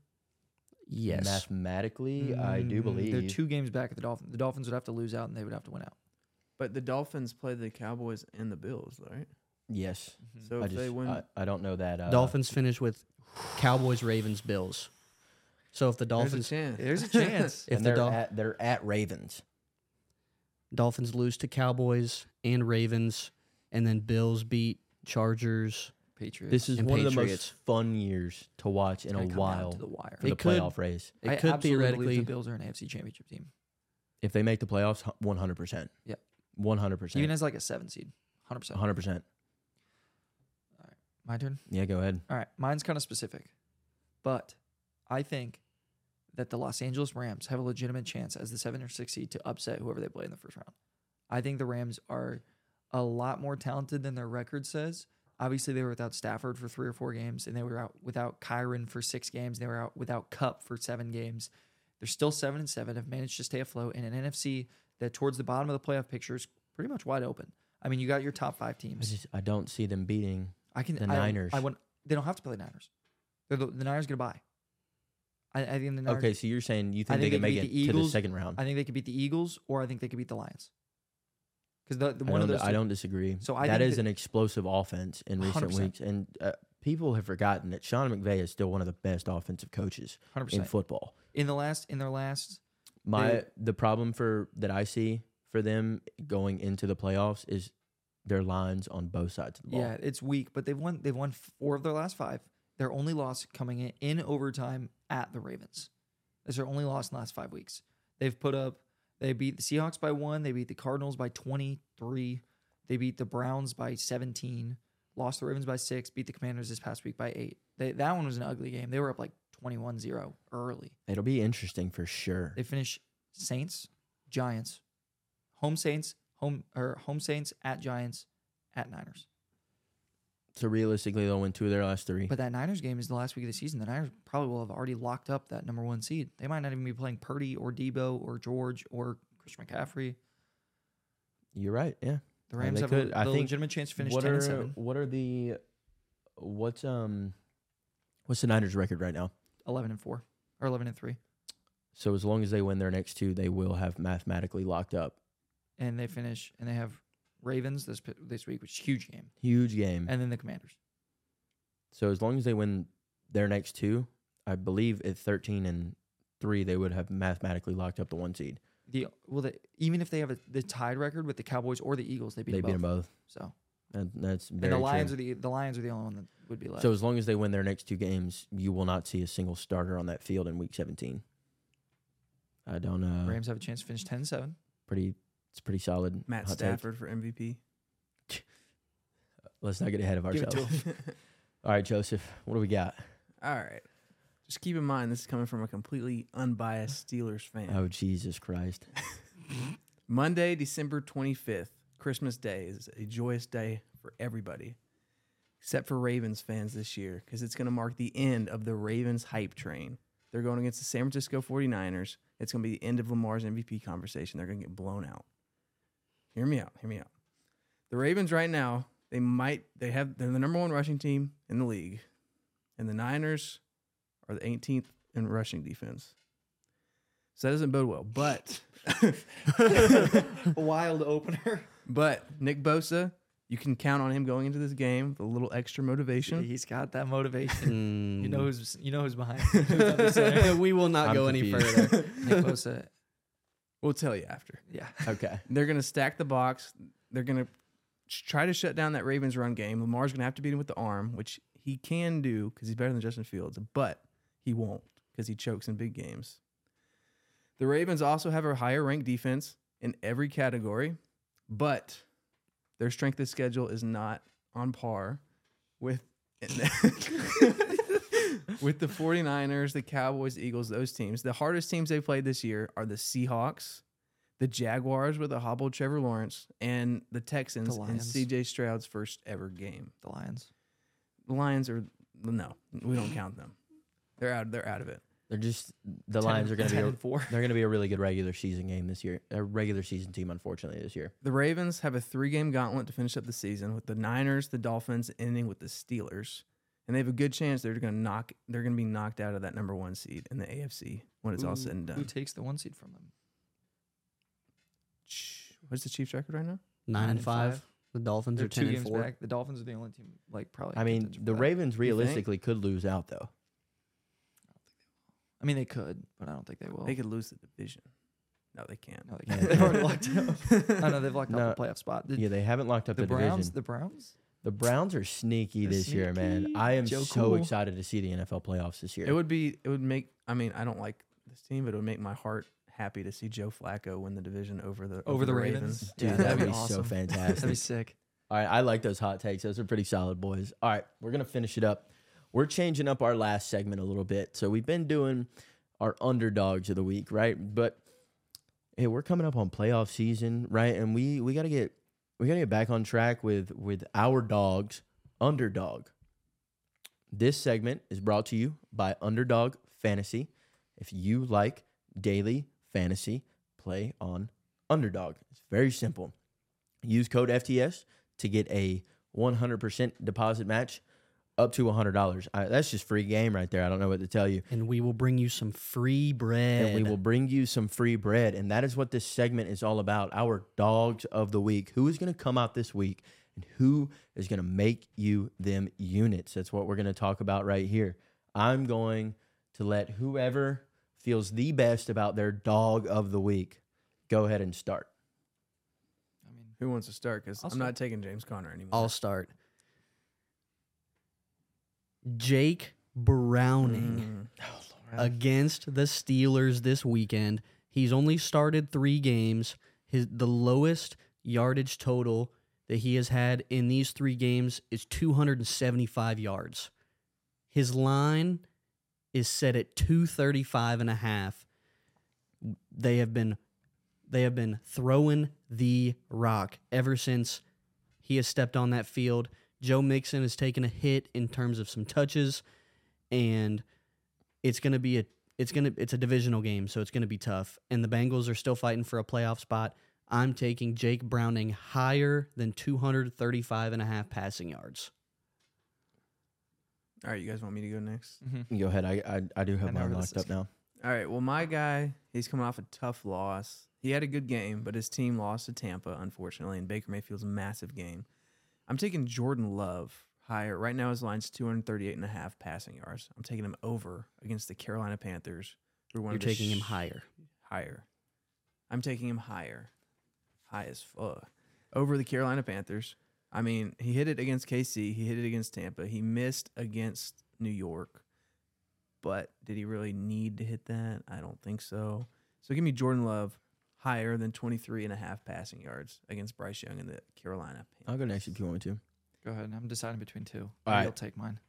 [SPEAKER 4] Yes.
[SPEAKER 1] Mathematically, I do
[SPEAKER 2] Mm,
[SPEAKER 1] believe
[SPEAKER 2] they're two games back at the Dolphins. The Dolphins would have to lose out, and they would have to win out.
[SPEAKER 3] But the Dolphins play the Cowboys and the Bills, right?
[SPEAKER 1] Yes.
[SPEAKER 2] Mm-hmm.
[SPEAKER 3] So
[SPEAKER 1] I
[SPEAKER 3] if
[SPEAKER 1] just
[SPEAKER 3] they win,
[SPEAKER 1] I, I don't know that uh,
[SPEAKER 4] Dolphins finish with Cowboys, Ravens, Bills. So if the
[SPEAKER 3] Dolphins
[SPEAKER 4] Dolphins
[SPEAKER 3] chance.
[SPEAKER 2] *laughs*
[SPEAKER 1] *laughs*
[SPEAKER 2] There's
[SPEAKER 3] *laughs*
[SPEAKER 2] a chance.
[SPEAKER 1] If
[SPEAKER 4] if the
[SPEAKER 1] they're
[SPEAKER 4] Dol-
[SPEAKER 1] at they're at Ravens.
[SPEAKER 4] Dolphins lose to Cowboys and Ravens, and then Bills beat Chargers,
[SPEAKER 2] Patriots.
[SPEAKER 1] This is
[SPEAKER 4] And
[SPEAKER 1] one of the
[SPEAKER 4] Patriots.
[SPEAKER 1] most fun years to watch in
[SPEAKER 2] gonna
[SPEAKER 1] a
[SPEAKER 2] come down
[SPEAKER 1] while
[SPEAKER 2] to the wire.
[SPEAKER 1] for
[SPEAKER 4] It
[SPEAKER 1] the
[SPEAKER 4] could-
[SPEAKER 1] playoff race.
[SPEAKER 4] it
[SPEAKER 2] I
[SPEAKER 4] could
[SPEAKER 2] absolutely believe
[SPEAKER 4] theoretically
[SPEAKER 2] the Bills are an AFC Championship team,
[SPEAKER 1] If they make the playoffs, hu- 100%.
[SPEAKER 2] Yep. even
[SPEAKER 1] 100%.
[SPEAKER 2] as like a seven seed. Hundred percent.
[SPEAKER 1] 100%.
[SPEAKER 2] My turn.
[SPEAKER 1] Yeah, go ahead.
[SPEAKER 2] All right, mine's kind of specific, but I think that the Los Angeles Rams have a legitimate chance as the seven or six seed to upset whoever they play in the first round. I think the Rams are a lot more talented than their record says. Obviously, they were without Stafford for three or four games, and they were out without Kyron for six games. They were out without Cup for seven games. They're still seven and seven. Have managed to stay afloat in an NFC that towards the bottom of the playoff picture is pretty much wide open. I mean, you got your top five
[SPEAKER 1] I
[SPEAKER 2] teams.
[SPEAKER 1] just I don't see them beating.
[SPEAKER 2] I can
[SPEAKER 1] The
[SPEAKER 2] I-
[SPEAKER 1] Niners.
[SPEAKER 2] I want they don't have to play the Niners. They're the, the Niners gonna buy. I, I think the Niners.
[SPEAKER 1] Okay, so you're saying you think,
[SPEAKER 2] think
[SPEAKER 1] they can
[SPEAKER 2] they could
[SPEAKER 1] make
[SPEAKER 2] beat
[SPEAKER 1] it
[SPEAKER 2] the
[SPEAKER 1] to the
[SPEAKER 2] Eagles.
[SPEAKER 1] second round?
[SPEAKER 2] I think they could beat the Eagles, or I think they could beat the Lions. Because the,
[SPEAKER 1] I
[SPEAKER 2] the one of
[SPEAKER 1] don't-
[SPEAKER 2] those.
[SPEAKER 1] I
[SPEAKER 2] two-
[SPEAKER 1] don't disagree.
[SPEAKER 2] So I
[SPEAKER 1] that
[SPEAKER 2] think
[SPEAKER 1] is
[SPEAKER 2] that-
[SPEAKER 1] an explosive offense in recent
[SPEAKER 2] 100%.
[SPEAKER 1] weeks, and uh, people have forgotten that Sean McVay is still one of the best offensive coaches
[SPEAKER 2] 100%.
[SPEAKER 1] in football.
[SPEAKER 2] in the last, in their last,
[SPEAKER 1] My
[SPEAKER 2] They-
[SPEAKER 1] the problem for that I see for them going into the playoffs is their lines on both sides of the ball.
[SPEAKER 2] yeah, it's weak, but they've won. They've won four of their last five. Their only loss coming in in overtime at the Ravens. That's their only loss in the last five weeks. They've put up. They beat the Seahawks by one. They beat the Cardinals by twenty three. They beat the Browns by seventeen. Lost the Ravens by six. Beat the Commanders this past week by eight. They, that one was an ugly game. They were up like 21-0 early.
[SPEAKER 1] It'll be interesting for sure.
[SPEAKER 2] They finish Saints, Giants, home Saints, home or home Saints at Giants, at Niners.
[SPEAKER 1] So realistically, they'll win two of their last three.
[SPEAKER 2] But that Niners game is the last week of the season. The Niners probably will have already locked up that number one seed. They might not even be playing Purdy or Debo or George or Christian McCaffrey.
[SPEAKER 1] you're right. Yeah.
[SPEAKER 2] The
[SPEAKER 1] Uh,
[SPEAKER 2] Rams
[SPEAKER 1] they
[SPEAKER 2] have
[SPEAKER 1] could-
[SPEAKER 2] a
[SPEAKER 1] I
[SPEAKER 2] the
[SPEAKER 1] think-
[SPEAKER 2] legitimate chance to finish
[SPEAKER 1] what
[SPEAKER 2] ten
[SPEAKER 1] are
[SPEAKER 2] and seven.
[SPEAKER 1] what are the what's um what's the Niners record right now?
[SPEAKER 2] Eleven and four. Or eleven and three.
[SPEAKER 1] So as long as they win their next two, they will have mathematically locked up
[SPEAKER 2] And they finish and they have Ravens this p- this week, which is a huge game.
[SPEAKER 1] huge game.
[SPEAKER 2] And then the Commanders.
[SPEAKER 1] So as long as they win their next two, I believe at thirteen and three, they would have mathematically locked up the one seed.
[SPEAKER 2] The well the, even if they have a, the tied record with the Cowboys or the Eagles, they beat,
[SPEAKER 1] they
[SPEAKER 2] them,
[SPEAKER 1] beat them
[SPEAKER 2] both.
[SPEAKER 1] both,
[SPEAKER 2] So
[SPEAKER 1] and that's very
[SPEAKER 2] and the Lions
[SPEAKER 1] true.
[SPEAKER 2] are the the Lions are the only one that would be left.
[SPEAKER 1] so as long as they win their next two games, you will not see a single starter on that field in week seventeen. I don't know.
[SPEAKER 2] Rams have a chance to finish 10 7.
[SPEAKER 1] Pretty, it's pretty solid.
[SPEAKER 3] Matt
[SPEAKER 1] hot take.
[SPEAKER 3] Stafford for MVP.
[SPEAKER 1] Let's not get ahead of
[SPEAKER 2] Give it to
[SPEAKER 1] ourselves. *laughs* All right, Joseph, what do we got?
[SPEAKER 3] *laughs* All right. Just keep in mind, this is coming from a completely unbiased Steelers fan.
[SPEAKER 1] Oh Jesus
[SPEAKER 2] *laughs*
[SPEAKER 1] Christ!
[SPEAKER 3] Monday, December 25th, Christmas Day is a joyous day for everybody, except for Ravens fans this year, because it's going to mark the end of the Ravens hype train. They're going against the San Francisco 49ers. It's going to be the end of Lamar's MVP conversation. They're going to get blown out. Hear me out. Hear me out. The Ravens right now, they might, they have, they're the number one rushing team in the league. And the Niners are the 18th in rushing defense. So that doesn't bode well. But *laughs*
[SPEAKER 2] Wild opener.
[SPEAKER 3] But Nick Bosa, you can count on him going into this game with a little extra motivation.
[SPEAKER 2] He's got that motivation.
[SPEAKER 4] Mm,
[SPEAKER 2] You know who's you know who's behind. *laughs* Who's on the center. *laughs*
[SPEAKER 4] we will not
[SPEAKER 1] I'm
[SPEAKER 4] go any
[SPEAKER 3] *laughs*
[SPEAKER 1] confused.
[SPEAKER 4] *laughs* further.
[SPEAKER 2] Nick Bosa.
[SPEAKER 3] We'll tell you after.
[SPEAKER 2] Yeah.
[SPEAKER 1] Okay,
[SPEAKER 3] They're going to stack the box. They're going to try to shut down that Ravens run game. Lamar's going to have to beat him with the arm, which he can do because he's better than Justin Fields, but he won't because he chokes in big games. The Ravens also have a higher ranked defense in every category, but their strength of schedule is not on par with *laughs* with the 49ers, the Cowboys, Eagles, those teams. The hardest teams they played this year are the Seahawks, the Jaguars with a hobbled Trevor Lawrence, and the Texans in
[SPEAKER 2] Lions.
[SPEAKER 3] CJ Stroud's first ever game.
[SPEAKER 2] *laughs* The Lions.
[SPEAKER 3] The Lions are no, we don't count them. They're out. They're out of it.
[SPEAKER 1] They're just the
[SPEAKER 2] 10
[SPEAKER 1] Lions are going to be
[SPEAKER 2] 10
[SPEAKER 1] a,
[SPEAKER 2] and four.
[SPEAKER 1] they're going to be a really good regular season game this year. A regular season team, unfortunately, this year.
[SPEAKER 3] The Ravens have a three game gauntlet to finish up the season with the Niners, the Dolphins, ending with the Steelers. And they have a good chance they're gonna knock they're gonna be knocked out of that number one seed in the AFC when it's all
[SPEAKER 2] Who-
[SPEAKER 3] said and
[SPEAKER 2] Who
[SPEAKER 3] done.
[SPEAKER 2] takes the one seed from them?
[SPEAKER 3] Ch- What's the Chiefs record right now?
[SPEAKER 4] Nine and five. The Dolphins
[SPEAKER 2] They're
[SPEAKER 4] are
[SPEAKER 2] two
[SPEAKER 4] ten
[SPEAKER 2] games
[SPEAKER 4] and four.
[SPEAKER 2] back. The Dolphins are the only team like probably.
[SPEAKER 1] I
[SPEAKER 2] in
[SPEAKER 1] mean,
[SPEAKER 2] contention
[SPEAKER 1] the
[SPEAKER 2] for that.
[SPEAKER 1] realistically
[SPEAKER 3] You think?
[SPEAKER 1] realistically could lose out though.
[SPEAKER 2] I mean, they could, but I don't think they will.
[SPEAKER 3] They could lose the division. No, they can't.
[SPEAKER 2] Oh. No, they can't. They've already
[SPEAKER 3] *laughs*
[SPEAKER 2] locked up. *laughs* I know they've locked
[SPEAKER 1] No.
[SPEAKER 2] up the playoff spot. The,
[SPEAKER 1] Yeah, they haven't locked up
[SPEAKER 2] the
[SPEAKER 1] the,
[SPEAKER 2] Browns.
[SPEAKER 1] division.
[SPEAKER 2] The Browns.
[SPEAKER 1] The Browns are sneaky
[SPEAKER 2] They're
[SPEAKER 1] this year, man.
[SPEAKER 2] sneaky.
[SPEAKER 1] I am
[SPEAKER 2] Joe
[SPEAKER 1] so
[SPEAKER 2] Cool.
[SPEAKER 1] excited to see the NFL playoffs this year.
[SPEAKER 3] It would be it would make I mean, I don't like this team, but it would make my heart happy to see Joe Flacco win the division over the
[SPEAKER 2] Over the Ravens?
[SPEAKER 1] Dude,
[SPEAKER 2] Yeah,
[SPEAKER 1] that'd,
[SPEAKER 2] that'd
[SPEAKER 1] be,
[SPEAKER 2] be
[SPEAKER 1] so
[SPEAKER 2] awesome. That'd be
[SPEAKER 1] fantastic.
[SPEAKER 2] sick.
[SPEAKER 1] All right, I like those hot takes. Those are pretty solid, boys. All right, we're gonna finish it up. We're changing up our last segment a little bit. So we've been doing our underdogs of the week, right? But hey, we're coming up on playoff season, right? And we we gotta get we gotta get back on track with with our dogs, underdog. This segment is brought to you by Underdog Fantasy. If you like daily fantasy, play on Underdog. It's very simple. Use code FTS to get a 100% deposit match up to $100. I, that's just free game right there. I don't know what to tell you.
[SPEAKER 4] And we will bring you some free bread.
[SPEAKER 1] And we will bring you some free bread. And that is what this segment is all about our dogs of the week. Who is going to come out this week and who is going to make you them units? That's what we're going to talk about right here. I'm going to let whoever feels the best about their dog of the week go ahead and start.
[SPEAKER 2] I mean,
[SPEAKER 3] Who wants to start? Because I'm
[SPEAKER 2] Also-
[SPEAKER 3] not taking James Conner anymore.
[SPEAKER 4] I'll start. Jake
[SPEAKER 3] Mm.
[SPEAKER 4] Browning
[SPEAKER 2] Oh,
[SPEAKER 4] against the Steelers this weekend. He's only started three games. His the lowest yardage total that he has had in these three games is 275 yards. His line is set at 235 and a half. They have been they have been throwing the rock ever since he has stepped on that field. Joe Mixon has taken a hit in terms of some touches and it's going to be a it's going to it's a divisional game, so it's going to be tough. And the Bengals are still fighting for a playoff spot. I'm taking Jake Browning higher than 235 and a half passing yards.
[SPEAKER 3] All right, you guys want me to go next?
[SPEAKER 2] mhm.
[SPEAKER 1] Go ahead. I, I, I do have
[SPEAKER 2] I know
[SPEAKER 1] mine
[SPEAKER 2] where this
[SPEAKER 1] locked up
[SPEAKER 2] is
[SPEAKER 1] now.
[SPEAKER 3] All right. Well, my guy, he's coming off a tough loss. He had a good game, but his team lost to Tampa, unfortunately, in Baker Mayfield's massive game. I'm taking Jordan Love higher. Right now, his line's 238 and a half passing yards. I'm taking him over against the Carolina Panthers. who are one
[SPEAKER 4] You're
[SPEAKER 3] of the
[SPEAKER 4] taking him
[SPEAKER 3] sh-
[SPEAKER 4] higher.
[SPEAKER 3] higher. I'm taking him higher. High as fuck. Over the Carolina Panthers. I mean, he hit it against KC. He hit it against Tampa. He missed against New York. But did he really need to hit that? I don't think so. So give me Jordan Love higher than 23 and a half passing yards against Bryce Young and the Carolina Panthers.
[SPEAKER 1] I'll go next if you want me to.
[SPEAKER 2] Go ahead. I'm deciding between two.
[SPEAKER 1] All
[SPEAKER 2] Maybe
[SPEAKER 1] right.
[SPEAKER 2] I'll take mine.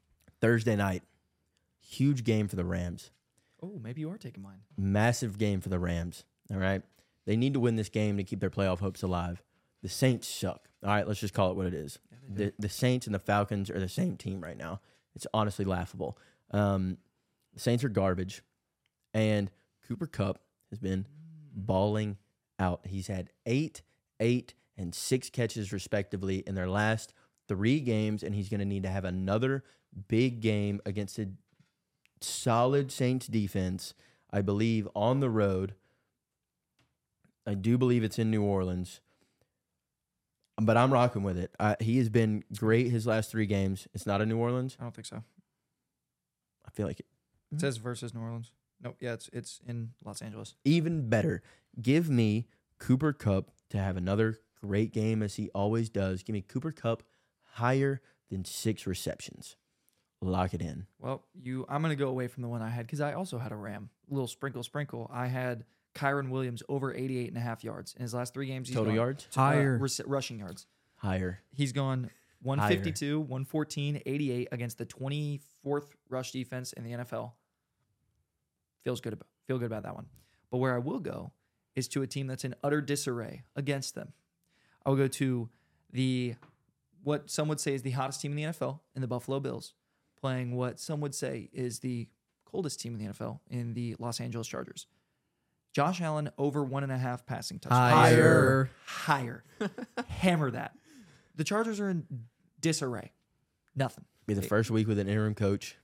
[SPEAKER 1] Thursday night, huge game for the Rams.
[SPEAKER 2] Oh, maybe you are taking mine.
[SPEAKER 1] Massive game for the Rams. All right. They need to win this game to keep their playoff hopes alive. The Saints suck. All right. Let's just call it what it is.
[SPEAKER 2] Yeah, they do.
[SPEAKER 1] The, the Saints and the Falcons are the same team right now. It's honestly laughable. Um, the Saints are garbage. And Cooper Cup has been balling out. He's had eight, eight, and six catches respectively in their last three games, and he's going to need to have another big game against a solid Saints defense. I believe on the road. I do believe it's in New Orleans, but I'm rocking with it. I, he has been great his last three games. It's not in New Orleans.
[SPEAKER 2] I don't think so.
[SPEAKER 1] I feel like
[SPEAKER 2] It says versus New Orleans. Nope. Yeah, it's it's in Los Angeles.
[SPEAKER 1] even better. Give me Cooper Cup to have another great game as he always does. Give me Cooper Cup higher than six receptions. Lock it in.
[SPEAKER 2] Well, you. I'm gonna go away from the one I had because I also had a Ram. Little sprinkle, sprinkle. I had Kyron Williams over 88 and a half yards in his last three games. He's
[SPEAKER 1] Total
[SPEAKER 2] gone-
[SPEAKER 1] yards?
[SPEAKER 2] uh,
[SPEAKER 3] Higher.
[SPEAKER 2] res- rushing yards.
[SPEAKER 1] Higher.
[SPEAKER 2] He's gone
[SPEAKER 1] Higher.
[SPEAKER 2] 152, 114, 88 against the 24th rush defense in the NFL. Feels good about feel good about that one. But where I will go is to a team that's in utter disarray against them. I will go to the what some would say is the hottest team in the NFL in the Buffalo Bills, playing what some would say is the coldest team in the NFL in the Los Angeles Chargers. Josh Allen over one and a half passing touchdowns.
[SPEAKER 4] Higher.
[SPEAKER 2] Higher. *laughs* Hammer that. The Chargers are in disarray. Nothing.
[SPEAKER 1] Be the first week with an interim coach.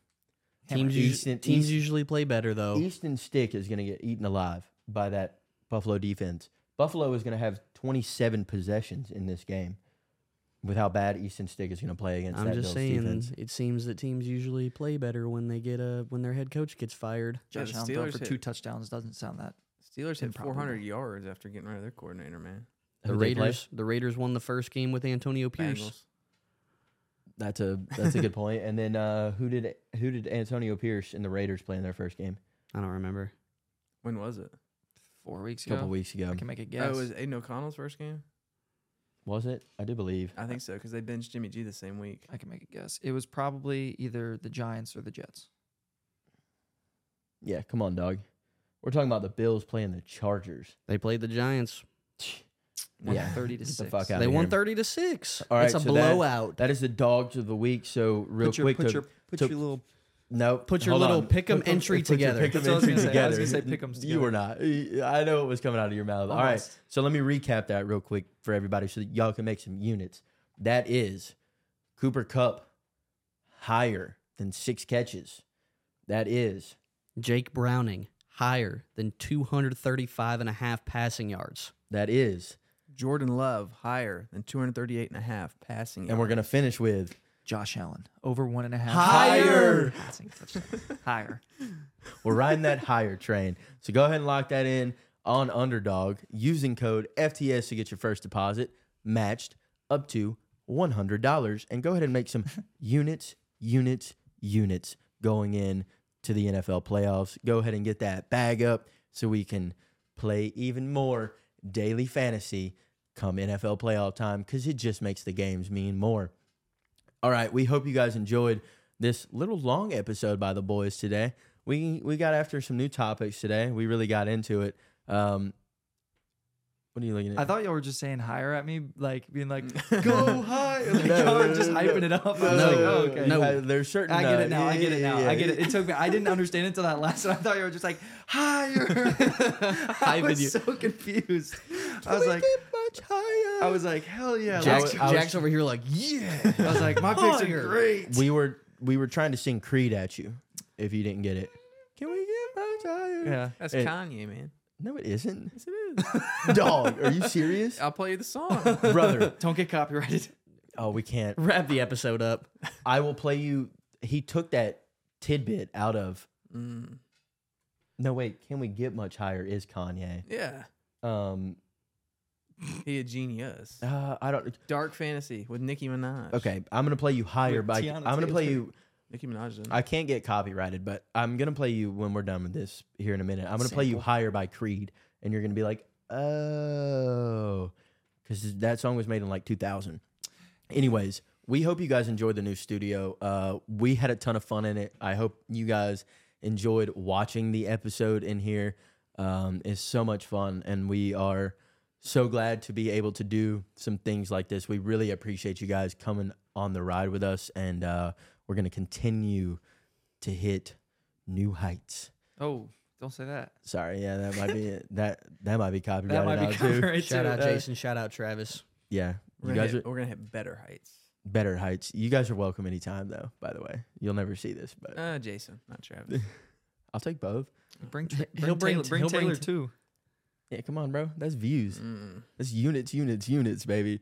[SPEAKER 4] Teams,
[SPEAKER 1] Hammer.
[SPEAKER 4] usu-
[SPEAKER 1] Easton-
[SPEAKER 4] teams
[SPEAKER 1] East-
[SPEAKER 4] usually play better though.
[SPEAKER 1] Easton Stick is going to get eaten alive by that Buffalo defense. Buffalo is going to have 27 possessions in this game with how bad Easton Stick is going to play against
[SPEAKER 4] I'm
[SPEAKER 1] that
[SPEAKER 4] just
[SPEAKER 1] Bills
[SPEAKER 4] saying,
[SPEAKER 1] defense.
[SPEAKER 4] it seems that teams usually play better when they get a when their head coach gets fired.
[SPEAKER 3] Yeah,
[SPEAKER 2] Josh
[SPEAKER 3] the
[SPEAKER 2] Allen throwing
[SPEAKER 3] Steelers
[SPEAKER 2] for
[SPEAKER 3] hit-
[SPEAKER 2] two touchdowns doesn't sound that.
[SPEAKER 3] Steelers hit
[SPEAKER 2] Improbable.
[SPEAKER 3] 400 yards after getting rid of their coordinator, man.
[SPEAKER 4] The
[SPEAKER 1] Who they play?
[SPEAKER 4] Raiders, the Raiders won the first game with Antonio Pierce.
[SPEAKER 3] Bengals.
[SPEAKER 1] That's a that's a good point. *laughs* And then uh, who did who did Antonio Pierce and the Raiders play in their first game
[SPEAKER 4] I don't remember.
[SPEAKER 3] When was it?
[SPEAKER 2] Four weeks
[SPEAKER 1] a couple
[SPEAKER 2] ago.
[SPEAKER 1] weeks ago?
[SPEAKER 2] I can make a
[SPEAKER 3] Yeah,
[SPEAKER 2] guess.
[SPEAKER 3] Oh, it was Aiden O'Connell's first game?
[SPEAKER 1] Was it? I do believe.
[SPEAKER 3] I think so, because they benched Jimmy G the same week.
[SPEAKER 2] I can make a guess. It was probably either the Giants or the Jets.
[SPEAKER 1] Yeah, come on, dog. We're talking about the Bills playing the Chargers.
[SPEAKER 4] They played the Giants.
[SPEAKER 1] Yeah.
[SPEAKER 2] 130 to
[SPEAKER 1] Get
[SPEAKER 2] 6.
[SPEAKER 1] the fuck out
[SPEAKER 4] they
[SPEAKER 1] of
[SPEAKER 4] won
[SPEAKER 1] here.
[SPEAKER 4] thirty to six.
[SPEAKER 1] All right,
[SPEAKER 4] it's a
[SPEAKER 1] so that-
[SPEAKER 4] blowout.
[SPEAKER 1] That is the dogs of the week. So real
[SPEAKER 2] put your,
[SPEAKER 1] quick,
[SPEAKER 2] put
[SPEAKER 1] to,
[SPEAKER 2] your, put
[SPEAKER 1] to-
[SPEAKER 2] your little.
[SPEAKER 1] no,
[SPEAKER 4] put your
[SPEAKER 1] hold
[SPEAKER 4] little
[SPEAKER 1] on.
[SPEAKER 4] pick 'em
[SPEAKER 1] Put your-
[SPEAKER 4] entry
[SPEAKER 1] put your
[SPEAKER 4] together.
[SPEAKER 1] pick 'em
[SPEAKER 2] That's what I was
[SPEAKER 1] entry
[SPEAKER 2] gonna say. I was
[SPEAKER 1] together.
[SPEAKER 2] gonna say pick 'ems
[SPEAKER 1] You were not. I know what was coming out of your mouth. All right,
[SPEAKER 2] Almost.
[SPEAKER 1] so let me recap that real quick for everybody, so that y'all can make some units. That is Cooper Cup higher than six catches. That is
[SPEAKER 4] Jake Browning higher than 235 and a half passing yards.
[SPEAKER 1] that is,
[SPEAKER 3] Jordan Love higher than 238 and a half passing.
[SPEAKER 1] and we're gonna finish with
[SPEAKER 2] Josh Allen over one and a half.
[SPEAKER 1] Higher.
[SPEAKER 2] Passing touchdowns. Higher.
[SPEAKER 1] We're riding that higher train. So go ahead and lock that in on Underdog using code FTS to get your first deposit matched up to $100. And go ahead and make some units, units, units going in to the NFL playoffs. Go ahead and get that bag up so we can play even more daily fantasy come NFL playoff time because it just makes the games mean more. All right, we hope you guys enjoyed this little long episode by the boys today. We we got after some new topics today. We really got into it. Um, what are you looking at?
[SPEAKER 2] I thought y'all were just saying higher at me, like being
[SPEAKER 4] *laughs*
[SPEAKER 2] like, go higher. Like,
[SPEAKER 1] No,
[SPEAKER 2] y'all were
[SPEAKER 1] no,
[SPEAKER 2] just
[SPEAKER 1] no,
[SPEAKER 2] hyping
[SPEAKER 1] no.
[SPEAKER 2] it up. I was
[SPEAKER 1] No,
[SPEAKER 2] like,
[SPEAKER 1] no,
[SPEAKER 2] oh,
[SPEAKER 1] no, no.
[SPEAKER 2] okay.
[SPEAKER 4] No.
[SPEAKER 1] Uh, there's certain.
[SPEAKER 2] I get it
[SPEAKER 1] uh,
[SPEAKER 2] now. I get it now.
[SPEAKER 1] yeah,
[SPEAKER 2] I get it.
[SPEAKER 1] yeah.
[SPEAKER 2] It took me. I didn't understand it until that last. I thought you were just like
[SPEAKER 4] *laughs*
[SPEAKER 2] higher. I
[SPEAKER 4] Hyping
[SPEAKER 2] was
[SPEAKER 4] you.
[SPEAKER 2] so confused. I was
[SPEAKER 1] We
[SPEAKER 2] like,
[SPEAKER 1] get much higher.
[SPEAKER 2] I was like, hell yeah.
[SPEAKER 1] Jack-
[SPEAKER 4] Jack's,
[SPEAKER 1] I was-
[SPEAKER 4] Jack's over here like, yeah.
[SPEAKER 2] I was
[SPEAKER 4] *laughs*
[SPEAKER 2] like, my picks
[SPEAKER 4] Higher.
[SPEAKER 2] are great.
[SPEAKER 1] we were we were trying to sing Creed at you. If you didn't get it, can we get much higher?
[SPEAKER 2] Yeah.
[SPEAKER 3] That's
[SPEAKER 1] Hey.
[SPEAKER 3] Kanye, man.
[SPEAKER 1] No, it isn't.
[SPEAKER 3] Yes, it is.
[SPEAKER 1] Dog, are you
[SPEAKER 2] *laughs*
[SPEAKER 1] serious,
[SPEAKER 3] *laughs* I'll play you
[SPEAKER 1] *laughs*
[SPEAKER 3] the song.
[SPEAKER 1] brother?
[SPEAKER 2] Don't get copyrighted.
[SPEAKER 1] Oh, we can't.
[SPEAKER 4] Wrap the episode up.
[SPEAKER 1] I will play you. He took that tidbit out of.
[SPEAKER 3] Mm,
[SPEAKER 1] No, wait. Can we get much higher? Is Kanye?
[SPEAKER 3] yeah,
[SPEAKER 1] Um,
[SPEAKER 3] he a genius.
[SPEAKER 1] uh, I don't.
[SPEAKER 3] Dark fantasy with Nicki Minaj.
[SPEAKER 1] Okay, I'm gonna play you higher
[SPEAKER 2] With
[SPEAKER 1] by.
[SPEAKER 2] Tiana
[SPEAKER 1] I'm gonna play
[SPEAKER 2] Taylor.
[SPEAKER 1] you.
[SPEAKER 3] Nicki Minaj. Then.
[SPEAKER 1] I can't get copyrighted, but I'm gonna play you when we're done with this here in a minute. I'm gonna play you
[SPEAKER 2] Sample.
[SPEAKER 1] higher by Creed, and you're gonna be like, oh, because that song was made in like 2000. Anyways, we hope you guys enjoyed the new studio. Uh, we had a ton of fun in it. I hope you guys enjoyed watching the episode in here. Um, it's so much fun, and we are so glad to be able to do some things like this. We really appreciate you guys coming on the ride with us, and uh, we're going to continue to hit new heights.
[SPEAKER 2] Oh, don't say that.
[SPEAKER 1] Sorry, yeah, that might be
[SPEAKER 2] *laughs*
[SPEAKER 1] it. that. That might be
[SPEAKER 2] That
[SPEAKER 1] copyrighted
[SPEAKER 2] might be
[SPEAKER 1] out too.
[SPEAKER 2] copyrighted.
[SPEAKER 4] Shout
[SPEAKER 2] too.
[SPEAKER 4] out
[SPEAKER 2] Uh,
[SPEAKER 4] Jason. Shout out Travis.
[SPEAKER 1] *laughs* Yeah,
[SPEAKER 3] we're
[SPEAKER 1] you
[SPEAKER 3] gonna,
[SPEAKER 1] guys
[SPEAKER 3] hit,
[SPEAKER 1] are
[SPEAKER 3] we're gonna hit better heights.
[SPEAKER 1] better heights. You guys are welcome anytime, though. By the way, you'll never see this, but
[SPEAKER 3] Uh, Jason, not
[SPEAKER 1] *laughs*
[SPEAKER 3] Travis.
[SPEAKER 1] I'll take both.
[SPEAKER 2] Bring, Tra- bring,
[SPEAKER 4] He'll bring
[SPEAKER 2] Taylor,
[SPEAKER 4] t-
[SPEAKER 2] bring
[SPEAKER 4] he'll bring
[SPEAKER 2] Taylor
[SPEAKER 4] t-
[SPEAKER 2] too.
[SPEAKER 1] Yeah, come on, bro. That's views.
[SPEAKER 3] Mm.
[SPEAKER 1] That's units, units, units, baby.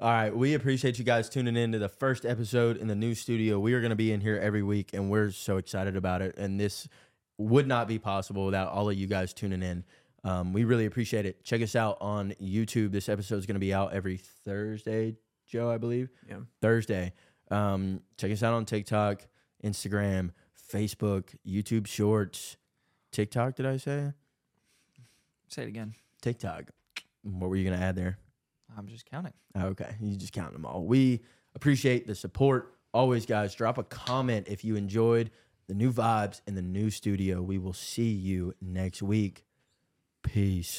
[SPEAKER 1] All right, we appreciate you guys tuning in to the first episode in the new studio. We are going to be in here every week, and we're so excited about it. And this would not be possible without all of you guys tuning in. Um, we really appreciate it. Check us out on YouTube. This episode is going to be out every Thursday, Joe, I believe.
[SPEAKER 3] Yeah.
[SPEAKER 1] Thursday. Um, check us out on TikTok, Instagram, Facebook, YouTube Shorts, TikTok. Did I say
[SPEAKER 2] Say it again.
[SPEAKER 1] TikTok? What were you going to add there? Oh,
[SPEAKER 2] I'm just counting.
[SPEAKER 1] Okay, you just count them all. We appreciate the support. Always, guys, drop a comment if you enjoyed the new vibes in the new studio. We will see you next week. Peace.